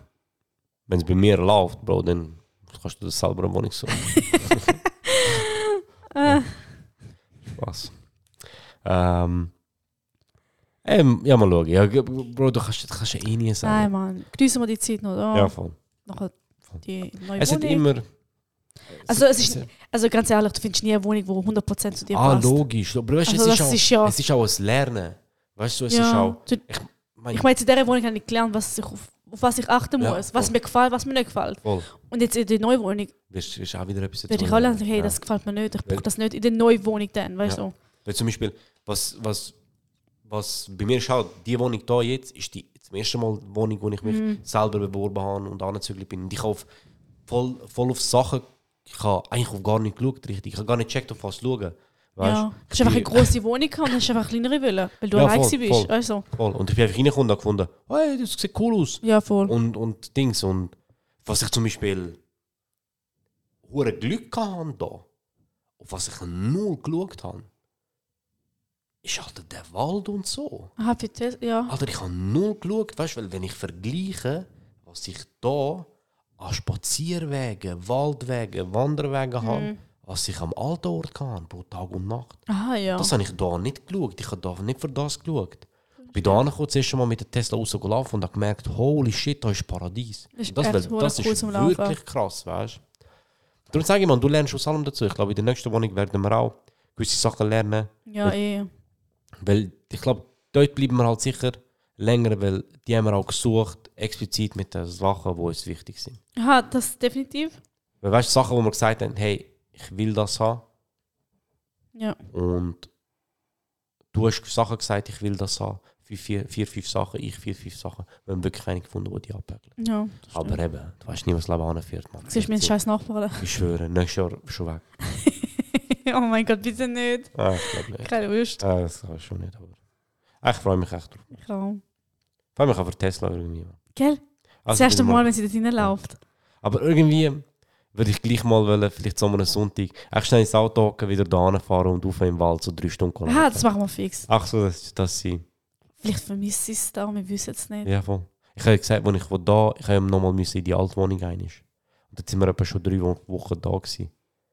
[SPEAKER 2] wenn es bei mir läuft, Bro, dann kannst du das selber eine Wohnung so.
[SPEAKER 1] Äh,
[SPEAKER 2] Spaß. Ähm, ähm, ja, mal schauen. Ja, Bro, du kannst, du kannst ja eh nie
[SPEAKER 1] nein,
[SPEAKER 2] sagen.
[SPEAKER 1] Mann. Geniessen wir die Zeit noch. Oh,
[SPEAKER 2] ja, voll.
[SPEAKER 1] Noch die neue
[SPEAKER 2] Es sind
[SPEAKER 1] Wohnung.
[SPEAKER 2] immer.
[SPEAKER 1] Also, es ist, also ganz ehrlich, du findest nie eine Wohnung, die 100% zu dir
[SPEAKER 2] Ah,
[SPEAKER 1] passt.
[SPEAKER 2] logisch. Aber weißt, du,
[SPEAKER 1] Also
[SPEAKER 2] es,
[SPEAKER 1] das
[SPEAKER 2] ist auch,
[SPEAKER 1] ist ja-
[SPEAKER 2] es ist auch ein Lernen. Weißt du, es ist
[SPEAKER 1] ja.
[SPEAKER 2] auch.
[SPEAKER 1] Du-
[SPEAKER 2] Ich meine,
[SPEAKER 1] Ich meine, in dieser Wohnung habe ich gelernt, was ich auf, auf was ich achten
[SPEAKER 2] Ja,
[SPEAKER 1] muss, was
[SPEAKER 2] voll.
[SPEAKER 1] mir gefällt, was mir nicht gefällt.
[SPEAKER 2] voll.
[SPEAKER 1] Und jetzt in der neuen Wohnung
[SPEAKER 2] Wirst, wirst auch wieder etwas
[SPEAKER 1] werde ich
[SPEAKER 2] dazu
[SPEAKER 1] auch lernen, hey,
[SPEAKER 2] lernen.
[SPEAKER 1] das gefällt mir nicht, ich
[SPEAKER 2] Weil-
[SPEAKER 1] brauche das nicht in der neuen Wohnung dann, weißt
[SPEAKER 2] Ja.
[SPEAKER 1] du?
[SPEAKER 2] Weil zum Beispiel, was, was, was bei mir schaut, die Wohnung hier jetzt, ist die zum ersten Mal die Wohnung, wo ich mich
[SPEAKER 1] Mhm.
[SPEAKER 2] selber beworben habe und angezügelt bin. Und ich habe auf- voll, voll auf Sachen, ich habe eigentlich auf gar nicht geschaut, richtig. Ich habe gar nicht gecheckt, auf was schauen. Weißt
[SPEAKER 1] Ja. Du
[SPEAKER 2] Ich
[SPEAKER 1] hast einfach
[SPEAKER 2] bin-
[SPEAKER 1] eine grosse Wohnung gehabt und hast einfach eine kleinere Wille, weil du
[SPEAKER 2] Ja,
[SPEAKER 1] allein
[SPEAKER 2] voll,
[SPEAKER 1] gewesen bist,
[SPEAKER 2] voll.
[SPEAKER 1] weißt du?
[SPEAKER 2] Voll. Und ich bin einfach reingekommen und habe gefunden, hey, das sieht cool aus.
[SPEAKER 1] Ja, voll.
[SPEAKER 2] Und, und Dings. Und was ich zum Beispiel hure Glück hatte da, auf was ich null geschaut habe, ist halt der Wald und so.
[SPEAKER 1] Aha, für das, Ah, ja.
[SPEAKER 2] Alter, ich habe null geschaut, weißt du, weil wenn ich vergleiche, was ich da an Spazierwegen, Waldwegen, Wanderwegen
[SPEAKER 1] Mhm.
[SPEAKER 2] habe, als ich am alten Ort hatte, pro Tag und Nacht.
[SPEAKER 1] Aha, ja.
[SPEAKER 2] Ah, Das habe ich da nicht geschaut. Ich habe da nicht für das geschaut. Ich bin da angekommen, zuerst mal mit dem Tesla rausgelaufen und habe gemerkt, holy shit, da ist Paradies.
[SPEAKER 1] Das ist
[SPEAKER 2] das
[SPEAKER 1] echt
[SPEAKER 2] weil-
[SPEAKER 1] hure
[SPEAKER 2] das ist
[SPEAKER 1] cool zum
[SPEAKER 2] wirklich
[SPEAKER 1] Laufen.
[SPEAKER 2] krass, weißt du. Darum sage ich, man, du lernst aus allem dazu. Ich glaube, in der nächsten Wohnung werden wir auch gewisse Sachen lernen.
[SPEAKER 1] Ja, eh.
[SPEAKER 2] Weil ich glaube, dort bleiben wir halt sicher länger, weil die haben wir auch gesucht, explizit mit den Sachen, die uns wichtig sind.
[SPEAKER 1] Aha, das definitiv.
[SPEAKER 2] Weil weißt du, Sachen, wo wir gesagt haben, hey, ich will das haben.
[SPEAKER 1] Ja.
[SPEAKER 2] Und du hast Sachen gesagt, ich will das haben. Vier, vier, vier fünf Sachen, ich vier, fünf Sachen. Wir haben wirklich keine gefunden, die die abhängen.
[SPEAKER 1] Ja.
[SPEAKER 2] Aber eben, du weißt nie, was das Leben anführt, Mann.
[SPEAKER 1] Siehst du meinen scheiß Nachbarn?
[SPEAKER 2] Ich schwöre, nächstes Jahr schon weg.
[SPEAKER 1] oh mein Gott, bitte nicht.
[SPEAKER 2] Ah, ich glaube nicht.
[SPEAKER 1] Keine Lust.
[SPEAKER 2] Ah, das kann ich schon nicht, aber... Ah, Ich freue mich echt drauf.
[SPEAKER 1] Ich glaube.
[SPEAKER 2] Ich freue mich auch für Tesla irgendwie. Mann.
[SPEAKER 1] Gell? Das
[SPEAKER 2] Also,
[SPEAKER 1] erste
[SPEAKER 2] bin
[SPEAKER 1] Mal, wenn sie dort reinläuft.
[SPEAKER 2] Aber irgendwie würde ich gleich mal wollen, vielleicht so einen Sonntag, echt schnell ins Auto hocken, wieder da hinfahren und auf im Wald so drei Stunden
[SPEAKER 1] Aha, das machen wir fix.
[SPEAKER 2] Ach so, das, das sie.
[SPEAKER 1] Vielleicht vermisst sie es da, wir wissen es nicht.
[SPEAKER 2] Ja, voll. Ich habe gesagt, als ich von da, ich habe nochmal müssen in die alte Wohnung rein. Und dann sind wir etwa schon drei Wo- Wochen da gewesen.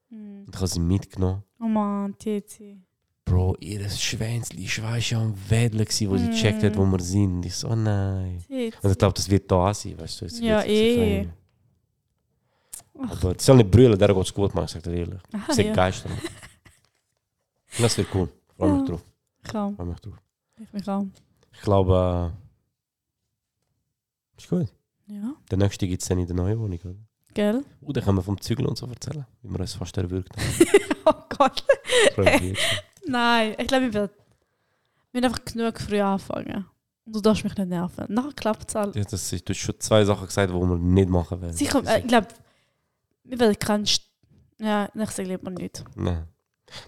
[SPEAKER 1] Hm.
[SPEAKER 2] Und ich habe sie mitgenommen.
[SPEAKER 1] Oh Mann, Titi.
[SPEAKER 2] Bro, ihr Schwänzli, ich war schon am Wedeln, gewesen, wo sie
[SPEAKER 1] Mm.
[SPEAKER 2] gecheckt hat, wo wir sind. Und ich so, oh nein. Und ich
[SPEAKER 1] Titi.
[SPEAKER 2] glaube, das wird da auch sein, weißt du? Jetzt
[SPEAKER 1] Ja,
[SPEAKER 2] wird sie sich
[SPEAKER 1] eh.
[SPEAKER 2] freuen. Aber sie soll nicht brüllen, der geht es gut, Mann, ich sage dir ehrlich.
[SPEAKER 1] Aha,
[SPEAKER 2] Sehr
[SPEAKER 1] Ah, ja.
[SPEAKER 2] geister. Das wird cool. Freue mich
[SPEAKER 1] Ja.
[SPEAKER 2] drauf.
[SPEAKER 1] Ich glaube.
[SPEAKER 2] Freue mich drauf.
[SPEAKER 1] Ich mich auch.
[SPEAKER 2] Ich glaube, äh, ist gut.
[SPEAKER 1] Ja.
[SPEAKER 2] Der nächste gibt es dann in der neuen Wohnung. Oder?
[SPEAKER 1] Gell?
[SPEAKER 2] Uh, dann können wir vom Zügeln und so erzählen, wie wir uns fast erwürgt haben.
[SPEAKER 1] oh Gott.
[SPEAKER 2] Freue mich jetzt.
[SPEAKER 1] Nein, ich glaube, ich werde. Wir müssen einfach genug früh anfangen. Und du darfst mich nicht nerven. Nachher klappt es halt.
[SPEAKER 2] Ja, das ist, du hast schon zwei Sachen gesagt, die wir nicht machen werden.
[SPEAKER 1] Sicher, äh, ich glaube, wir werden keinen. St ja, ich sage lieber nicht.
[SPEAKER 2] nein.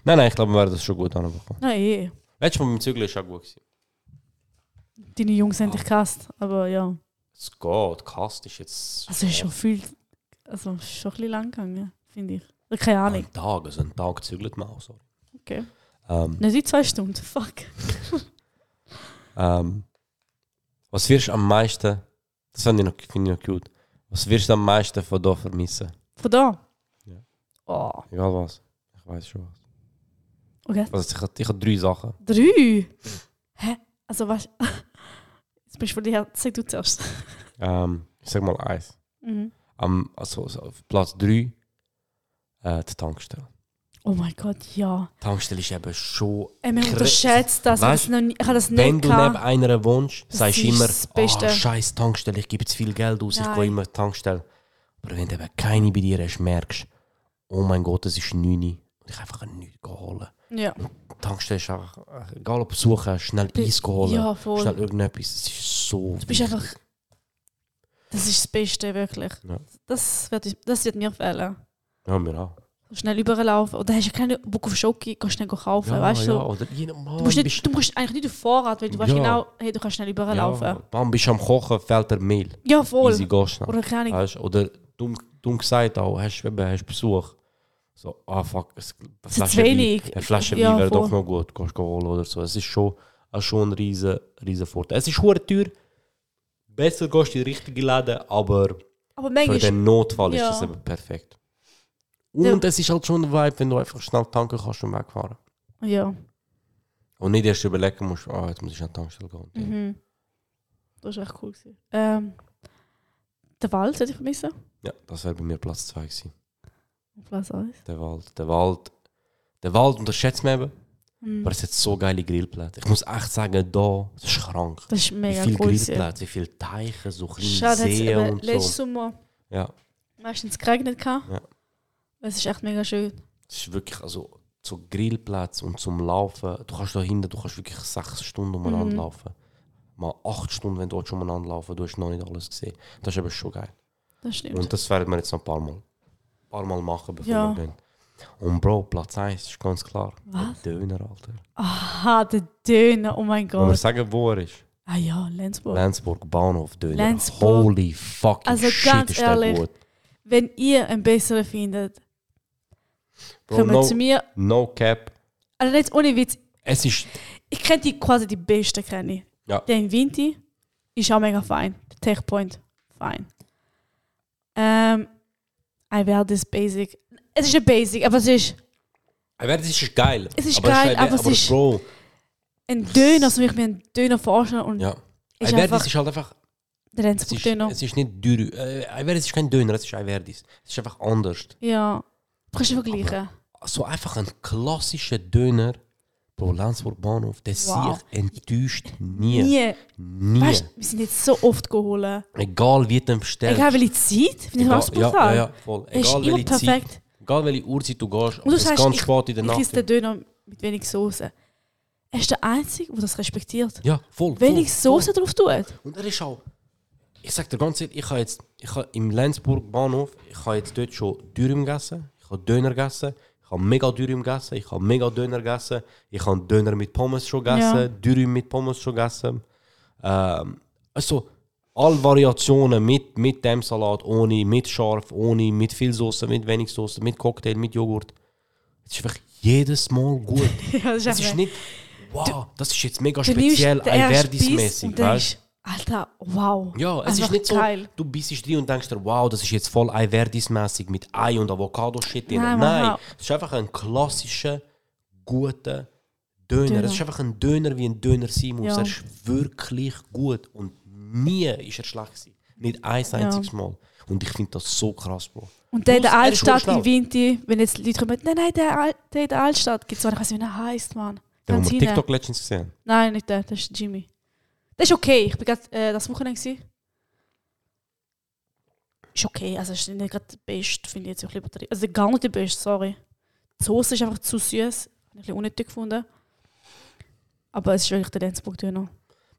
[SPEAKER 2] nein, nein, ich glaube, wir werden das schon gut anbekommen.
[SPEAKER 1] Nein, eh.
[SPEAKER 2] Letztes Mal mit dem Zügeln war auch gut. Gewesen.
[SPEAKER 1] Deine Jungs haben dich gehasst. Aber ja.
[SPEAKER 2] Es geht, Kast ist jetzt.
[SPEAKER 1] Also, es ist schon viel. Also, es ist schon ein bisschen lang gegangen, finde ich. Oder keine Ahnung.
[SPEAKER 2] Ein Tag, also ein Tag zügelt man auch. Sorry.
[SPEAKER 1] Okay.
[SPEAKER 2] Ähm,
[SPEAKER 1] Nicht in zwei Stunden. Fuck.
[SPEAKER 2] Ähm, was wirst du am meisten, das finde ich, noch- find ich noch cute, was wirst du am meisten von da vermissen?
[SPEAKER 1] Von da.
[SPEAKER 2] Ja.
[SPEAKER 1] Oh,
[SPEAKER 2] Egal was. Ich weiß schon was.
[SPEAKER 1] okay.
[SPEAKER 2] Also ich habe ich hab drei Sachen.
[SPEAKER 1] Drei? Hä? Also, was? Jetzt bist du von dir. Sag du zuerst.
[SPEAKER 2] Ähm, ich sag mal eins.
[SPEAKER 1] Mhm.
[SPEAKER 2] Am, also, so auf Platz drei, äh, die Tankstelle.
[SPEAKER 1] Oh mein Gott, ja.
[SPEAKER 2] Die Tankstelle ist eben schon...
[SPEAKER 1] Ey, man
[SPEAKER 2] Kre-
[SPEAKER 1] unterschätzt das.
[SPEAKER 2] Weißt-
[SPEAKER 1] Weißt, noch nie, ich habe das
[SPEAKER 2] Wenn
[SPEAKER 1] nicht
[SPEAKER 2] du neben
[SPEAKER 1] gehabt.
[SPEAKER 2] einer wohnst,
[SPEAKER 1] Das
[SPEAKER 2] sagst du
[SPEAKER 1] ist
[SPEAKER 2] immer,
[SPEAKER 1] das Beste.
[SPEAKER 2] oh, scheiß Tankstelle, ich gebe zu viel Geld aus, ich
[SPEAKER 1] Nein.
[SPEAKER 2] gehe immer in die Tankstelle. Aber wenn du eben keine bei dir hast, merkst oh mein Gott, es ist 9 Uhr und ich einfach nichts holen.
[SPEAKER 1] Ja.
[SPEAKER 2] Tankstelle ist einfach, äh, egal ob suchen, schnell
[SPEAKER 1] Bi-
[SPEAKER 2] Eis holen,
[SPEAKER 1] ja, voll.
[SPEAKER 2] schnell irgendetwas. Es ist so.
[SPEAKER 1] Du bist einfach. Das ist das Beste, wirklich.
[SPEAKER 2] Ja.
[SPEAKER 1] Das, wird, das wird mir fehlen.
[SPEAKER 2] Ja, mir auch.
[SPEAKER 1] Schnell überlaufen. Oder hast du keinen Bock auf Schoki, kannst schnell kaufen.
[SPEAKER 2] Ja,
[SPEAKER 1] weißt du?
[SPEAKER 2] ja, oder je- Mann,
[SPEAKER 1] Du, musst
[SPEAKER 2] Oh, bist-
[SPEAKER 1] nicht, du musst eigentlich nicht auf Vorrat, weil du weißt
[SPEAKER 2] Ja.
[SPEAKER 1] genau, hey, du kannst schnell überlaufen.
[SPEAKER 2] Ja,
[SPEAKER 1] Ja,
[SPEAKER 2] Mann, bist am Kochen, fällt der Mehl.
[SPEAKER 1] voll.
[SPEAKER 2] Easy, Also, gehst schnell.
[SPEAKER 1] Oder keine Ahnung.
[SPEAKER 2] Weißt, oder dumm, dumm gesagt auch, hast, eben, hast Besuch. So, ah fuck, es, eine
[SPEAKER 1] ist zu wenig.
[SPEAKER 2] Wein, eine Flasche
[SPEAKER 1] Ja,
[SPEAKER 2] Wein wäre
[SPEAKER 1] voll.
[SPEAKER 2] doch noch gut, kannst du holen oder so. Es ist schon, es ist schon ein riesen, riesen Vorteil. Es ist hure teuer, besser gehst du in die richtige Läden, aber
[SPEAKER 1] Aber
[SPEAKER 2] für
[SPEAKER 1] manchmal.
[SPEAKER 2] den Notfall
[SPEAKER 1] Ja.
[SPEAKER 2] ist das eben perfekt.
[SPEAKER 1] Ja.
[SPEAKER 2] Und es ist halt schon ein Vibe, wenn du einfach schnell tanken kannst und wegfahren.
[SPEAKER 1] Ja.
[SPEAKER 2] Und nicht erst überlegen musst, ah, jetzt muss ich an die Tankstelle gehen.
[SPEAKER 1] Mhm. Das war echt cool. Gewesen. Ähm, den Wald hätte ich vermissen.
[SPEAKER 2] Ja, das wäre bei mir Platz 2 gewesen.
[SPEAKER 1] Auf Platz 1.
[SPEAKER 2] Der Wald, der Wald. Der Wald unterschätzt man eben.
[SPEAKER 1] Mhm.
[SPEAKER 2] Aber es hat so geile Grillplätze. Ich muss echt sagen, da, das ist krank.
[SPEAKER 1] Das ist
[SPEAKER 2] Wie
[SPEAKER 1] mega
[SPEAKER 2] viele
[SPEAKER 1] cool. gewesen.
[SPEAKER 2] Grillplätze, wie viele Teiche, so kleine
[SPEAKER 1] Schade, hat
[SPEAKER 2] Seen
[SPEAKER 1] es
[SPEAKER 2] und so.
[SPEAKER 1] letzten Sommer
[SPEAKER 2] Ja,
[SPEAKER 1] meistens geregnet. gehabt.
[SPEAKER 2] Ja.
[SPEAKER 1] Es ist echt mega schön.
[SPEAKER 2] es ist wirklich, also zu Grillplatz und zum Laufen, du kannst da hinten, du kannst wirklich sechs Stunden umeinander
[SPEAKER 1] Mhm.
[SPEAKER 2] laufen. Mal acht Stunden, wenn du dort schon umeinander laufen, du hast noch nicht alles gesehen. Das ist eben schon geil.
[SPEAKER 1] Das stimmt.
[SPEAKER 2] Und das werden wir jetzt noch ein paar Mal, ein paar Mal machen, bevor
[SPEAKER 1] Ja.
[SPEAKER 2] wir gehen. Und Bro, Platz 1 ist ganz klar.
[SPEAKER 1] Was?
[SPEAKER 2] Der Döner, Alter.
[SPEAKER 1] Aha, der Döner, oh mein
[SPEAKER 2] Wollen wir
[SPEAKER 1] Gott.
[SPEAKER 2] sagen, wo er ist?
[SPEAKER 1] Ah ja, Lenzburg.
[SPEAKER 2] Lenzburg Bahnhof Döner.
[SPEAKER 1] Lenzburg.
[SPEAKER 2] Holy fucking
[SPEAKER 1] Also
[SPEAKER 2] shit,
[SPEAKER 1] ganz
[SPEAKER 2] ist der
[SPEAKER 1] ehrlich,
[SPEAKER 2] gut.
[SPEAKER 1] Wenn ihr einen besseren findet,
[SPEAKER 2] Bro,
[SPEAKER 1] kommt
[SPEAKER 2] no,
[SPEAKER 1] zu mir.
[SPEAKER 2] no cap.
[SPEAKER 1] Also jetzt ohne Witz,
[SPEAKER 2] Es ist...
[SPEAKER 1] ich kenne die quasi die besten. Kenn ich.
[SPEAKER 2] Ja.
[SPEAKER 1] Der in Vinti ist auch mega fein. Der Techpoint, fein. Ähm, I werde das Basic. Es ist ein Basic, aber es ist
[SPEAKER 2] Aber das ist geil.
[SPEAKER 1] Es ist
[SPEAKER 2] aber
[SPEAKER 1] geil,
[SPEAKER 2] halt-
[SPEAKER 1] aber es ist-
[SPEAKER 2] Bro,
[SPEAKER 1] ein Döner, so wie ich mir einen Döner vorstelle. Und
[SPEAKER 2] ja.
[SPEAKER 1] Ist
[SPEAKER 2] Alverdis
[SPEAKER 1] einfach-
[SPEAKER 2] ist halt einfach.
[SPEAKER 1] der
[SPEAKER 2] Es ist,
[SPEAKER 1] Lenzburg-Döner.
[SPEAKER 2] es ist nicht dürr. Äh, Alverdis ist kein Döner, es ist Alverdis. Es ist einfach anders.
[SPEAKER 1] Ja. Du kannst du vergleichen.
[SPEAKER 2] So einfach ein klassischer Döner. Bro, Landsburg Bahnhof, der
[SPEAKER 1] Wow.
[SPEAKER 2] sich enttäuscht nie. Nie.
[SPEAKER 1] Nie. Weißt du, wir sind jetzt so oft geholt.
[SPEAKER 2] Egal wie du ihn bestellst.
[SPEAKER 1] Egal welche Zeit, finde ich auch
[SPEAKER 2] ja, ja,
[SPEAKER 1] brutal.
[SPEAKER 2] ja, voll.
[SPEAKER 1] Es ist
[SPEAKER 2] Egal
[SPEAKER 1] immer
[SPEAKER 2] welche, Zeit,
[SPEAKER 1] perfekt.
[SPEAKER 2] egal welche Uhrzeit du gehst,
[SPEAKER 1] Und du
[SPEAKER 2] es ist
[SPEAKER 1] sagst,
[SPEAKER 2] ganz
[SPEAKER 1] ich-
[SPEAKER 2] spät in der
[SPEAKER 1] Ich
[SPEAKER 2] Nacht.
[SPEAKER 1] esse den Döner mit wenig Soße. Er ist der Einzige, der das respektiert.
[SPEAKER 2] Ja, voll.
[SPEAKER 1] Wenig
[SPEAKER 2] voll,
[SPEAKER 1] Soße drauf tut.
[SPEAKER 2] Und er ist auch. Ich sag dir ganz ehrlich, ich habe jetzt ich habe im Lenzburg Bahnhof, ich habe jetzt dort schon Dürüm gegessen, ich habe Döner gegessen, ich habe mega Dürüm gegessen, ich habe mega Döner gegessen, ich habe Döner mit Pommes schon gegessen,
[SPEAKER 1] Ja.
[SPEAKER 2] Dürüm mit Pommes schon gegessen. Ähm, also alle Variationen mit, mit dem Salat, ohne, mit scharf, ohne, mit viel Soße, mit wenig Soße, mit Cocktail, mit Joghurt. Es ist einfach jedes Mal gut.
[SPEAKER 1] Ja, das
[SPEAKER 2] Es ist
[SPEAKER 1] einfach-
[SPEAKER 2] nicht, wow, das ist jetzt mega
[SPEAKER 1] Du nimmst
[SPEAKER 2] speziell,
[SPEAKER 1] den ersten Biss
[SPEAKER 2] Alverdis-mäßig,
[SPEAKER 1] und
[SPEAKER 2] weißt du?
[SPEAKER 1] denkst, Alter, wow.
[SPEAKER 2] Ja, es ist
[SPEAKER 1] Einfach
[SPEAKER 2] nicht so,
[SPEAKER 1] geil.
[SPEAKER 2] du bist drin und denkst dir, wow, das ist jetzt voll Eiwerdis-mäßig mit Ei und Avocado-Shit drin. Nein,
[SPEAKER 1] Nein, Mann, hau-
[SPEAKER 2] es ist einfach ein klassischer, guter Döner.
[SPEAKER 1] Döner.
[SPEAKER 2] Es ist einfach ein Döner, wie ein Döner sein muss.
[SPEAKER 1] Ja.
[SPEAKER 2] Er ist wirklich gut und nie ist er schlecht gewesen. Nicht ein einziges Mal. Und ich finde das so krass, Bro.
[SPEAKER 1] Und der in der
[SPEAKER 2] Plus, er ist
[SPEAKER 1] Altstadt in
[SPEAKER 2] urschlau.
[SPEAKER 1] Winti, wenn jetzt Leute kommen, nein, nein, der, Al- der in der Altstadt gibt es, ich weiß nicht, wie er heißt, Mann.
[SPEAKER 2] Den haben wir
[SPEAKER 1] Kantine.
[SPEAKER 2] TikTok letztens gesehen.
[SPEAKER 1] Nein, nicht der, das ist Jimmy. Das ist okay, ich bin gerade äh, das Wochenende. Gewesen. Ist okay, also ist nicht gerade der Beste, finde ich jetzt auch ein bisschen übertrieben. Also gar nicht der Beste, sorry. Die Soße ist einfach zu süß, habe ich ein bisschen unnötig gefunden. Aber es ist wirklich der Lenzburg-Döner.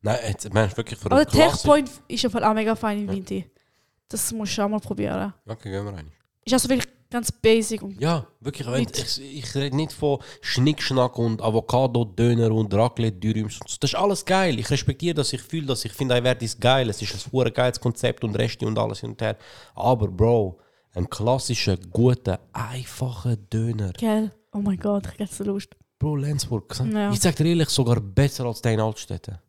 [SPEAKER 2] Nein, jetzt meinst du wirklich von
[SPEAKER 1] Aber
[SPEAKER 2] der
[SPEAKER 1] der
[SPEAKER 2] Klasse.
[SPEAKER 1] Techpoint ist auf jeden Fall auch mega fein in
[SPEAKER 2] Ja.
[SPEAKER 1] Winti. Das musst du auch mal probieren.
[SPEAKER 2] Okay, gehen wir rein.
[SPEAKER 1] Ist also wirklich ganz basic und
[SPEAKER 2] Ja, wirklich. wenn-
[SPEAKER 1] Mit-
[SPEAKER 2] Ich, ich rede nicht von Schnickschnack und Avocado-Döner und Raclette-Dürüms. und so. Das ist alles geil. Ich respektiere das, ich fühle das. Ich finde, ein Wert ist geil. Es ist ein super geiles Konzept und Reste und alles hin und her. Aber, Bro, ein klassischer, guter, einfacher Döner.
[SPEAKER 1] geil. Oh mein Gott, ich hab so Lust.
[SPEAKER 2] Bro, Lenzburg.
[SPEAKER 1] Ja.
[SPEAKER 2] Ich sag dir ehrlich, sogar besser als dein Altstädte.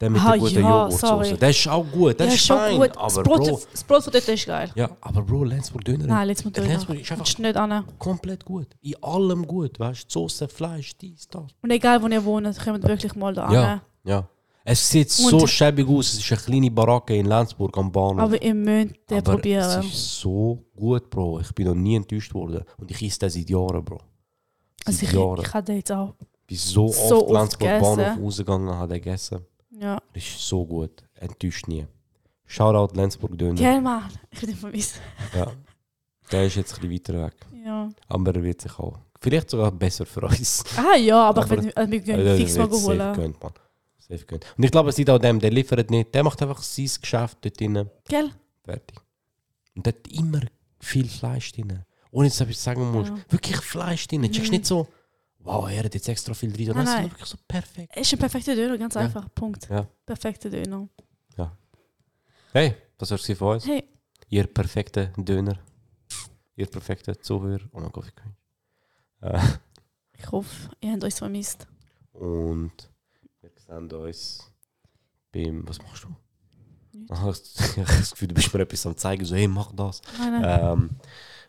[SPEAKER 2] Der mit
[SPEAKER 1] Ah,
[SPEAKER 2] der guten
[SPEAKER 1] ja,
[SPEAKER 2] Joghurtsoße.
[SPEAKER 1] sorry.
[SPEAKER 2] Der ist auch gut. Der
[SPEAKER 1] Ja,
[SPEAKER 2] ist
[SPEAKER 1] schon
[SPEAKER 2] fein.
[SPEAKER 1] gut.
[SPEAKER 2] Aber,
[SPEAKER 1] das,
[SPEAKER 2] Bro,
[SPEAKER 1] Brot, das Brot von dort ist geil.
[SPEAKER 2] ja, aber Bro, Lenzburg-Döner.
[SPEAKER 1] Nein, jetzt mal
[SPEAKER 2] Der
[SPEAKER 1] Döner.
[SPEAKER 2] Lenzburg ist einfach
[SPEAKER 1] Kommst du nicht an.
[SPEAKER 2] komplett gut. In allem gut, weißt du? Soße, Fleisch, dies, das.
[SPEAKER 1] Und egal, wo ihr wohnt, kommt wirklich mal da an.
[SPEAKER 2] ja. Es sieht
[SPEAKER 1] Und-
[SPEAKER 2] so schäbig aus. Es ist eine kleine Baracke in Lenzburg am Bahnhof.
[SPEAKER 1] Aber ihr müsst den
[SPEAKER 2] Aber
[SPEAKER 1] probieren.
[SPEAKER 2] es ist so gut, Bro. Ich bin noch nie enttäuscht worden. Und ich esse das seit Jahren, Bro.
[SPEAKER 1] Also ich,
[SPEAKER 2] Jahre.
[SPEAKER 1] ich hatte jetzt auch.
[SPEAKER 2] Ich bin so,
[SPEAKER 1] So
[SPEAKER 2] oft
[SPEAKER 1] oft
[SPEAKER 2] Lenzburg Bahnhof
[SPEAKER 1] gegessen.
[SPEAKER 2] rausgegangen, habe den gegessen.
[SPEAKER 1] Ja.
[SPEAKER 2] Es ist so gut. Enttäuscht nie. Shoutout Lenzburg Döner.
[SPEAKER 1] Gell, Mann. Ich bin vermisst.
[SPEAKER 2] Ja. Der ist jetzt ein bisschen weiter weg.
[SPEAKER 1] Ja.
[SPEAKER 2] Aber er wird sich auch. Vielleicht sogar besser für uns.
[SPEAKER 1] Ah ja, aber, ich
[SPEAKER 2] Aber-
[SPEAKER 1] will also, wir gehen
[SPEAKER 2] Ja,
[SPEAKER 1] fix
[SPEAKER 2] das
[SPEAKER 1] mal ah.
[SPEAKER 2] wird Safe
[SPEAKER 1] holen.
[SPEAKER 2] gönnt, Mann. Safe gönnt. Und ich glaube, es liegt auch dem, der liefert nicht. Der macht einfach sein Geschäft dort drinnen.
[SPEAKER 1] Gell?
[SPEAKER 2] Fertig. Und der hat immer viel Fleisch drin. Ohne dass du etwas sagen musst.
[SPEAKER 1] Ja.
[SPEAKER 2] Wirklich Fleisch drin. Du Checkst
[SPEAKER 1] Mhm.
[SPEAKER 2] nicht so, wow, er hat jetzt extra viel drin. Nein,
[SPEAKER 1] Nein,
[SPEAKER 2] es ist
[SPEAKER 1] nein.
[SPEAKER 2] wirklich so perfekt.
[SPEAKER 1] Es ist ein perfekter Döner, ganz
[SPEAKER 2] Ja.
[SPEAKER 1] einfach. Punkt.
[SPEAKER 2] Ja.
[SPEAKER 1] Perfekter Döner.
[SPEAKER 2] Hey, das war's von uns.
[SPEAKER 1] Hey,
[SPEAKER 2] Ihr perfekter Döner. Ihr perfekter Zuhörer. Oh mein Gott, wie kann
[SPEAKER 1] ich hoffe, ihr habt uns vermisst.
[SPEAKER 2] ich. Und wir sehen uns beim. Was machst du?
[SPEAKER 1] Nichts.
[SPEAKER 2] Aha, ich habe das Gefühl, du bist mir etwas am zeigen. So, hey, mach das.
[SPEAKER 1] Nein, nein.
[SPEAKER 2] Ähm,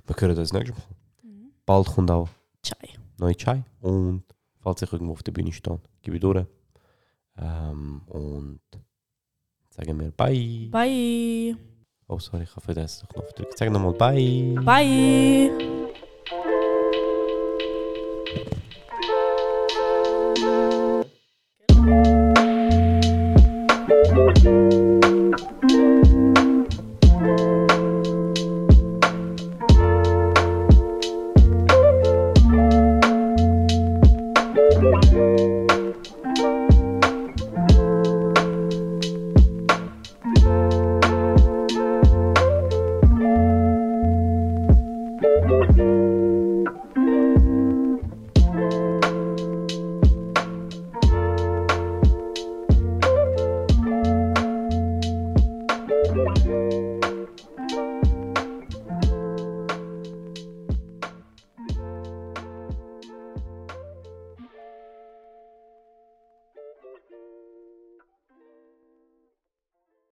[SPEAKER 2] wir hören uns nächstes Mal.
[SPEAKER 1] Mhm.
[SPEAKER 2] Bald kommt auch
[SPEAKER 1] Tschei.
[SPEAKER 2] neue Chai. Und falls ich irgendwo auf der Bühne stehe, gebe ich durch. Ähm, und sagen wir Bye.
[SPEAKER 1] Bye.
[SPEAKER 2] Oh, sorry, ich habe vergessen, den Knopf zu drücken. Sag nochmal Bye.
[SPEAKER 1] Bye.